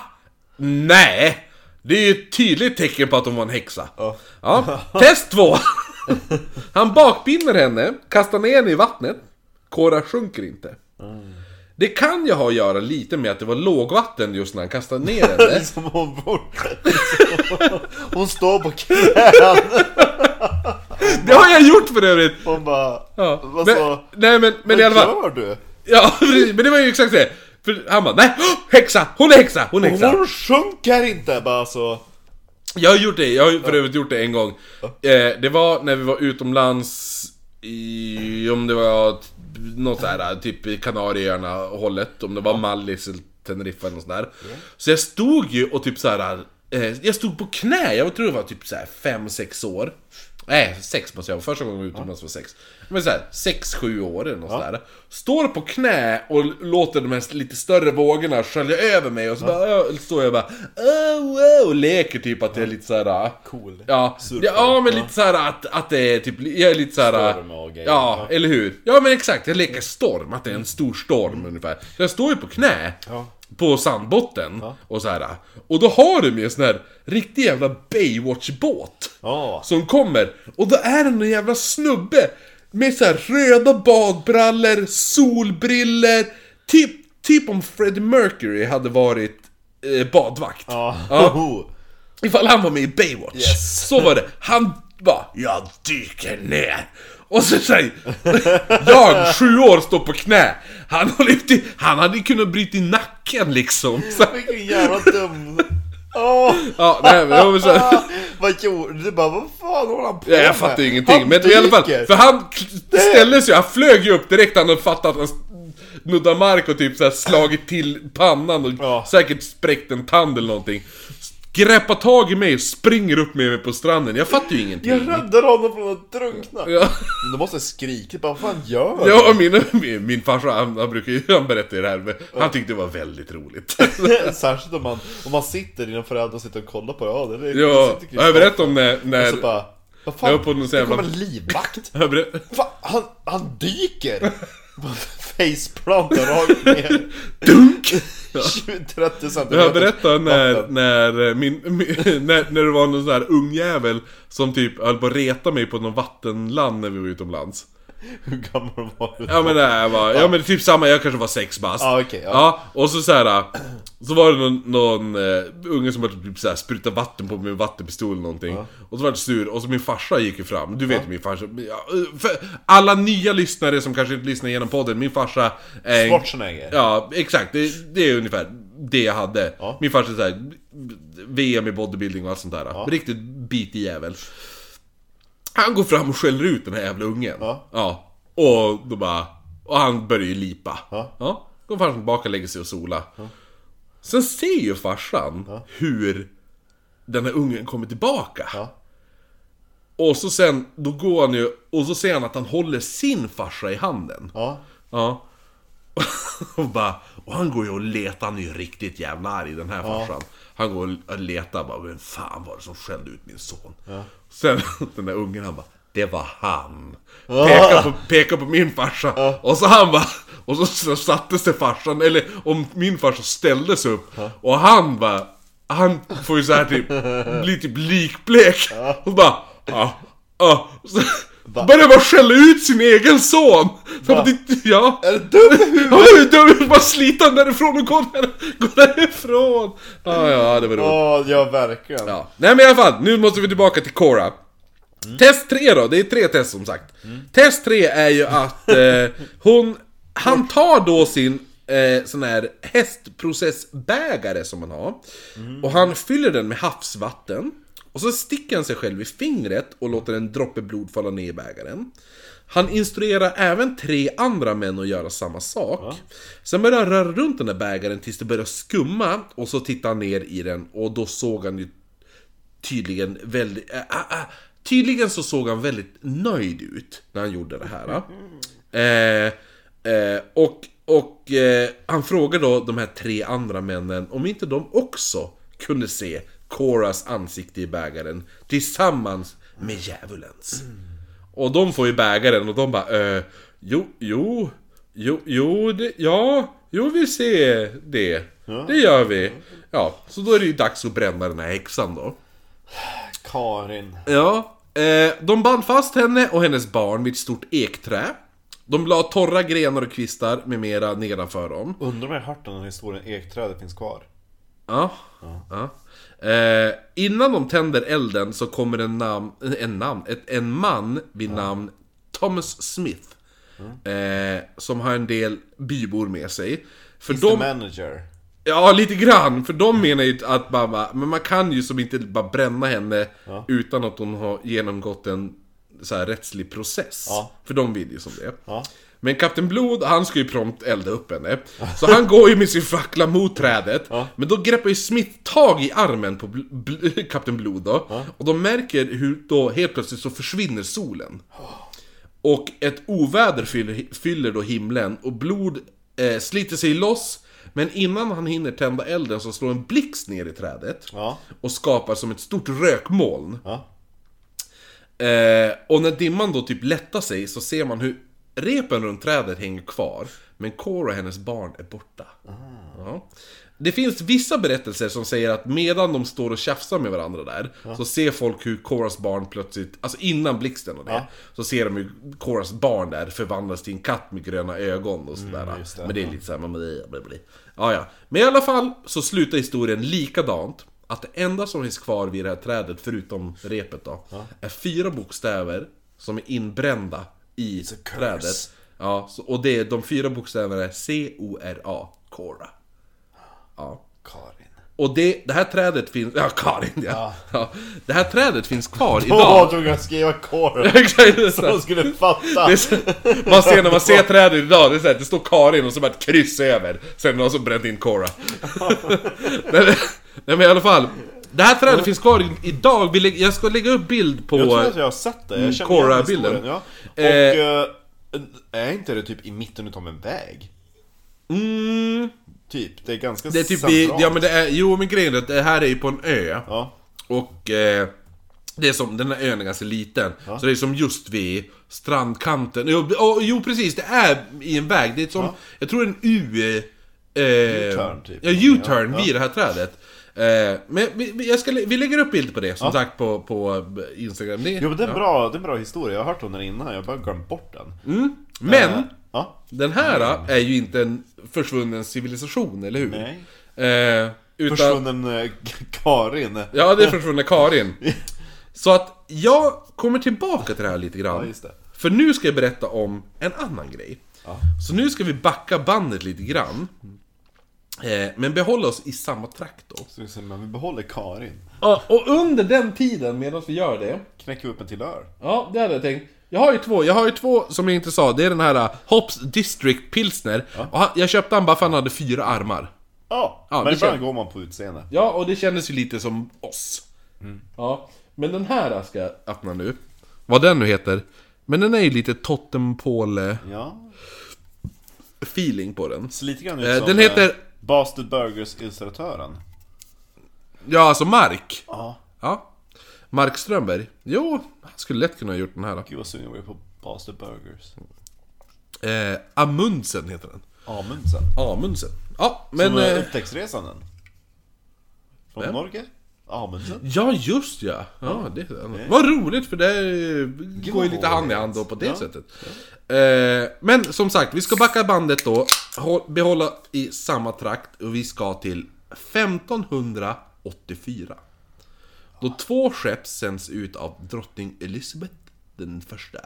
[SPEAKER 1] Nej! Det är ju ett tydligt tecken på att hon var en häxa.
[SPEAKER 2] Ja.
[SPEAKER 1] Ja, test två! Han bakbinder henne, kastar ner henne i vattnet. Kora sjunker inte. Det kan ju ha att göra lite med att det var lågvatten just när han kastade ner
[SPEAKER 2] Det är
[SPEAKER 1] henne.
[SPEAKER 2] som hon bor. Hon står på knän.
[SPEAKER 1] Det har jag gjort för övrigt!
[SPEAKER 2] Hon bara...
[SPEAKER 1] Ja.
[SPEAKER 2] Vad
[SPEAKER 1] Men,
[SPEAKER 2] så?
[SPEAKER 1] nej men, men i
[SPEAKER 2] Vad
[SPEAKER 1] alla fall.
[SPEAKER 2] gör du?
[SPEAKER 1] Ja, precis, men det var ju exakt det. För han bara, nej! Häxa! Hon är häxa! Hon är häxa!
[SPEAKER 2] Hon sjunker inte bara så.
[SPEAKER 1] Jag har gjort det, jag har för övrigt gjort det en gång. Eh, det var när vi var utomlands i, om det var t- något så här, typ i Kanarieöarna hållet, om det var Mallis eller Teneriffa eller något sånt där. Så jag stod ju och typ så här. Eh, jag stod på knä, jag tror det var typ så här 5-6 år. Nej, 6 måste jag vara. Första gången jag var utomlands var 6. Men såhär, 6-7 år eller något sådär. Står på knä och låter de här lite större vågorna skölja över mig och så bara, ö, står jag och bara oh, wow, och leker typ att jag är lite såhär...
[SPEAKER 2] Cool.
[SPEAKER 1] Ja,
[SPEAKER 2] Surfare.
[SPEAKER 1] ja men lite såhär att, att det är typ, jag är lite såhär...
[SPEAKER 2] Storm och grejer.
[SPEAKER 1] Ja, eller hur? Ja men exakt, jag leker storm, att det är en stor storm ungefär. Så jag står ju på knä
[SPEAKER 2] Mm. Ja.
[SPEAKER 1] på sandbotten och så här. Och då har de ju en sån här riktig jävla Baywatch-båt.
[SPEAKER 2] Ja.
[SPEAKER 1] Som kommer, och då är det någon jävla snubbe med så här röda badbrallor, solbriller typ, typ om Freddie Mercury hade varit eh, badvakt.
[SPEAKER 2] Ja.
[SPEAKER 1] Ifall han var med i Baywatch.
[SPEAKER 2] Yes.
[SPEAKER 1] Så var det. Han bara, jag dyker ner. Och så säger jag, sju år, står på knä. Han, har lyft, han hade ju kunnat bryta i nacken liksom. Så,
[SPEAKER 2] Vilken jävla dum... Åh!
[SPEAKER 1] ja, nej, men jag var så här,
[SPEAKER 2] Vad gjorde du? bara, vad fan håller han på
[SPEAKER 1] Ja,
[SPEAKER 2] med?
[SPEAKER 1] jag fattar ju ingenting,
[SPEAKER 2] Han
[SPEAKER 1] men i alla fall,
[SPEAKER 2] dyker.
[SPEAKER 1] för han k- ställde sig, han flög ju upp direkt när han fattade att han s- nuddade mark och typ så här slagit till pannan och
[SPEAKER 2] Ja.
[SPEAKER 1] säkert spräckt en tand eller någonting. Greppar tag i mig och springer upp med mig på stranden, jag fattar ju ingenting.
[SPEAKER 2] Jag räddade honom från att drunkna!
[SPEAKER 1] Ja.
[SPEAKER 2] Du måste skrika bara, vad fan gör du?
[SPEAKER 1] Ja, och min, min, min farsa, han, han brukar ju, han berättar ju det här, men han tyckte det var väldigt roligt.
[SPEAKER 2] Särskilt om man, om man sitter, dina föräldrar sitter och kollar på det, ja det är
[SPEAKER 1] Ja,
[SPEAKER 2] det sitter
[SPEAKER 1] jag berättade om när,
[SPEAKER 2] Och
[SPEAKER 1] när
[SPEAKER 2] så bara, vad fan?
[SPEAKER 1] Jag var på någon sån
[SPEAKER 2] det
[SPEAKER 1] jävla-
[SPEAKER 2] kommer en livvakt!
[SPEAKER 1] jag berä-
[SPEAKER 2] Fan, han, han dyker! Faceplantar rakt ner,
[SPEAKER 1] Dunk!
[SPEAKER 2] 20-30 centimeter
[SPEAKER 1] Jag berättade när,
[SPEAKER 2] vatten.
[SPEAKER 1] när, eh, min, min, när, när det var någon sån här ung jävel som typ höll på att reta mig på någon vattenland när vi var utomlands.
[SPEAKER 2] Hur gammal var du?
[SPEAKER 1] Ja men det här var, ja men typ samma, jag kanske var sex bast.
[SPEAKER 2] Ja, okej, ja.
[SPEAKER 1] ja. och så så här. eh, Så var det någon, någon eh, unge som hade typ så här sprutat vatten på mig med en vattenpistol eller någonting. Och så var jag sur, och så min farsa gick ju fram. Du vet min farsa. ja, eh, För alla nya lyssnare som kanske inte lyssnar genom podden, min farsa... är en-
[SPEAKER 2] Schwarzenegger.
[SPEAKER 1] Ja, exakt. Det, det är ungefär det jag hade.
[SPEAKER 2] Ja.
[SPEAKER 1] Min farsa är så här, VM i bodybuilding och allt sånt där. Riktigt bitig jävel. Han går fram och skäller ut den här jävla ungen.
[SPEAKER 2] Ja.
[SPEAKER 1] Och då bara... Och han börjar ju lipa.
[SPEAKER 2] Ja.
[SPEAKER 1] Går farsan tillbaka, lägger sig och sola. Sen ser ju farsan hur den här ungen kommer tillbaka.
[SPEAKER 2] Ja.
[SPEAKER 1] Och så sen, då går han ju... Och så ser han att han håller sin farsa i handen.
[SPEAKER 2] Ja.
[SPEAKER 1] Ja. och, bara, och han går ju och letar, han är ju riktigt jävla arg den här farsan. Han går och letar bara, vem fan var det som skällde ut min son? Sen den där ungen han bara, det var han. Pekar på, pekar på min farsa. Och så han bara, och så, så satte sig farsan, eller om min farsa ställde sig upp. Och han bara, han får ju så här typ, blir typ likblek. Och bara, ja, ja. Så, Börjar bara skälla ut sin egen son! Så han bara, "Det- ja.
[SPEAKER 2] Är du dum i huvudet?
[SPEAKER 1] Ja, du är dum! Bara slita honom därifrån och gå, där, gå därifrån! Ja, ja, det var roligt.
[SPEAKER 2] Ja, ja verkligen.
[SPEAKER 1] Ja. Nej men i alla fall, nu måste vi tillbaka till Cora. Test 3 då, det är tre test som sagt. Test 3 är ju att eh, hon... Han tar då sin eh, sån här hästprocessbägare som han har. Och han fyller den med havsvatten. Och så sticker han sig själv i fingret och låter en droppe blod falla ner i bägaren. Han instruerar även tre andra män att göra samma sak. Sen börjar han röra runt den där bägaren tills det börjar skumma och så tittar han ner i den och då såg han ju tydligen väldigt... Äh, äh, äh, tydligen så såg han väldigt nöjd ut när han gjorde det här. äh. Eh, eh, och och eh, han frågar då de här tre andra männen om inte de också kunde se Coras ansikte i bägaren tillsammans med djävulens. Och de får ju bägaren och de bara eh, Jo, jo Jo, jo, det, ja, jo vi ser det.
[SPEAKER 2] Ja.
[SPEAKER 1] Det gör vi. Ja, så då är det ju dags att bränna den här häxan då.
[SPEAKER 2] Karin.
[SPEAKER 1] Ja, eh, de band fast henne och hennes barn vid ett stort ekträ. De la torra grenar och kvistar med mera nedanför dem.
[SPEAKER 2] Undrar om jag har hört om den här historien, ekträdet finns kvar.
[SPEAKER 1] Ja. ja. Eh, innan de tänder elden så kommer en namn, en namn, ett, en man vid namn Thomas Smith. Eh, som har en del bybor med sig. För
[SPEAKER 2] The
[SPEAKER 1] de,
[SPEAKER 2] manager.
[SPEAKER 1] ja lite grann, för de menar ju att man bara, men man kan ju som inte bara bränna henne utan att hon har genomgått en så här rättslig process.
[SPEAKER 2] Ja.
[SPEAKER 1] För de vill ju som det.
[SPEAKER 2] Ja.
[SPEAKER 1] Men Kapten Blod, han ska ju prompt elda upp henne. Så han går ju med sin fackla mot trädet. Men då greppar ju Smith tag i armen på bl- bl- Kapten Blod då. Och de märker hur då helt plötsligt så försvinner solen. Och ett oväder fyller, fyller då himlen och Blod eh, sliter sig loss. Men innan han hinner tända elden så slår en blixt ner i trädet.
[SPEAKER 2] Ja.
[SPEAKER 1] Och skapar som ett stort rökmoln.
[SPEAKER 2] Ja.
[SPEAKER 1] Eh, och när dimman då typ lättar sig så ser man hur repen runt trädet hänger kvar, men Cora och hennes barn är borta.
[SPEAKER 2] Ah.
[SPEAKER 1] Ja. Det finns vissa berättelser som säger att medan de står och tjafsar med varandra där, så ser folk hur Coras barn plötsligt, alltså innan blixten och det, så ser de hur Coras barn där förvandlas till en katt med gröna ögon och sådär.
[SPEAKER 2] Mm, just det.
[SPEAKER 1] Men det är lite samma med det, bli, bli. Ja, ja. Men i alla fall så slutar historien likadant. Att det enda som finns kvar vid det här trädet, förutom repet då, är fyra bokstäver som är inbrända i
[SPEAKER 2] a curse.
[SPEAKER 1] trädet. Ja, så, och det, de fyra bokstäverna är C-O-R-A, Cora. Ja.
[SPEAKER 2] Karin.
[SPEAKER 1] Och det, det här trädet finns... Ja, Karin ja. ja. Det här trädet finns kvar
[SPEAKER 2] Åh,
[SPEAKER 1] idag.
[SPEAKER 2] tog jag skriva Karin.
[SPEAKER 1] Exakt, det är så här.
[SPEAKER 2] De skulle fatta.
[SPEAKER 1] Det är så, man ser när man ser trädet idag, det är så här, det står Karin och så bara ett kryss över. Sen är det någon som bränt in Cora. nej, men- nej men i alla fall. Det här trädet finns kvar i- idag, vi lä- jag ska lägga upp bild på...
[SPEAKER 2] Jag tror att jag har sett det, jag känner igen
[SPEAKER 1] Cora-bilden.
[SPEAKER 2] historien. Ja. Och
[SPEAKER 1] Mm, Eh.
[SPEAKER 2] eh, är inte det typ i mitten utav en väg?
[SPEAKER 1] mm,
[SPEAKER 2] Typ, det är ganska
[SPEAKER 1] det är typ i,
[SPEAKER 2] centralt.
[SPEAKER 1] ja men det är, jo men grejen är att det här är ju på en ö.
[SPEAKER 2] ja.
[SPEAKER 1] Och eh, det är som, den här ön är ganska liten. Så det är som just vid strandkanten. Jo, och, jo precis, det är i en väg. Det är som, jag tror en U... Eh,
[SPEAKER 2] U-turn, typ.
[SPEAKER 1] Ja, U-turn vid det här trädet. Eh, men vi, vi- jag ska, lä- vi lägger upp bild på det, som sagt, på, på eh, Instagram. Det,
[SPEAKER 2] Jo men det är, en bra, det är en bra historia, jag har hört om den innan, jag har bara glömt bort den.
[SPEAKER 1] Men,
[SPEAKER 2] Eh, Ja,
[SPEAKER 1] den här eh, är ju inte en försvunnen civilisation, eller hur?
[SPEAKER 2] Nej.
[SPEAKER 1] Eh, utan,
[SPEAKER 2] försvunnen eh, Karin.
[SPEAKER 1] Ja, det är försvunna Karin. Så att jag kommer tillbaka till det här lite grann.
[SPEAKER 2] Ja, just det.
[SPEAKER 1] För nu ska jag berätta om en annan grej. Så nu ska vi backa bandet lite grann. Eh, men behålla oss i samma trakt då.
[SPEAKER 2] Så vi säger, Men vi behåller Karin.
[SPEAKER 1] Ja, och under den tiden, medan vi gör det.
[SPEAKER 2] Knäcker vi upp en till öl.
[SPEAKER 1] Ja, det hade jag tänkt. Jag har ju två, jag har ju två som jag inte sa. Det är den här uh, Hops District Pilsner. Och han, jag köpte han bara för han hade fyra armar.
[SPEAKER 2] Ja,
[SPEAKER 1] Ja,
[SPEAKER 2] men
[SPEAKER 1] det
[SPEAKER 2] ibland
[SPEAKER 1] känns-
[SPEAKER 2] går man på utseende.
[SPEAKER 1] Ja, och det kändes ju lite som oss. Ja, men den här ska jag öppna nu. Mm. Vad den nu heter. Men den är ju lite Tottenpåle-feeling
[SPEAKER 2] Ja,
[SPEAKER 1] på den.
[SPEAKER 2] så lite grann
[SPEAKER 1] Eh,
[SPEAKER 2] ut som
[SPEAKER 1] den heter-
[SPEAKER 2] eh, Bastard Burgers illustratören.
[SPEAKER 1] Ja, alltså Mark.
[SPEAKER 2] Ja.
[SPEAKER 1] Ja. Mark Strömberg. Jo, han skulle lätt kunna ha gjort den här.
[SPEAKER 2] Gud vad sugen jag blev på Bastard Burgers.
[SPEAKER 1] Eh, Amundsen heter den.
[SPEAKER 2] Amundsen.
[SPEAKER 1] Amundsen. Ja, men...
[SPEAKER 2] Som eh,
[SPEAKER 1] Eh,
[SPEAKER 2] upptäcktsresanden. Från
[SPEAKER 1] vem?
[SPEAKER 2] Norge? Amundsen?
[SPEAKER 1] ja, just ja. ja det,
[SPEAKER 2] Eh.
[SPEAKER 1] Vad roligt, för det eh, går ju lite hand i hand då på det
[SPEAKER 2] Ja.
[SPEAKER 1] sättet. Eh, men som sagt, vi ska backa bandet då. hå- Behålla i samma trakt och vi ska till 1584. Då två skepp sänds ut av drottning Elizabeth den första.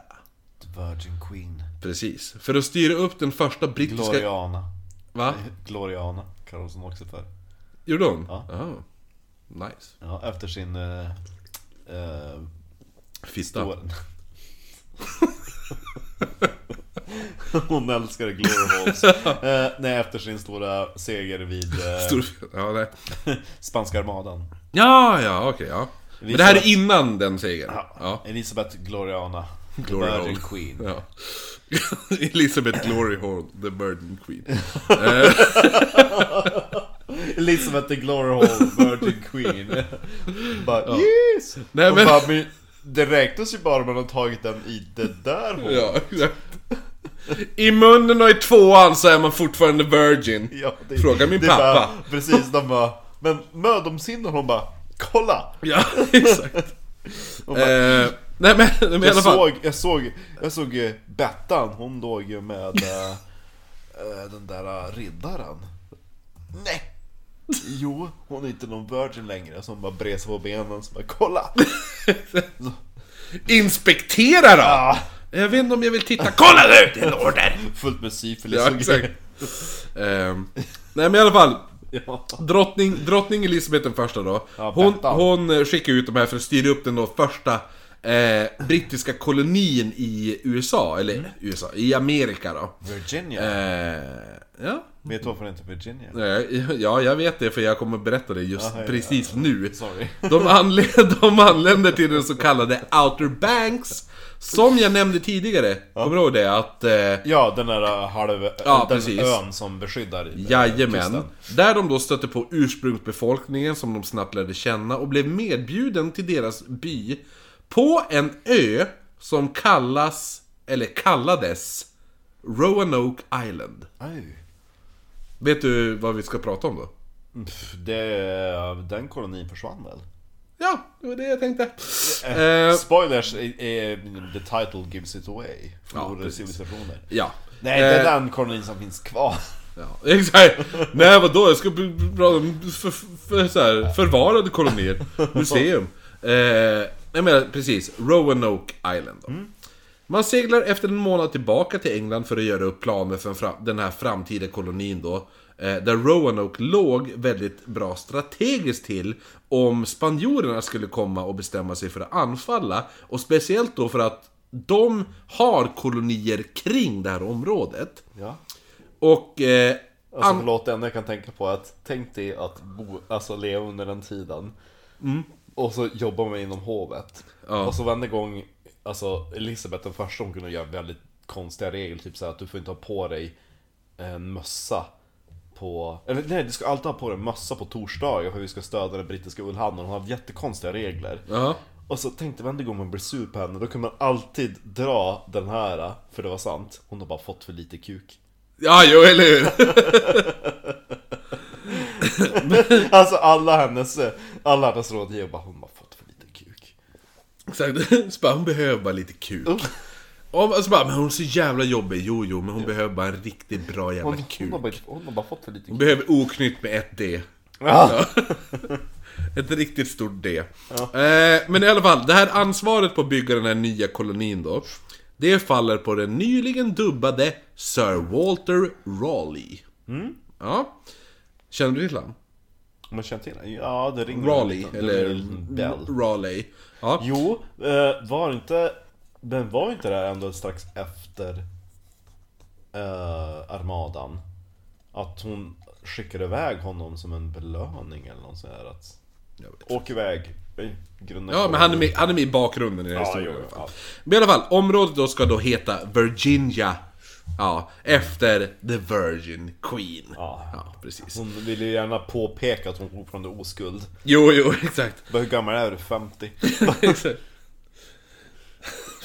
[SPEAKER 2] The Virgin Queen.
[SPEAKER 1] Precis. För att styra upp den första brittiska...
[SPEAKER 2] Gloriana.
[SPEAKER 1] Va?
[SPEAKER 2] Gloriana kallades hon också för.
[SPEAKER 1] Gjorde hon?
[SPEAKER 2] Ja.
[SPEAKER 1] Aha. Nice.
[SPEAKER 2] Ja, efter sin... Eh, eh,
[SPEAKER 1] Fitta.
[SPEAKER 2] då... hon älskade glory holes. Eh, nej, efter sin stora seger vid eh,
[SPEAKER 1] Stor... Ja, nej.
[SPEAKER 2] spanska armadan.
[SPEAKER 1] ja, ja okej, ja. Men det här
[SPEAKER 2] får-
[SPEAKER 1] är innan den segern. Ja.
[SPEAKER 2] Elisabeth Gloriana.
[SPEAKER 1] Glory
[SPEAKER 2] the Virgin
[SPEAKER 1] hole.
[SPEAKER 2] Queen.
[SPEAKER 1] ja. Elizabeth Glory Hall, the Virgin Queen.
[SPEAKER 2] Elisabeth the Glory Hall, Virgin Queen. bara, yes!
[SPEAKER 1] Nej,
[SPEAKER 2] Och
[SPEAKER 1] men-
[SPEAKER 2] bara, men... Det räknas ju bara om man har tagit den i det där hålet.
[SPEAKER 1] Ja, exakt. I munnen och i tvåan så är man fortfarande virgin.
[SPEAKER 2] Ja, det,
[SPEAKER 1] Fråga min
[SPEAKER 2] det är
[SPEAKER 1] pappa.
[SPEAKER 2] Bara, precis, de bara, men mödomsinnan hon bara, kolla!
[SPEAKER 1] Ja, exakt.
[SPEAKER 2] Hon bara,
[SPEAKER 1] eh, nej men, men i alla
[SPEAKER 2] jag,
[SPEAKER 1] fall.
[SPEAKER 2] såg, jag såg, jag såg eh, Bettan, hon låg ju med eh, eh, den där eh, riddaren. Nej! Jo, hon är inte någon virgin längre, som bara brer sig på benen, som bara kolla!
[SPEAKER 1] Inspektera då!
[SPEAKER 2] Ah,
[SPEAKER 1] Jag vet inte om jag vill titta. Kolla nu! Det är en order!
[SPEAKER 2] fullt med syfilis
[SPEAKER 1] Ja,
[SPEAKER 2] och
[SPEAKER 1] exakt.
[SPEAKER 2] grejer.
[SPEAKER 1] Ehm, nej men i alla fall.
[SPEAKER 2] Ja.
[SPEAKER 1] Drottning, drottning Elisabeth den första då.
[SPEAKER 2] Ja,
[SPEAKER 1] Hon,
[SPEAKER 2] Bettan.
[SPEAKER 1] hon eh, skickar ut de här för att styra upp den då första eh, brittiska kolonin i USA, eller
[SPEAKER 2] Mm.
[SPEAKER 1] USA, i Amerika då.
[SPEAKER 2] Virginia.
[SPEAKER 1] Eh, ja.
[SPEAKER 2] Vet du varför den heter Virginia?
[SPEAKER 1] Eh, Ja, jag vet det för jag kommer berätta det just
[SPEAKER 2] Aha, ja,
[SPEAKER 1] precis nu.
[SPEAKER 2] Sorry.
[SPEAKER 1] De, anlä de anländer till den så kallade Outer Banks. Som jag nämnde tidigare, kommer du ihåg det? Att eh,
[SPEAKER 2] Ja, den där eh, halv...
[SPEAKER 1] Ja,
[SPEAKER 2] den
[SPEAKER 1] precis.
[SPEAKER 2] ön som beskyddar eh,
[SPEAKER 1] Jajamän.
[SPEAKER 2] kusten.
[SPEAKER 1] Där de då stötte på ursprungsbefolkningen som de snabbt lärde känna och blev medbjuden till deras by på en ö som kallas, eller kallades, Roanoke Island.
[SPEAKER 2] Aj.
[SPEAKER 1] Vet du vad vi ska prata om då?
[SPEAKER 2] Pff, Det, den kolonin försvann väl?
[SPEAKER 1] Ja, det var det jag tänkte.
[SPEAKER 2] Eh,
[SPEAKER 1] Eh,
[SPEAKER 2] Spoilers, eh, eh, the title gives it away. Förlorade
[SPEAKER 1] precis.
[SPEAKER 2] civilisationer.
[SPEAKER 1] ja.
[SPEAKER 2] Nej, det är
[SPEAKER 1] Eh,
[SPEAKER 2] den kolonin som finns kvar.
[SPEAKER 1] Ja, exakt! Nej vadå, jag ska pr- pr- prata om för, för, så här, förvarade kolonier. Museum. Eh, jag menar precis, Roanoke Island då. Man seglar efter en månad tillbaka till England för att göra upp planer för en fra- den här framtida kolonin då. Eh, där Roanoke låg väldigt bra strategiskt till om spanjorerna skulle komma och bestämma sig för att anfalla. Och speciellt då för att de har kolonier kring det här området.
[SPEAKER 2] Ja.
[SPEAKER 1] Och... Eh,
[SPEAKER 2] Alltså förlåt, det enda jag kan tänka på är att tänk dig att bo, alltså, leva under den tiden. Och så jobbar man inom hovet.
[SPEAKER 1] Mm. Ja.
[SPEAKER 2] Och så varenda gång, alltså Elisabeth den första hon kunde göra väldigt konstiga regler. Typ såhär att du får inte ha på dig en mössa på... Eller nej, du ska alltid ha på dig en mössa på torsdagar för vi ska stödja den brittiska ullhandeln. Hon hade jättekonstiga regler.
[SPEAKER 1] Ja,
[SPEAKER 2] Och så tänkte varenda gång man blir sur på henne, då kan man alltid dra den här, för det var sant. Hon har bara fått för lite kuk.
[SPEAKER 1] ja jo, eller hur?
[SPEAKER 2] Alltså alla hennes, alla hennes rådgivare bara, hon har fått för lite kuk.
[SPEAKER 1] Exakt. Så bara, hon behöver bara lite kuk. Och så bara, men hon är så jävla jobbig. Jo, jo, men hon behöver bara en riktigt bra jävla
[SPEAKER 2] Hon,
[SPEAKER 1] kuk.
[SPEAKER 2] hon, har,
[SPEAKER 1] Hon
[SPEAKER 2] bara, hon har bara fått för lite kuk.
[SPEAKER 1] behöver oknytt med ett D.
[SPEAKER 2] Ja.
[SPEAKER 1] Ett riktigt stort D. Eh, men i alla fall, det här ansvaret på att bygga den här nya kolonin då. Det faller på den nyligen dubbade Sir Walter Raleigh.
[SPEAKER 2] Mm.
[SPEAKER 1] Ja. Känner du till honom?
[SPEAKER 2] Man känner till det? Ja, det ringer
[SPEAKER 1] Raleigh,
[SPEAKER 2] en liten- det ringer
[SPEAKER 1] eller
[SPEAKER 2] en liten bell.
[SPEAKER 1] Raleigh. Ja.
[SPEAKER 2] Jo, eh, var inte, men var inte det här ändå strax efter eh, armadan? Att hon skickade iväg honom som en belöning eller något sånt där. Att,
[SPEAKER 1] Jag vet.
[SPEAKER 2] åk iväg. Oj, grunda
[SPEAKER 1] Ja, men han är med, han är med i bakgrunden i den här
[SPEAKER 2] Ja,
[SPEAKER 1] historien
[SPEAKER 2] jo,
[SPEAKER 1] i alla fall.
[SPEAKER 2] ja.
[SPEAKER 1] Men i alla fall, området då ska då heta Virginia. Ja, efter the Virgin Queen.
[SPEAKER 2] Ja.
[SPEAKER 1] precis.
[SPEAKER 2] Hon ville ju gärna påpeka att hon fortfarande är oskuld.
[SPEAKER 1] Jo, jo, exakt.
[SPEAKER 2] Bara, Hur gammal är du? 50?
[SPEAKER 1] Exakt.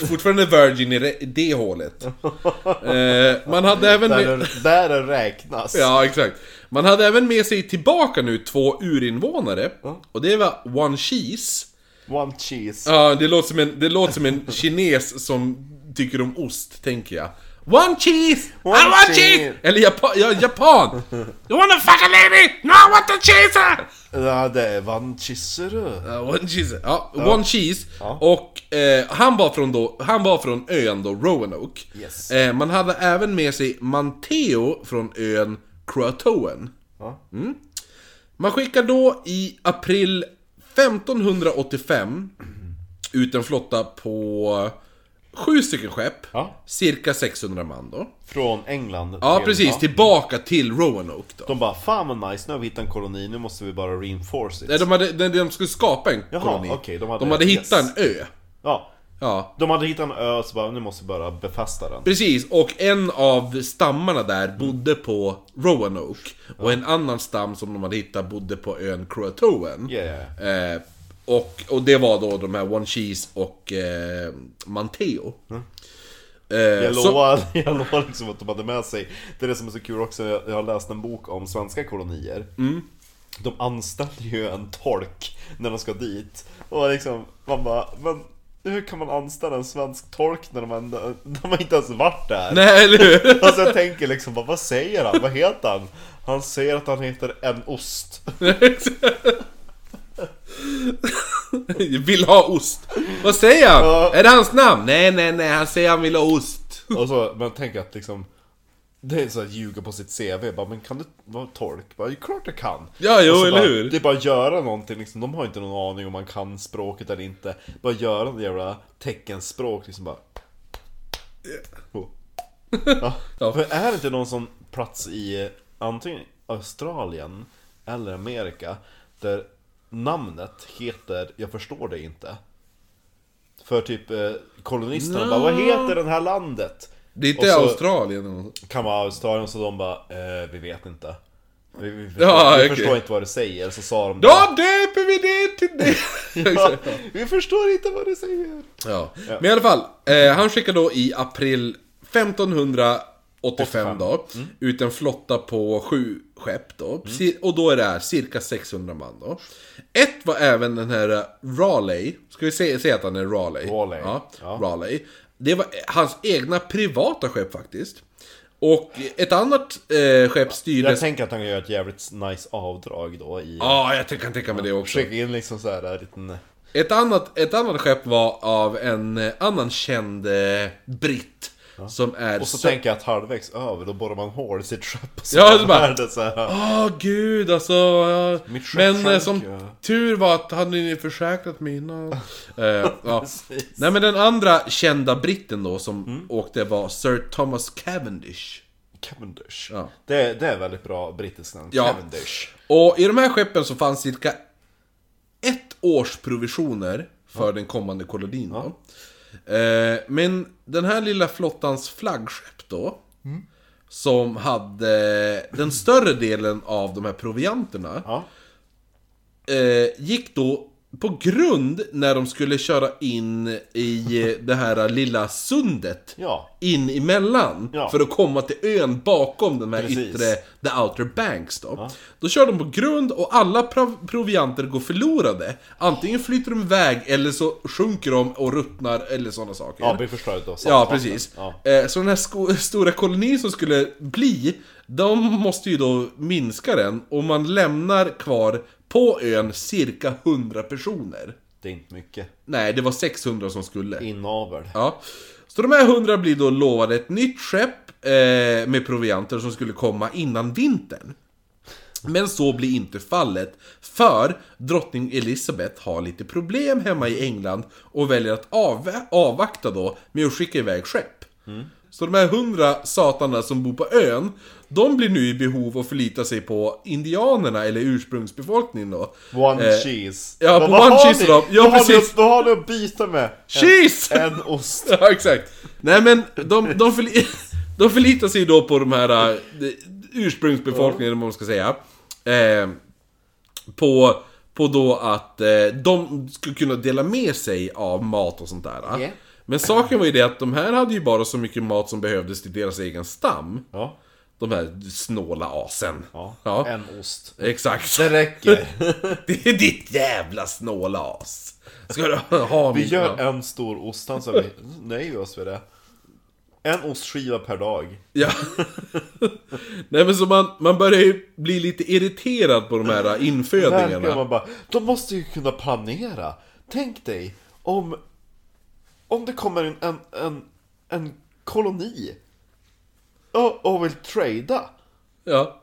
[SPEAKER 1] Fortfarande Virgin i det- i det hålet. Eh, man hade även...
[SPEAKER 2] Där,
[SPEAKER 1] med-
[SPEAKER 2] är, där är räknas.
[SPEAKER 1] Ja, exakt. Man hade även med sig tillbaka nu två urinvånare. Och det var One Cheese.
[SPEAKER 2] One cheese.
[SPEAKER 1] Ja, det låter som en, det låter som en kines som tycker om ost, tänker jag. One cheese!
[SPEAKER 2] One
[SPEAKER 1] I want cheese!
[SPEAKER 2] cheese!
[SPEAKER 1] Eller japa, ja, japan! You wanna fuck a lady? No, I want a cheese!
[SPEAKER 2] Ja, det är one cheeserö.
[SPEAKER 1] Ja, Uh, one cheese. Ja, one cheese.
[SPEAKER 2] Ja.
[SPEAKER 1] Och eh, han, var från då, han var från ön då, Roanoke.
[SPEAKER 2] Yes.
[SPEAKER 1] Eh, man hade även med sig Manteo från ön Croatoan. Mm.
[SPEAKER 2] Ja.
[SPEAKER 1] Man skickar då i april 1585 ut en flotta på sju stycken skepp,
[SPEAKER 2] Ja.
[SPEAKER 1] cirka 600 man då.
[SPEAKER 2] Från England.
[SPEAKER 1] Ja,
[SPEAKER 2] till-
[SPEAKER 1] precis, tillbaka till Roanoke då.
[SPEAKER 2] De bara, fan vad nice, nu har vi hittat en koloni, nu måste vi bara reinforce
[SPEAKER 1] Nej,
[SPEAKER 2] it.
[SPEAKER 1] de, hade, de, de skulle skapa en
[SPEAKER 2] Jaha,
[SPEAKER 1] koloni.
[SPEAKER 2] okej, de hade-
[SPEAKER 1] hittat
[SPEAKER 2] yes.
[SPEAKER 1] en ö.
[SPEAKER 2] Ja.
[SPEAKER 1] Ja,
[SPEAKER 2] De hade hittat en ö, så bara, nu måste vi bara befästa den.
[SPEAKER 1] precis. Och en av stammarna
[SPEAKER 2] Mm.
[SPEAKER 1] där bodde på Roanoke. Och en annan stam som de hade hittat bodde på ön Croatoan.
[SPEAKER 2] Yeah.
[SPEAKER 1] Eh, och, och det var då de här One Cheese och eh, Manteo. Eh,
[SPEAKER 2] Mm. Jag
[SPEAKER 1] så-
[SPEAKER 2] lovar, jag lovar liksom att de hade med sig Det är det som är så kul också, jag jag har läst en bok om svenska kolonier
[SPEAKER 1] Mm.
[SPEAKER 2] De anställer ju en tolk när de ska dit Och liksom, man bara, men hur kan man anställa en svensk tolk när de, ändå, de har inte ens varit där?
[SPEAKER 1] Nej, eller hur?
[SPEAKER 2] Alltså jag tänker liksom, bara, vad säger han? Vad heter han? Han säger att han heter en ost
[SPEAKER 1] vill ha ost. Vad säger han?
[SPEAKER 2] Ja.
[SPEAKER 1] Är det hans namn? Nej, nej, nej. Han säger han vill ha ost.
[SPEAKER 2] Och så, men tänk att liksom det är så att ljuga på sitt CV, bara, men kan du vara tolk? Bara, klart jag kan!
[SPEAKER 1] Ja, jo,
[SPEAKER 2] Och så
[SPEAKER 1] eller
[SPEAKER 2] bara,
[SPEAKER 1] hur?
[SPEAKER 2] Det är bara att göra någonting liksom, de har inte någon aning om man kan språket eller inte Bara göra det jävla teckenspråk liksom bara Oh. ja.
[SPEAKER 1] Ja.
[SPEAKER 2] Men är det inte någon sån plats i eh, antingen Australien eller Amerika Där namnet heter Jag förstår det inte För typ eh, kolonisterna bara, vad heter det här landet?
[SPEAKER 1] Det är
[SPEAKER 2] Och
[SPEAKER 1] inte
[SPEAKER 2] så-
[SPEAKER 1] Australien. eller något.
[SPEAKER 2] kan vara Australien så de bara eh, vi vet inte. Vi, vi, förstår,
[SPEAKER 1] Ja,
[SPEAKER 2] vi
[SPEAKER 1] okej.
[SPEAKER 2] förstår inte vad du säger, så sa de
[SPEAKER 1] Då döper vi det till det!
[SPEAKER 2] bara, Vi förstår inte vad du säger.
[SPEAKER 1] Ja. Men i alla fall, eh, han skickar då i april 1585 då,
[SPEAKER 2] Mm.
[SPEAKER 1] ut en flotta på sju skepp då. Cir- Och då är det här cirka 600 man då. Ett var även den här eh, Raleigh, ska vi säga, säga att han är Raleigh?
[SPEAKER 2] Raleigh.
[SPEAKER 1] Ja,
[SPEAKER 2] Ja.
[SPEAKER 1] Raleigh. Det var eh, hans egna privata skepp faktiskt. Och ett annat eh, skepp
[SPEAKER 2] Jag
[SPEAKER 1] styrdes...
[SPEAKER 2] tänker att han gör ett jävligt nice avdrag då i...
[SPEAKER 1] Ja, jag tänk- kan tänka mig det också.
[SPEAKER 2] Försöker in liksom så här en liten...
[SPEAKER 1] Ett annat, ett annat skepp var av en eh, annan känd eh, britt. Som är...
[SPEAKER 2] Och så
[SPEAKER 1] sö-
[SPEAKER 2] tänker jag att halvvägs över, då borrar man hål i sitt skepp och så
[SPEAKER 1] Ja, det bara-
[SPEAKER 2] är det så här.
[SPEAKER 1] Åh gud alltså. ja.
[SPEAKER 2] Mitt skepp
[SPEAKER 1] Men eh,
[SPEAKER 2] sjönk,
[SPEAKER 1] som
[SPEAKER 2] ja.
[SPEAKER 1] tur var att han hade försäkrat mig innan. Eh, ja. Nej men den andra kända britten då som
[SPEAKER 2] Mm.
[SPEAKER 1] åkte var Sir Thomas Cavendish.
[SPEAKER 2] Cavendish.
[SPEAKER 1] Ja.
[SPEAKER 2] Det, det är väldigt bra brittiskt namn.
[SPEAKER 1] Ja.
[SPEAKER 2] Cavendish.
[SPEAKER 1] Och i de här skeppen så fanns cirka ett års provisioner för den kommande kolonin. Då. Eh, men den här lilla flottans flaggskepp då, som hade den större delen av de här provianterna,
[SPEAKER 2] Ja.
[SPEAKER 1] eh, gick då på grund när de skulle köra in i eh, det här lilla sundet.
[SPEAKER 2] Ja.
[SPEAKER 1] In emellan.
[SPEAKER 2] Ja.
[SPEAKER 1] För att komma till ön bakom den här
[SPEAKER 2] Precis.
[SPEAKER 1] yttre, the outer banks då. Då kör de på grund och alla prov- provianter går förlorade. Antingen flyter de iväg eller så sjunker de och ruttnar eller sådana saker.
[SPEAKER 2] Ja, blir förstörd då.
[SPEAKER 1] Ja, precis.
[SPEAKER 2] Ja.
[SPEAKER 1] Eh, Så den här sko- stora kolonin som skulle bli, de måste ju då minska den och man lämnar kvar på ön cirka 100 personer.
[SPEAKER 2] Det är inte mycket.
[SPEAKER 1] Nej, det var 600 som skulle.
[SPEAKER 2] Inavel.
[SPEAKER 1] Ja. Så de här 100 blir då lovade ett nytt skepp eh, med provianter som skulle komma innan vintern. Men så blir inte fallet, för drottning Elizabeth har lite problem hemma i England och väljer att avvä- avvakta då med att skicka iväg skepp. Så de här hundra satarna som bor på ön, de blir nu i behov att förlita sig på indianerna eller ursprungsbefolkningen då.
[SPEAKER 2] One
[SPEAKER 1] Eh,
[SPEAKER 2] cheese.
[SPEAKER 1] ja,
[SPEAKER 2] Vad-
[SPEAKER 1] på
[SPEAKER 2] vad
[SPEAKER 1] one
[SPEAKER 2] har
[SPEAKER 1] cheese
[SPEAKER 2] ni?
[SPEAKER 1] då. Ja,
[SPEAKER 2] Vad har ni-
[SPEAKER 1] precis.
[SPEAKER 2] Vad har ni att byta med?
[SPEAKER 1] Cheese!
[SPEAKER 2] En, en ost.
[SPEAKER 1] Ja, exakt. Nej men, de, de, förli- de förlitar sig då på de här eh, ursprungsbefolkningen, om man ska säga. Eh, på, på då att eh, de skulle kunna dela med sig av mat och sånt där.
[SPEAKER 2] Ja.
[SPEAKER 1] Men saken var ju det att de här hade ju bara så mycket mat som behövdes till deras egen stam.
[SPEAKER 2] Ja.
[SPEAKER 1] De här snåla asen.
[SPEAKER 2] ja.
[SPEAKER 1] Ja.
[SPEAKER 2] En ost.
[SPEAKER 1] Exakt.
[SPEAKER 2] Det räcker.
[SPEAKER 1] Det är ditt jävla snåla as. Ska du ha
[SPEAKER 2] Vi
[SPEAKER 1] min-
[SPEAKER 2] gör en stor ost, han sa vi. Nej, oss vid det. En ostskiva per dag.
[SPEAKER 1] Ja. Nej men så man, man börjar ju bli lite irriterad på de här
[SPEAKER 2] Verkligen,
[SPEAKER 1] infödingarna.
[SPEAKER 2] man bara, de måste ju kunna planera. Tänk dig om, om det kommer en, en, en, en koloni och, och vill trada.
[SPEAKER 1] Ja.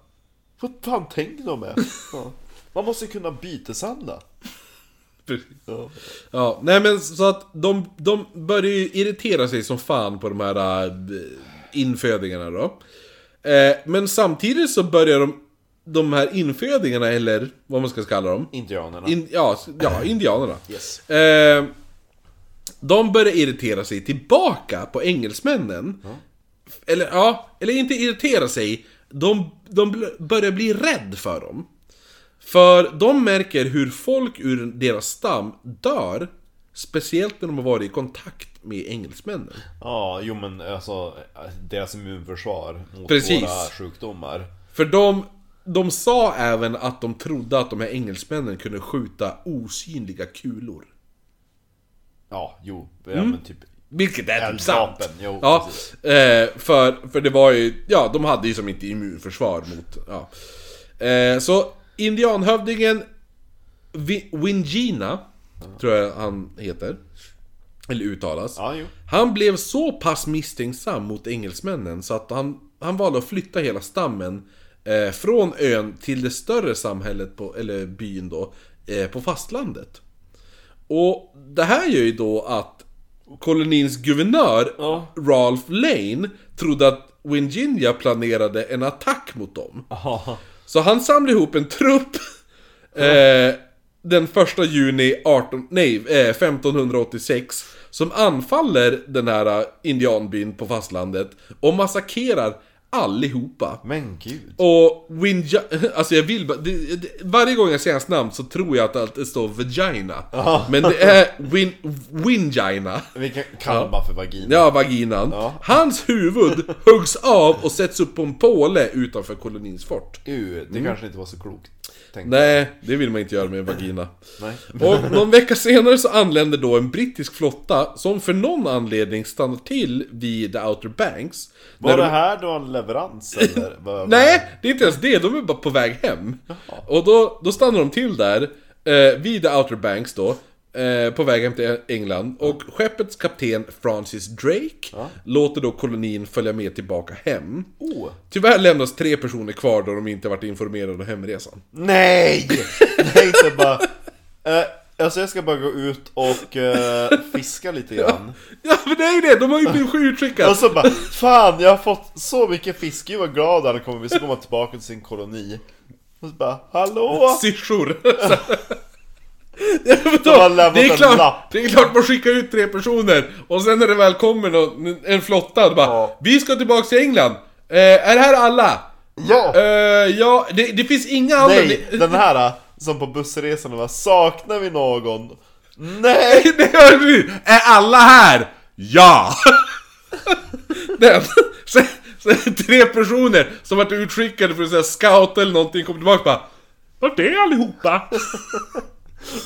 [SPEAKER 2] Vad fan tänker de med? Ja. Man måste ju kunna byteshandla.
[SPEAKER 1] precis.
[SPEAKER 2] Ja.
[SPEAKER 1] Ja, nej men så att de, de börjar ju irritera sig som fan på de här äh, infödingarna då. Eh, men samtidigt så börjar de, de här infödingarna, eller vad man ska kalla dem,
[SPEAKER 2] Indianerna.
[SPEAKER 1] in, ja, s- ja, indianerna.
[SPEAKER 2] Yes.
[SPEAKER 1] Eh, de börjar irritera sig tillbaka på engelsmännen. Eller ja, eller inte irritera sig. De, de bl- börjar bli rädd för dem. För de märker hur folk ur deras stam dör. Speciellt när de har varit i kontakt med engelsmännen.
[SPEAKER 2] Ja, jo men alltså deras immunförsvar mot
[SPEAKER 1] Precis.
[SPEAKER 2] våra sjukdomar.
[SPEAKER 1] För de, de sa även att de trodde att de här engelsmännen kunde skjuta osynliga kulor.
[SPEAKER 2] Ja, jo, ja,
[SPEAKER 1] Mm.
[SPEAKER 2] men typ
[SPEAKER 1] Vilket är typ sant!
[SPEAKER 2] Eldvapen, jo,
[SPEAKER 1] ja, eh, för, för det var ju, ja de hade ju som inte immunförsvar mot, ja. Eh, så indianhövdingen Vi- Wingina, tror jag han heter. Eller uttalas.
[SPEAKER 2] Ja, jo.
[SPEAKER 1] Han blev så pass misstänksam mot engelsmännen så att han, han valde att flytta hela stammen eh, från ön till det större samhället, på, eller byn då, eh, på fastlandet. Och det här gör ju då att kolonins guvernör,
[SPEAKER 2] Ja.
[SPEAKER 1] Ralph Lane, trodde att Winginia planerade en attack mot dem.
[SPEAKER 2] Ja.
[SPEAKER 1] Så han samlade ihop en trupp eh, den 1 juni 18, nej, eh, 1586 som anfaller den här eh, indianbyn på fastlandet och massakrerar allihopa.
[SPEAKER 2] Men gud.
[SPEAKER 1] Och Winja... Alltså jag vill bara... det- det- Varje gång jag säger hans namn så tror jag att allt- det står vagina. Men det är win, Wingina.
[SPEAKER 2] Vi kan kalla den bara för vagina.
[SPEAKER 1] Ja, vaginan.
[SPEAKER 2] Ja.
[SPEAKER 1] Hans huvud huggs av och sätts upp på en påle utanför kolonins fort.
[SPEAKER 2] U, det kanske inte var så klokt. Tänk.
[SPEAKER 1] Mm. Nej, det vill man inte göra med en vagina.
[SPEAKER 2] Nej.
[SPEAKER 1] Och någon vecka senare så anländer då en brittisk flotta som för någon anledning stannar till vid The Outer Banks.
[SPEAKER 2] Var
[SPEAKER 1] När
[SPEAKER 2] det
[SPEAKER 1] de-
[SPEAKER 2] här då en leverans eller? vad-
[SPEAKER 1] Nej, det är inte ens det. De är bara på väg hem. Och då, då stannar de till där, eh, vid The Outer Banks då. Eh, på väg hem till England. Och skeppets kapten Francis Drake låter då kolonin följa med tillbaka hem.
[SPEAKER 2] Oh.
[SPEAKER 1] Tyvärr lämnas tre personer kvar då de inte varit informerade om hemresan.
[SPEAKER 2] Nej! Jag tänkte bara... Eh, alltså jag ska bara gå ut och eh, fiska lite grann.
[SPEAKER 1] Ja, men det är ju det! De har ju blivit utskickade!
[SPEAKER 2] Och så bara, fan jag har fått så mycket fisk, gud vad glad han kommer bli. Så kommer han tillbaka till sin koloni. Och så bara, hallå!
[SPEAKER 1] Syrsor! Ja, men
[SPEAKER 2] De har
[SPEAKER 1] då,
[SPEAKER 2] lämnat
[SPEAKER 1] det, är
[SPEAKER 2] en
[SPEAKER 1] klart,
[SPEAKER 2] lapp.
[SPEAKER 1] det är klart man skickar ut tre personer och sen när det väl kommer någon, en flotta då bara
[SPEAKER 2] Ja.
[SPEAKER 1] Vi ska tillbaka till England! Eh, är det här alla? Eh,
[SPEAKER 2] Ja!
[SPEAKER 1] ja, det, det finns inga andra...
[SPEAKER 2] Nej,
[SPEAKER 1] det-
[SPEAKER 2] den här äh, som på bussresan var, saknar vi någon? Nej!
[SPEAKER 1] det hör vi! Är alla här? Ja! Den. Sen, sen tre personer som varit utskickade för att säga scout eller någonting kommer tillbaka och bara Vart är allihopa?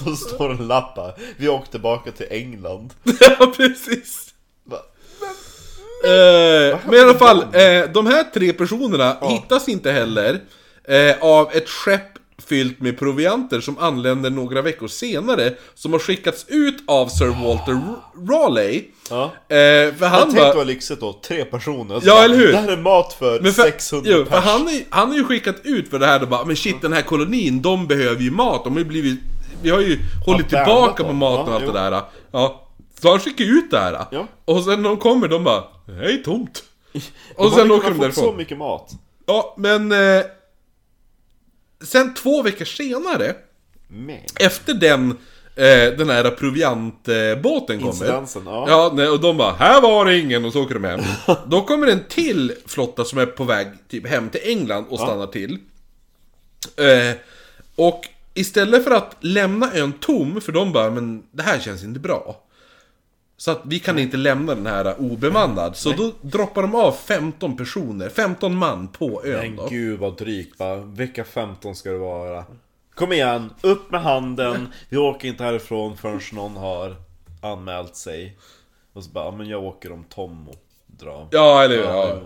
[SPEAKER 2] Och så står det en lapp här, vi åkte tillbaka till England.
[SPEAKER 1] ja, precis!
[SPEAKER 2] Bara,
[SPEAKER 1] Eh, men i alla fall, eh, de här tre personerna hittas inte heller eh, av ett skepp fyllt med provianter som anländer några veckor senare som har skickats ut av Sir Walter R- Raleigh.
[SPEAKER 2] Ja.
[SPEAKER 1] Eh, för han
[SPEAKER 2] Tänk
[SPEAKER 1] bara,
[SPEAKER 2] vad lyxigt då, tre personer. Så
[SPEAKER 1] Ja,
[SPEAKER 2] bara,
[SPEAKER 1] eller hur?
[SPEAKER 2] Det här är mat för,
[SPEAKER 1] men för,
[SPEAKER 2] 600
[SPEAKER 1] jo, för
[SPEAKER 2] pers.
[SPEAKER 1] han, är, han är ju skickat ut för det här och bara, men shit den här kolonin, de behöver ju mat, de har ju blivit, vi har ju hållit
[SPEAKER 2] Ja,
[SPEAKER 1] tillbaka på
[SPEAKER 2] dem.
[SPEAKER 1] maten och
[SPEAKER 2] Ja,
[SPEAKER 1] allt
[SPEAKER 2] jo.
[SPEAKER 1] det där. Ja. Så han skickar ut det här.
[SPEAKER 2] Ja.
[SPEAKER 1] Och sen när de kommer, de bara, det är tomt.
[SPEAKER 2] De
[SPEAKER 1] Och sen åker
[SPEAKER 2] hade
[SPEAKER 1] de
[SPEAKER 2] kunnat fått
[SPEAKER 1] därifrån.
[SPEAKER 2] så mycket mat.
[SPEAKER 1] Ja, men... Eh, sen två veckor senare,
[SPEAKER 2] Men.
[SPEAKER 1] efter den, eh, den här proviantbåten kommer...
[SPEAKER 2] Incidensen, ja.
[SPEAKER 1] Ja, nej, och de bara 'Här var det ingen' och så åker de hem. Då kommer en till flotta som är på väg typ hem till England och stannar till. Eh, och istället för att lämna ön tom, för de bara 'Men det här känns inte bra' Så att vi kan inte lämna den här obemannad. Så då droppar de av 15 personer, 15 man på ön
[SPEAKER 2] Men
[SPEAKER 1] då.
[SPEAKER 2] gud vad drygt bara. Vecka 15 ska det vara. Kom igen, upp med handen. Vi åker inte härifrån förrän någon har anmält sig. Och så bara, "Ja, men jag åker om Tom och drar.
[SPEAKER 1] Ja, eller hur? Ja.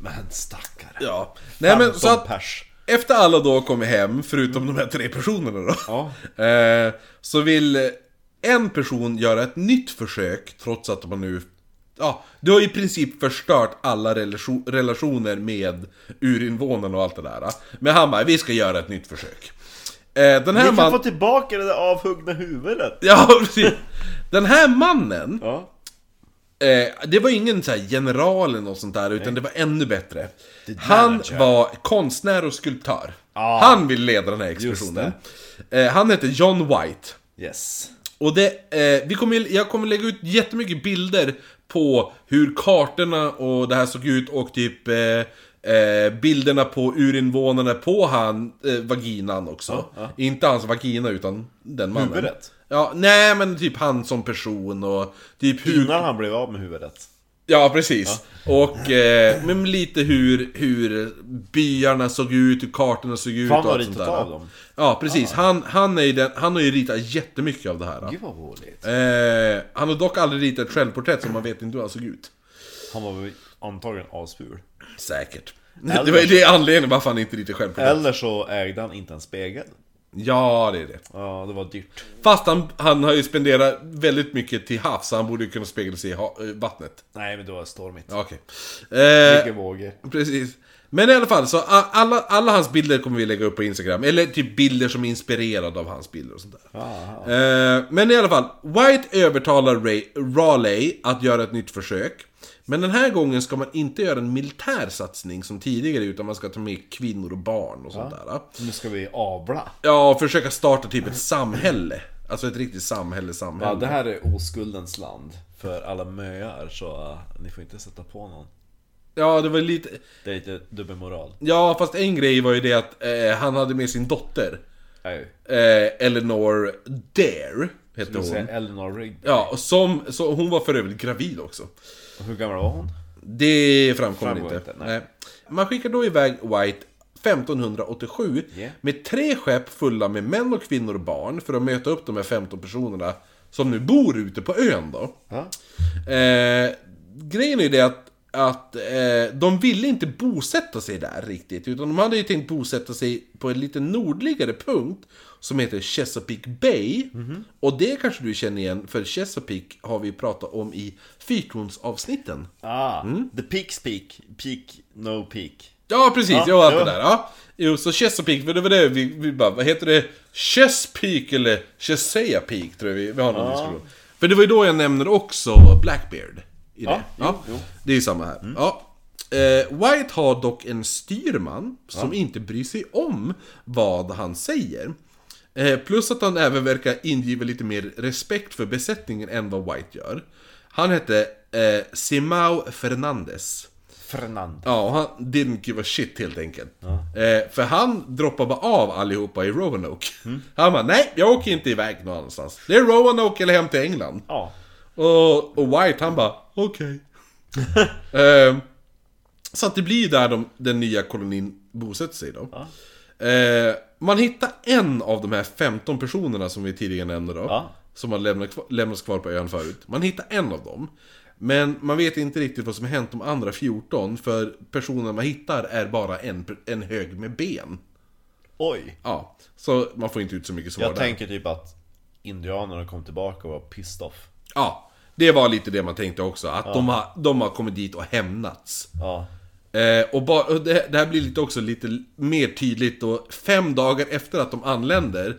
[SPEAKER 2] Men stackare.
[SPEAKER 1] ja. Nej men så
[SPEAKER 2] 15
[SPEAKER 1] att
[SPEAKER 2] pers.
[SPEAKER 1] efter alla då kommer hem, förutom de här tre personerna då.
[SPEAKER 2] Ja.
[SPEAKER 1] Eh, så vill en person göra ett nytt försök trots att man nu... Ja, du har i princip förstört alla relation- relationer med urinvånarna och allt det där. Men han bara, vi ska göra ett nytt försök. Eh, den här
[SPEAKER 2] Vi kan
[SPEAKER 1] mannen...
[SPEAKER 2] få tillbaka det där avhuggna huvudet.
[SPEAKER 1] Ja, precis. Den här mannen
[SPEAKER 2] Ja.
[SPEAKER 1] Eh, det var ingen så här general eller något sånt där, utan det var ännu bättre.
[SPEAKER 2] The
[SPEAKER 1] Han
[SPEAKER 2] manager.
[SPEAKER 1] var konstnär och skulptör.
[SPEAKER 2] Ah.
[SPEAKER 1] Han ville leda den här expeditionen. Eh, han hette John White.
[SPEAKER 2] Yes.
[SPEAKER 1] Och det, eh, vi kommer, jag kommer lägga ut jättemycket bilder på hur kartorna och det här såg ut och typ eh, eh, bilderna på urinvånarna på han, eh, vaginan också. Inte hans vagina utan den mannen.
[SPEAKER 2] Huvudet.
[SPEAKER 1] Ja, nej men typ han som person och typ hur...
[SPEAKER 2] Innan han blev av med huvudet.
[SPEAKER 1] Ja, precis. Och eh, men lite hur, hur byarna såg ut, hur kartorna såg ut
[SPEAKER 2] Fan
[SPEAKER 1] och
[SPEAKER 2] vad
[SPEAKER 1] allt sånt
[SPEAKER 2] ritat
[SPEAKER 1] där.
[SPEAKER 2] av dem.
[SPEAKER 1] Ja, precis. Han, han, är ju den, han har ju ritat jättemycket av det här.
[SPEAKER 2] Gud vad roligt.
[SPEAKER 1] Eh, han har dock aldrig ritat ett självporträtt så man vet inte hur han såg ut.
[SPEAKER 2] Han var väl antagligen asful.
[SPEAKER 1] Säkert. Det var ju det anledningen varför han inte ritade självporträtt.
[SPEAKER 2] Eller så ägde han inte en spegel.
[SPEAKER 1] Ja, det är det.
[SPEAKER 2] Ja, det var dyrt.
[SPEAKER 1] Fast han, han har ju spenderat väldigt mycket till havs, så han borde ju kunna spegla sig i ha- eh, vattnet.
[SPEAKER 2] Nej, men det var stormigt.
[SPEAKER 1] Ja, Okej. Eh,
[SPEAKER 2] Mycket vågor.
[SPEAKER 1] Precis. Men i alla fall, så a- alla, alla hans bilder kommer vi lägga upp på Instagram. Eller typ bilder som är inspirerade av hans bilder och sånt där.
[SPEAKER 2] Ah,
[SPEAKER 1] Eh, men i alla fall, White övertalar Ray, Raleigh att göra ett nytt försök. Men den här gången ska man inte göra en militär satsning som tidigare, utan man ska ta med kvinnor och barn och sånt
[SPEAKER 2] Ah.
[SPEAKER 1] där.
[SPEAKER 2] nu ska vi avla.
[SPEAKER 1] Ja, och försöka starta typ ett samhälle. Alltså ett riktigt samhälle, samhälle.
[SPEAKER 2] Ja, det här är oskuldens land. För alla möar så eh, ni får inte sätta på någon.
[SPEAKER 1] Ja, det var lite...
[SPEAKER 2] Det är lite dubbelmoral.
[SPEAKER 1] Ja, fast en grej var ju det att eh, han hade med sin dotter.
[SPEAKER 2] Nej.
[SPEAKER 1] eh, Eleanor Dare hette
[SPEAKER 2] Du
[SPEAKER 1] hon.
[SPEAKER 2] säger Eleanor Rigg.
[SPEAKER 1] Ja, och som, så hon var för övrigt gravid också.
[SPEAKER 2] Hur gammal var hon?
[SPEAKER 1] Det framkommer
[SPEAKER 2] Framgår
[SPEAKER 1] inte.
[SPEAKER 2] inte, nej.
[SPEAKER 1] nej. Man skickar då iväg White 1587
[SPEAKER 2] Yeah.
[SPEAKER 1] med tre skepp fulla med män och kvinnor och barn för att möta upp de här 15 personerna som nu bor ute på ön då.
[SPEAKER 2] Ja.
[SPEAKER 1] Eh, grejen är ju det att, att eh, de ville inte bosätta sig där riktigt, utan de hade ju tänkt bosätta sig på en lite nordligare punkt som heter Chesapeake Bay. Och det kanske du känner igen, för Chesapeake har vi pratat om i fyrtornsavsnitten.
[SPEAKER 2] Ah,
[SPEAKER 1] Mm.
[SPEAKER 2] the peaks peak, peak, no peak.
[SPEAKER 1] Ja, precis,
[SPEAKER 2] Ja,
[SPEAKER 1] jag har allt det
[SPEAKER 2] ja.
[SPEAKER 1] där. Ja. Jo, så Chesapeake, för det var det vi, vi bara, vad heter det? Chesapeake eller Chesea Peak tror jag vi, vi har någon diskussion. För det var ju då jag nämner också Blackbeard. I det.
[SPEAKER 2] Ja, jo, jo. Mm.
[SPEAKER 1] Det är ju samma här. Ja. Eh, White har dock en styrman som inte bryr sig om vad han säger. Eh, plus att han även verkar ingiva lite mer respekt för besättningen än vad White gör. Han hette eh, Simao Fernandez.
[SPEAKER 2] Fernand.
[SPEAKER 1] Ja, och han didn't give a shit helt enkelt. Eh, för han droppade bara av allihopa i Roanoke. Han bara, nej, jag åker inte iväg någon annanstans. Det är Roanoke eller hem till England.
[SPEAKER 2] Ja.
[SPEAKER 1] Och, och White, han bara, okej. Ehm, så att det blir ju där de, den nya kolonin bosätter sig då. Eh, man hittar en av de här 15 personerna som vi tidigare nämnde då.
[SPEAKER 2] Ja.
[SPEAKER 1] Som har lämnat, kvar- lämnats kvar på ön förut. Man hittar en av dem. Men man vet inte riktigt vad som har hänt de andra 14 för personerna man hittar är bara en, per- en hög med ben.
[SPEAKER 2] Oj.
[SPEAKER 1] Ja, så man får inte ut så mycket svar
[SPEAKER 2] Jag
[SPEAKER 1] där.
[SPEAKER 2] tänker typ att indianerna kom tillbaka och var pissed off.
[SPEAKER 1] Ja, det var lite det man tänkte också. Att de, har, de har kommit dit och hämnats.
[SPEAKER 2] Ja.
[SPEAKER 1] Eh, och ba, och det, det här blir lite också lite mer tydligt då. Fem dagar efter att de anländer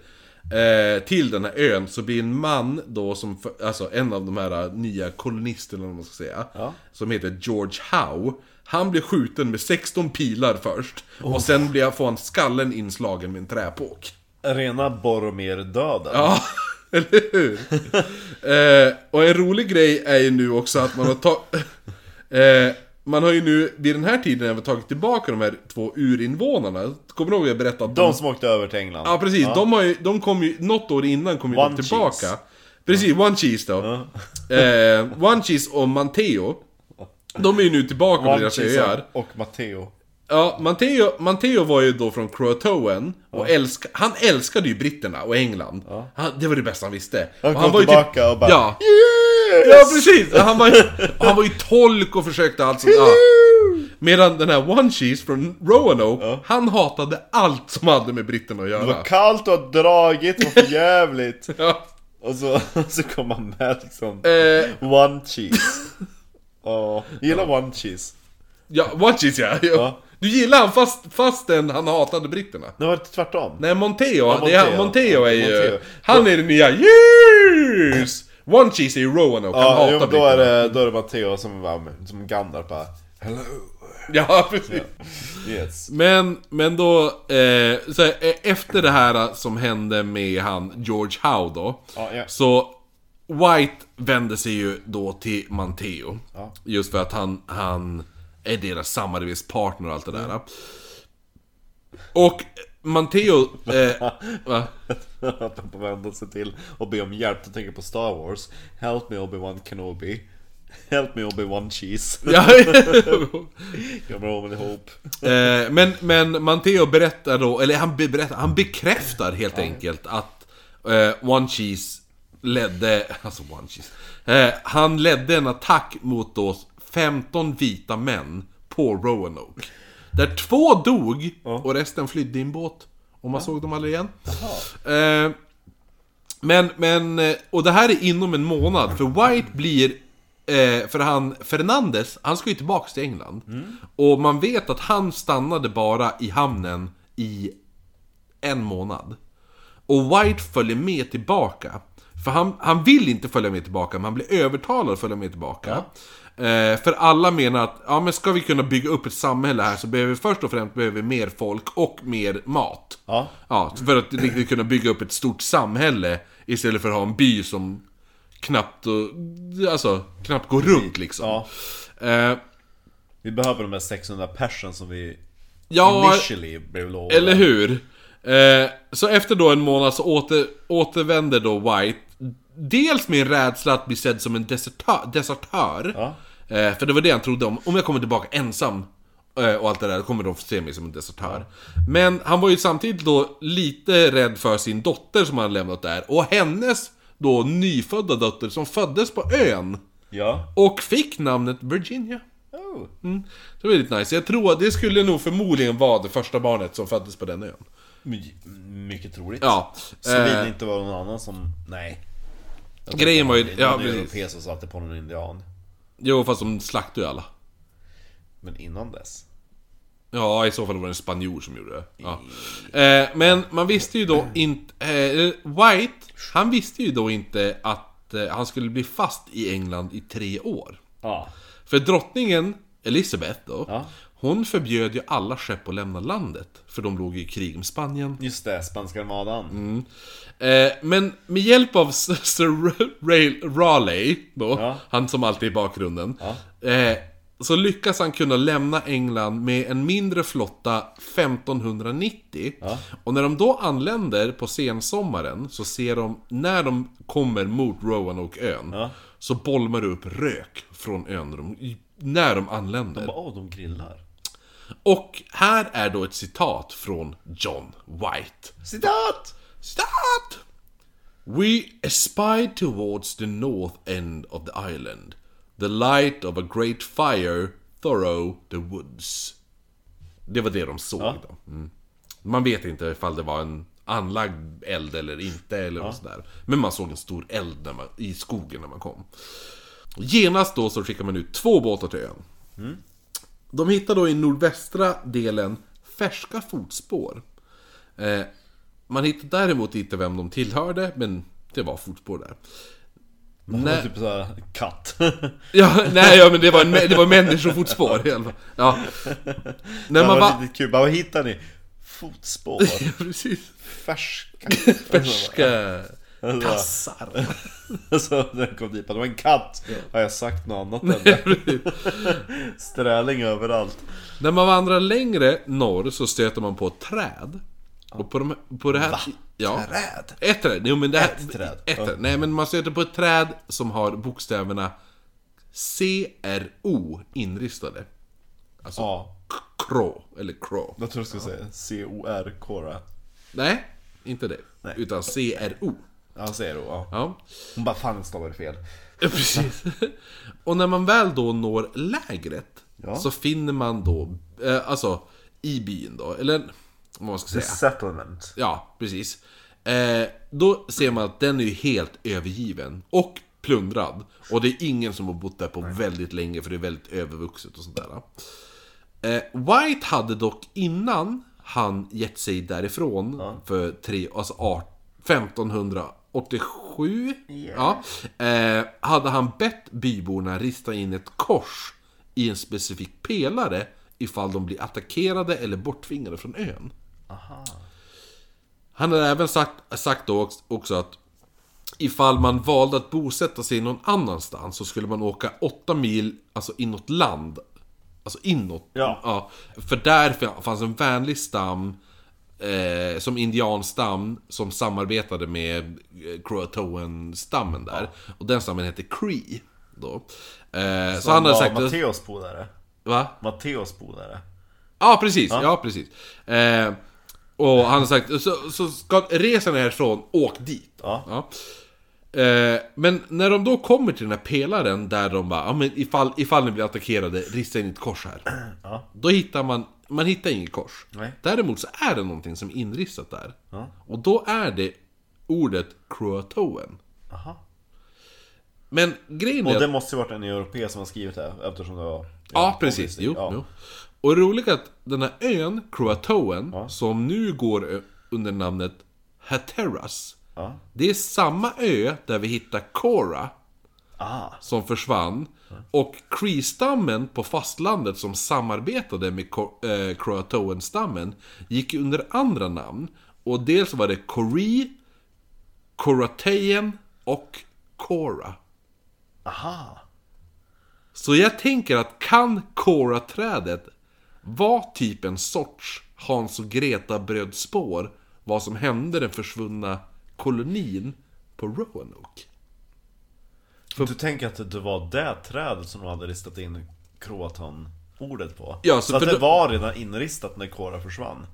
[SPEAKER 1] eh, till den här ön så blir en man då som, för- alltså en av de här nya kolonisterna om man ska säga.
[SPEAKER 2] Ja.
[SPEAKER 1] Som heter George Howe. Han blir skjuten med 16 pilar först. Och sen blir, får han skallen inslagen med en träpåk.
[SPEAKER 2] Rena Boromir-döden.
[SPEAKER 1] Ja, eller hur? eh, och en rolig grej är ju nu också att man har tagit... Eh, man har ju nu vid den här tiden även tagit tillbaka de här två urinvånarna. Kommer du ihåg jag berättade? att
[SPEAKER 2] De som åkte över till England.
[SPEAKER 1] Ja, precis. De, har ju, de kom ju... Något år innan kom ju de
[SPEAKER 2] One
[SPEAKER 1] tillbaka.
[SPEAKER 2] Cheese.
[SPEAKER 1] Precis, One Cheese då. Eh, one Cheese och Manteo. De är ju nu tillbaka på
[SPEAKER 2] One
[SPEAKER 1] deras
[SPEAKER 2] Cheese
[SPEAKER 1] öar.
[SPEAKER 2] och Matteo.
[SPEAKER 1] Ja, Matteo, Matteo var ju då från Croatoan och älsk, han älskade ju britterna och England. Han, det var det bästa han visste.
[SPEAKER 2] Han
[SPEAKER 1] och
[SPEAKER 2] kom
[SPEAKER 1] var ju typ-
[SPEAKER 2] tillbaka och bara
[SPEAKER 1] Ja,
[SPEAKER 2] Yes!
[SPEAKER 1] ja precis! Han var, ju, han var ju tolk och försökte allt sånt ja. Medan den här One Cheese från Roanoke, han hatade allt som hade med britterna att
[SPEAKER 2] Det var
[SPEAKER 1] göra.
[SPEAKER 2] kallt och dragigt, vad för jävligt.
[SPEAKER 1] Ja.
[SPEAKER 2] Och så, så kom han med liksom.
[SPEAKER 1] Eh,
[SPEAKER 2] One cheese. Ja, gillar one cheese.
[SPEAKER 1] ja, One Cheese ja. ja.
[SPEAKER 2] Ja.
[SPEAKER 1] Du gillar han fast, fastän han hatade britterna.
[SPEAKER 2] Nu var det tvärtom.
[SPEAKER 1] Nej, Monteo, det är, han-
[SPEAKER 2] Monteo.
[SPEAKER 1] Monteo är ju...
[SPEAKER 2] Monteo.
[SPEAKER 1] Han är den nya yes! One Cheese är ju Roanoke, han
[SPEAKER 2] Ja,
[SPEAKER 1] hatar
[SPEAKER 2] jo, men då
[SPEAKER 1] britterna.
[SPEAKER 2] är det, då är det Matteo som, var- som Gandalf bara Hello.
[SPEAKER 1] Ja, precis.
[SPEAKER 2] Yes.
[SPEAKER 1] Men, men då, eh, så här, eh, efter det här eh, som hände med han George Howe då,
[SPEAKER 2] Ja, ja.
[SPEAKER 1] så White vände sig ju då till Manteo.
[SPEAKER 2] Ja.
[SPEAKER 1] Just för att han,
[SPEAKER 2] Mm.
[SPEAKER 1] han är deras samarbetspartner och allt det där. Och Matteo... Eh, va?
[SPEAKER 2] Att de vänder sig till och ber om hjälp. Jag tänker på Star Wars. Help me Obi-Wan Kenobi. Help me Obi-Wan Cheese.
[SPEAKER 1] Ja.
[SPEAKER 2] Jag bra med ihop.
[SPEAKER 1] eh, men, men Matteo berättar då, eller han, be- berättar, han bekräftar helt enkelt att eh, One Cheese ledde, alltså One Cheese, eh, han ledde en attack mot då 15 vita män på Roanoke. Där två dog och resten flydde i en båt. Och man såg dem aldrig igen. Eh, men, men, eh, och det här är inom en månad, för White blir... Eh, för han, Fernandes, han ska ju tillbaks till England. Och man vet att han stannade bara i hamnen i en månad. Och White följer med tillbaka. För han, han vill inte följa med tillbaka, men han blir övertalad att följa med tillbaka. Eh, för alla menar att, ja men ska vi kunna bygga upp ett samhälle här så behöver vi först och främst behöver vi mer folk och mer mat.
[SPEAKER 2] Ja.
[SPEAKER 1] Ja, för att riktigt kunna bygga upp ett stort samhälle istället för att ha en by som knappt, och, alltså, knappt går runt liksom.
[SPEAKER 2] Ja.
[SPEAKER 1] Eh,
[SPEAKER 2] Vi behöver de här 600 persen som vi
[SPEAKER 1] ja
[SPEAKER 2] initially blev lovade.
[SPEAKER 1] eller hur? Eh, så efter då en månad så åter, återvänder då White, dels med en rädsla att bli sedd som en desertör, desertör
[SPEAKER 2] Ja.
[SPEAKER 1] eh, för det var det han trodde om, om jag kommer tillbaka ensam eh, och allt det där, kommer de få se mig som en desertör. Men han var ju samtidigt då lite rädd för sin dotter som han lämnat där, och hennes då nyfödda dotter som föddes på ön,
[SPEAKER 2] Ja.
[SPEAKER 1] och fick namnet Virginia.
[SPEAKER 2] Oh.
[SPEAKER 1] Mm. Det var lite nice. Jag tror att det skulle nog förmodligen vara det första barnet som föddes på den ön.
[SPEAKER 2] My- mycket troligt.
[SPEAKER 1] Ja.
[SPEAKER 2] Såvida
[SPEAKER 1] Eh,
[SPEAKER 2] det inte var någon annan som... Nej. Jag
[SPEAKER 1] Grejen
[SPEAKER 2] tänkte
[SPEAKER 1] var ju-
[SPEAKER 2] någon-
[SPEAKER 1] ja,
[SPEAKER 2] någon
[SPEAKER 1] precis.
[SPEAKER 2] europé som satte på någon indian.
[SPEAKER 1] jo, fast de slaktade ju alla.
[SPEAKER 2] Men innan dess.
[SPEAKER 1] Ja, i så fall var det en spanjor som gjorde det. Ja. Eh, men man visste ju då inte... Eh, White, han visste ju då inte att eh, han skulle bli fast i England i tre år.
[SPEAKER 2] Ja.
[SPEAKER 1] För drottningen, Elizabeth då,
[SPEAKER 2] Ja.
[SPEAKER 1] hon förbjöd ju alla skepp att lämna landet. För de låg ju i krig med Spanien.
[SPEAKER 2] Just det, spanska armadan.
[SPEAKER 1] Mm. Eh, men med hjälp av s- Sir Ray Raleigh, då,
[SPEAKER 2] Ja.
[SPEAKER 1] han som alltid är i bakgrunden, eh, så lyckas han kunna lämna England med en mindre flotta 1590. Och när de då anländer på sensommaren så ser de, när de kommer mot Roanoke-ön,
[SPEAKER 2] Ja.
[SPEAKER 1] så bolmar det upp rök från ön när de, när de anländer.
[SPEAKER 2] Bara, Åh, de grillar.
[SPEAKER 1] Och här är då ett citat från John White.
[SPEAKER 2] Citat!
[SPEAKER 1] Start! We espied towards the north end of the island. The light of a great fire thorough the woods. Det var det de såg då. Mm. Man vet inte ifall det var en anlagd eld eller inte eller ja. sådär. Men man såg en stor eld när man, i skogen när man kom. Genast då så skickar man ut två båtar till ön. De hittar då i nordvästra delen färska fotspår. Eh, man hittar däremot inte vem de tillhörde, men det var fotspår där.
[SPEAKER 2] Nej. Typ såhär, katt.
[SPEAKER 1] Ja, nej, ja, men det var, en, det var människofotspår i alla fall. Ja. När man
[SPEAKER 2] det var
[SPEAKER 1] va...
[SPEAKER 2] riktigt kul. Bara, vad hittar ni? Fotspår.
[SPEAKER 1] Precis.
[SPEAKER 2] Färska.
[SPEAKER 1] Färska tassar.
[SPEAKER 2] Så när jag Alltså, kom dit, bara, det var en katt. Har jag sagt något annat än det? Sträling överallt.
[SPEAKER 1] När man vandrar längre norr så stöter man på ett träd. Och på, de, på det här... Va? Ja.
[SPEAKER 2] Träd?
[SPEAKER 1] Ett träd? Jo, men det här, ett
[SPEAKER 2] träd.
[SPEAKER 1] Ett träd. Nej, men man stöter på ett träd som har bokstäverna CRO inristade. Alltså
[SPEAKER 2] Ja.
[SPEAKER 1] Krå, eller Krå.
[SPEAKER 2] Jag tror jag skulle säga C-O-R-K då.
[SPEAKER 1] Nej, inte det. Utan CRO.
[SPEAKER 2] Ja, säger du. Ja.
[SPEAKER 1] Ja,
[SPEAKER 2] Hon bara, fan jag stavade fel.
[SPEAKER 1] precis. Och när man väl då når lägret
[SPEAKER 2] Ja.
[SPEAKER 1] så finner man då, eh, alltså i byn då, eller vad man ska säga.
[SPEAKER 2] Settlement.
[SPEAKER 1] Ja, precis. Eh, då ser man att den är ju helt övergiven och plundrad. Och det är ingen som har bott där på väldigt länge för det är väldigt övervuxet och sånt där. Eh, White hade dock innan han gett sig därifrån för tre, alltså art- 1587 ja, eh, hade han bett byborna rista in ett kors i en specifik pelare ifall de blir attackerade eller borttvingade från ön. Han har även sagt, sagt då också- också att ifall man valde att bosätta sig någon annanstans så skulle man åka 8 mil alltså inåt land. Alltså inåt.
[SPEAKER 2] Ja.
[SPEAKER 1] För där f- fanns en vänlig stam eh, som indianstam som samarbetade med eh, Croatoan-stammen där. Och den stammen hette Cree. Då. Eh, så, han hade sagt...
[SPEAKER 3] Matteos polare.
[SPEAKER 1] Va?
[SPEAKER 3] Matteos polare.
[SPEAKER 1] Ja, precis. Ja, precis. Eh, och han har sagt, så, så ska resan härifrån, åk dit.
[SPEAKER 3] Ja.
[SPEAKER 1] Eh, men när de då kommer till den här pelaren där de bara, ja men ifall, ifall ni blir attackerade, rista in ett kors här.
[SPEAKER 3] Ja.
[SPEAKER 1] Då hittar man, man hittar inget kors.
[SPEAKER 3] Nej.
[SPEAKER 1] Däremot så är det någonting som är inristat där.
[SPEAKER 3] Ja.
[SPEAKER 1] Och då är det ordet Croatoan.
[SPEAKER 3] Aha.
[SPEAKER 1] Men grejen är
[SPEAKER 3] Och
[SPEAKER 1] att-
[SPEAKER 3] det måste ju varit en europé som har skrivit det eftersom det var...
[SPEAKER 1] Ja, precis. Jo,
[SPEAKER 3] Ja.
[SPEAKER 1] jo. Och det roliga är att den här ön, Croatoan, som nu går ö- under namnet Hatteras.
[SPEAKER 3] Ja.
[SPEAKER 1] Det är samma ö där vi hittar Cora,
[SPEAKER 3] Ah,
[SPEAKER 1] som försvann. Och Cree-stammen på fastlandet som samarbetade med Ko- eh, Croatoan-stammen gick under andra namn. Och dels var det Coree, Coratean och Cora.
[SPEAKER 3] aha.
[SPEAKER 1] Så jag tänker att kan Cora-trädet vara typ en sorts Hans och Greta brödspår vad som hände den försvunna kolonin på Roanoke?
[SPEAKER 3] Du tänker att det var det trädet som de hade ristat in Kroatan-ordet på?
[SPEAKER 1] Ja, så
[SPEAKER 3] så att
[SPEAKER 1] för
[SPEAKER 3] det
[SPEAKER 1] då-
[SPEAKER 3] var redan inristat när Kora försvann?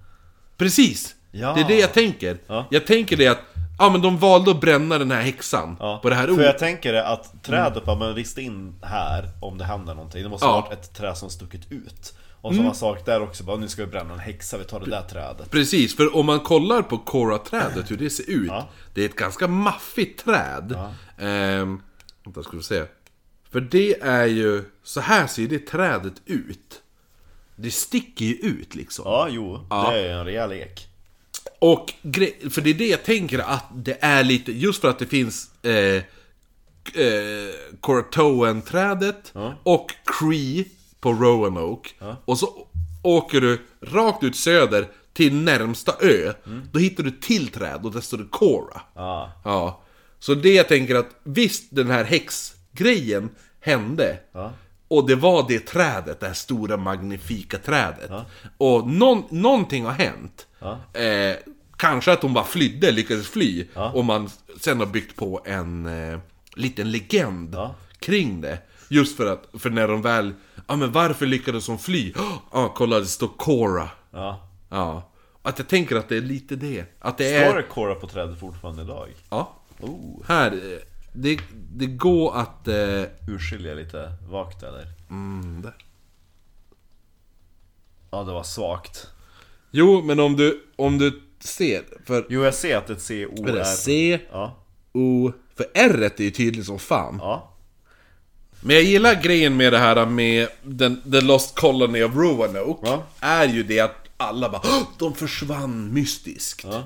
[SPEAKER 1] Precis!
[SPEAKER 3] Ja.
[SPEAKER 1] Det är det jag tänker.
[SPEAKER 3] Ja.
[SPEAKER 1] Jag tänker det att ja, men de valde att bränna den här häxan
[SPEAKER 3] Ja.
[SPEAKER 1] på det här
[SPEAKER 3] För
[SPEAKER 1] ordet.
[SPEAKER 3] jag tänker det att trädet bara, men rista in här om det händer någonting. Det måste ha
[SPEAKER 1] Ja. Mm.
[SPEAKER 3] varit ett träd som stuckit ut. Och samma sak där också, bara nu ska vi bränna en häxa, vi tar det där trädet.
[SPEAKER 1] Precis, för om man kollar på Cora-trädet, hur det ser ut.
[SPEAKER 3] Ja.
[SPEAKER 1] Det är ett ganska maffigt träd. Ehm, vänta, ska vi se. För det är ju, så här ser det trädet ut. Det sticker ju ut liksom.
[SPEAKER 3] Ja, jo, det är ju en rejäl ek.
[SPEAKER 1] Och gre- för det är det jag tänker att det är lite, just för att det finns eh, eh, Cortoan-trädet och Cree på Roanoke. Och så åker du rakt ut söder till närmsta ö. Då hittar du till träd och där står det Cora.
[SPEAKER 3] Ja.
[SPEAKER 1] Ja. Så det jag tänker att visst den här häxgrejen hände. Och det var det trädet, det här stora magnifika trädet. Och någon, någonting har hänt. Eh, kanske att hon bara flydde, lyckades fly. Och man sen har byggt på en eh, liten legend kring det. Just för att, för när de väl, ja ah, men varför lyckades hon fly? Ja, ah, kolla det står Cora. Ja.
[SPEAKER 3] Ja.
[SPEAKER 1] Att jag tänker att det är lite det. Att det är...
[SPEAKER 3] Står det Kora på trädet fortfarande idag?
[SPEAKER 1] Ja.
[SPEAKER 3] Oh.
[SPEAKER 1] Här, eh, det, det går att... Eh,
[SPEAKER 3] Urskilja lite vagt eller?
[SPEAKER 1] mm, där.
[SPEAKER 3] Ja, det var svagt.
[SPEAKER 1] jo, men om du, om du ser, för...
[SPEAKER 3] Jo, jag ser att ett CO
[SPEAKER 1] Vänta,
[SPEAKER 3] är...
[SPEAKER 1] C,
[SPEAKER 3] Ja,
[SPEAKER 1] O... För R är ju tydligt som fan.
[SPEAKER 3] ja.
[SPEAKER 1] Men jag gillar grejen med det här med den, The Lost Colony of Roanoke.
[SPEAKER 3] Ja.
[SPEAKER 1] Är ju det att alla bara "Åh, De försvann mystiskt.
[SPEAKER 3] Ja.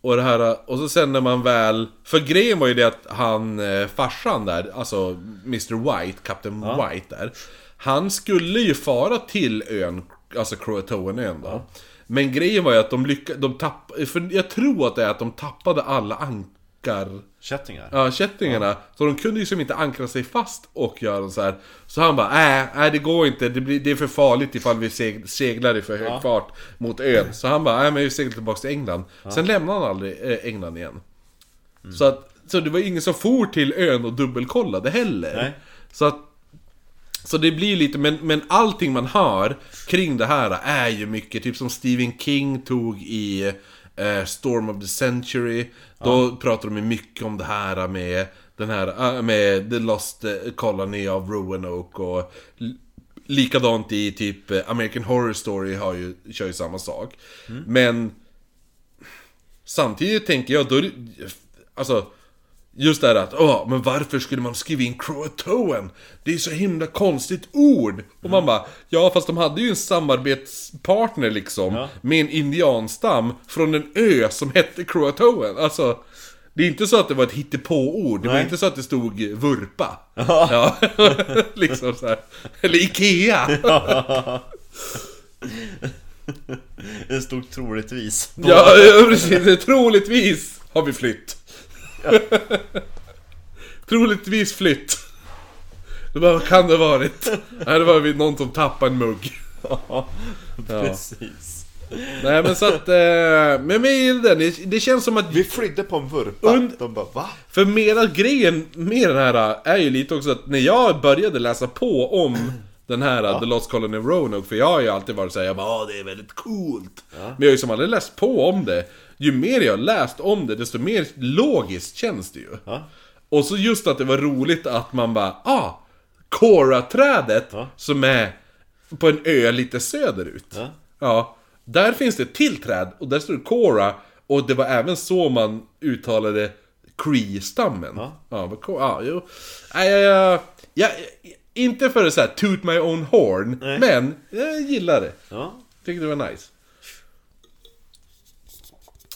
[SPEAKER 1] Och det här, och så sen när man väl... För grejen var ju det att han, eh, farsan där, alltså Mr White, Captain White där. Han skulle ju fara till ön, alltså Croatoan-ön då. Men grejen var ju att de lyckades, de tappade, för jag tror att det är att de tappade alla ankar...
[SPEAKER 3] Kättingar.
[SPEAKER 1] Ja, kättingarna. Så de kunde ju som inte ankra sig fast och göra så här. Så han bara, nej, äh, nej det går inte. Det, blir, det är för farligt ifall vi seg, seglar i för hög fart mot ön. Så han bara, nej men vi seglar tillbaka till England. Sen lämnade han aldrig eh, England igen. Så, att, så det var ingen som for till ön och dubbelkollade heller.
[SPEAKER 3] Nej.
[SPEAKER 1] Så att så det blir lite, men, men allting man hör kring det här är ju mycket, typ som Stephen King tog i eh, Storm of the Century. Då pratar de ju mycket om det här med den här, eh, med The Lost eh, Colony of Roanoke och l- likadant i typ eh, American Horror Story har ju, kör ju samma sak. Men Samtidigt tänker jag, då är det- Alltså, just det här att åh, men varför skulle man skriva in Croatoan? Det är så himla konstigt ord! Och man bara, ja fast de hade ju en samarbetspartner liksom, med en indianstam från en ö som hette Croatoan. Alltså, det är inte så att det var ett hittepåord, det var
[SPEAKER 3] Nej.
[SPEAKER 1] inte så att det stod vurpa. Ja. liksom så här. Eller Ikea!
[SPEAKER 3] Det stod troligtvis.
[SPEAKER 1] Ja, ja, precis. Troligtvis har vi flytt. Troligtvis flytt. Det bara, vad kan det ha varit? Nej, det var vid någon som tappade en mugg.
[SPEAKER 3] Precis.
[SPEAKER 1] Nej men så att, eh, men jag gillar den. Det- Det känns som att
[SPEAKER 2] Vi flydde på en vurpa.
[SPEAKER 1] Und-
[SPEAKER 2] De bara va?
[SPEAKER 1] För mera grejen med den här är ju lite också att när jag började läsa på om den här The Lost Colony of Roanoke, för jag har ju alltid varit såhär, jag bara "Ah, det är väldigt coolt. Men jag har ju som aldrig läst på om det. Ju mer jag har läst om det, desto mer logiskt känns det ju. Och så just att det var roligt att man bara, ah! Kora-trädet som är på en ö lite söderut.
[SPEAKER 2] Ja.
[SPEAKER 1] Ja, där finns det ett till träd och där står det Cora och det var även så man uttalade Cree-stammen. Ja, ja, men Cora- ja jo. Nej, jag, jag, jag, inte för att så här toot my own horn, men jag gillar det.
[SPEAKER 2] Ja.
[SPEAKER 1] Tyckte det var nice.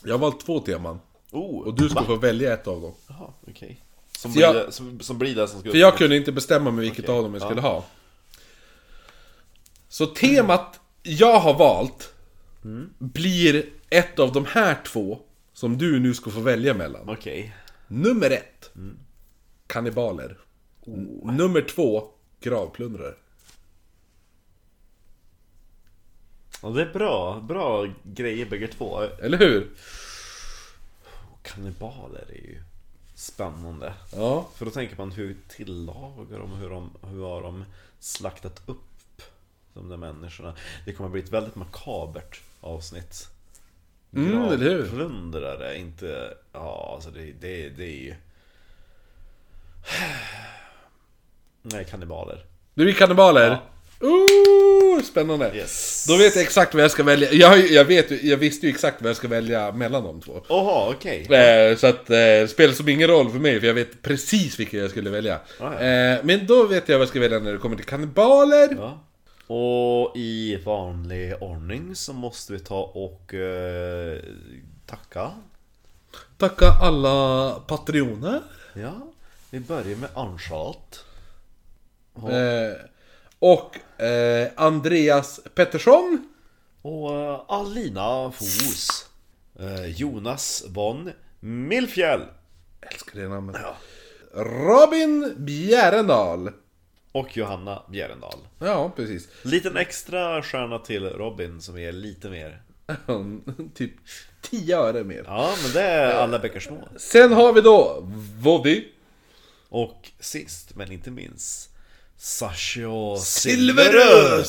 [SPEAKER 1] Jag har valt två teman.
[SPEAKER 2] Oh,
[SPEAKER 1] Och du ska få välja ett av dem.
[SPEAKER 2] Jaha, okej. Som,
[SPEAKER 1] För
[SPEAKER 2] blir
[SPEAKER 1] jag-
[SPEAKER 2] det- som, som blir det som ska
[SPEAKER 1] För jag kunde inte bestämma mig vilket
[SPEAKER 2] Okej,
[SPEAKER 1] av dem jag
[SPEAKER 2] ja.
[SPEAKER 1] skulle ha. Så temat jag har valt
[SPEAKER 2] Mm.
[SPEAKER 1] blir ett av de här två som du nu ska få välja mellan.
[SPEAKER 2] Okej.
[SPEAKER 1] Nummer ett,
[SPEAKER 2] Mm.
[SPEAKER 1] kannibaler.
[SPEAKER 2] Oh.
[SPEAKER 1] N- Nummer två, gravplundrare.
[SPEAKER 2] Ja, det är bra. Bra grejer bägge två.
[SPEAKER 1] Eller hur?
[SPEAKER 2] Kannibaler är ju spännande.
[SPEAKER 1] Ja.
[SPEAKER 2] För då tänker man hur tillagar de, hur, de, hur har de slaktat upp de där människorna? Det kommer bli ett väldigt makabert avsnitt.
[SPEAKER 1] Mm, eller hur?
[SPEAKER 2] Gravplundrare, inte... Ja, alltså det, det, det är ju... Nej, kannibaler.
[SPEAKER 1] Det blir kannibaler. Ooh, spännande.
[SPEAKER 2] Yes.
[SPEAKER 1] Då vet jag exakt vad jag ska välja. Jag, jag, vet, ju- jag visste ju exakt vad jag ska välja mellan de två.
[SPEAKER 2] Jaha, okej.
[SPEAKER 1] Eh, Så att eh, det spelar som ingen roll för mig, för jag vet precis vilken jag skulle välja.
[SPEAKER 2] Ah, ja.
[SPEAKER 1] Eh, Men då vet jag vad jag ska välja när det kommer till kannibaler.
[SPEAKER 2] Ja. Och i vanlig ordning så måste vi ta och eh, tacka.
[SPEAKER 1] Tacka alla patrioner.
[SPEAKER 2] Ja, vi börjar med Anschalt.
[SPEAKER 1] Eh, Och eh, Andreas Pettersson.
[SPEAKER 2] Och eh, Alina Fos. Eh, Jonas von Milfjäll.
[SPEAKER 1] Älskar det namnet. Robin Bjärendal.
[SPEAKER 2] Och Johanna Bjerendal.
[SPEAKER 1] Ja, precis.
[SPEAKER 2] Liten extra stjärna till Robin som är lite mer.
[SPEAKER 1] typ 10 öre mer.
[SPEAKER 2] Ja, men det är alla bäckar små.
[SPEAKER 1] Sen har vi då Vody
[SPEAKER 2] Och sist men inte minst. Sasha Silverö!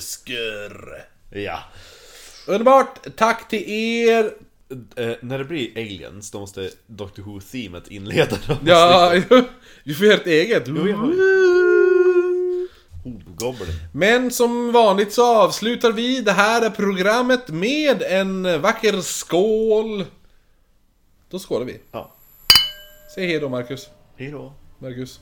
[SPEAKER 1] Silveröskurderöskur.
[SPEAKER 2] Ja.
[SPEAKER 1] Underbart! Tack till er
[SPEAKER 2] Eh, när det blir aliens, då måste Doctor Who-themet inleda dem.
[SPEAKER 1] Ja, du får göra ett eget.
[SPEAKER 2] jag har Hobgoblin.
[SPEAKER 1] Men som vanligt så avslutar vi det här programmet med en vacker skål. Då skålar vi.
[SPEAKER 2] Ja.
[SPEAKER 1] Säg hej då Marcus.
[SPEAKER 2] Hej då.
[SPEAKER 1] Marcus.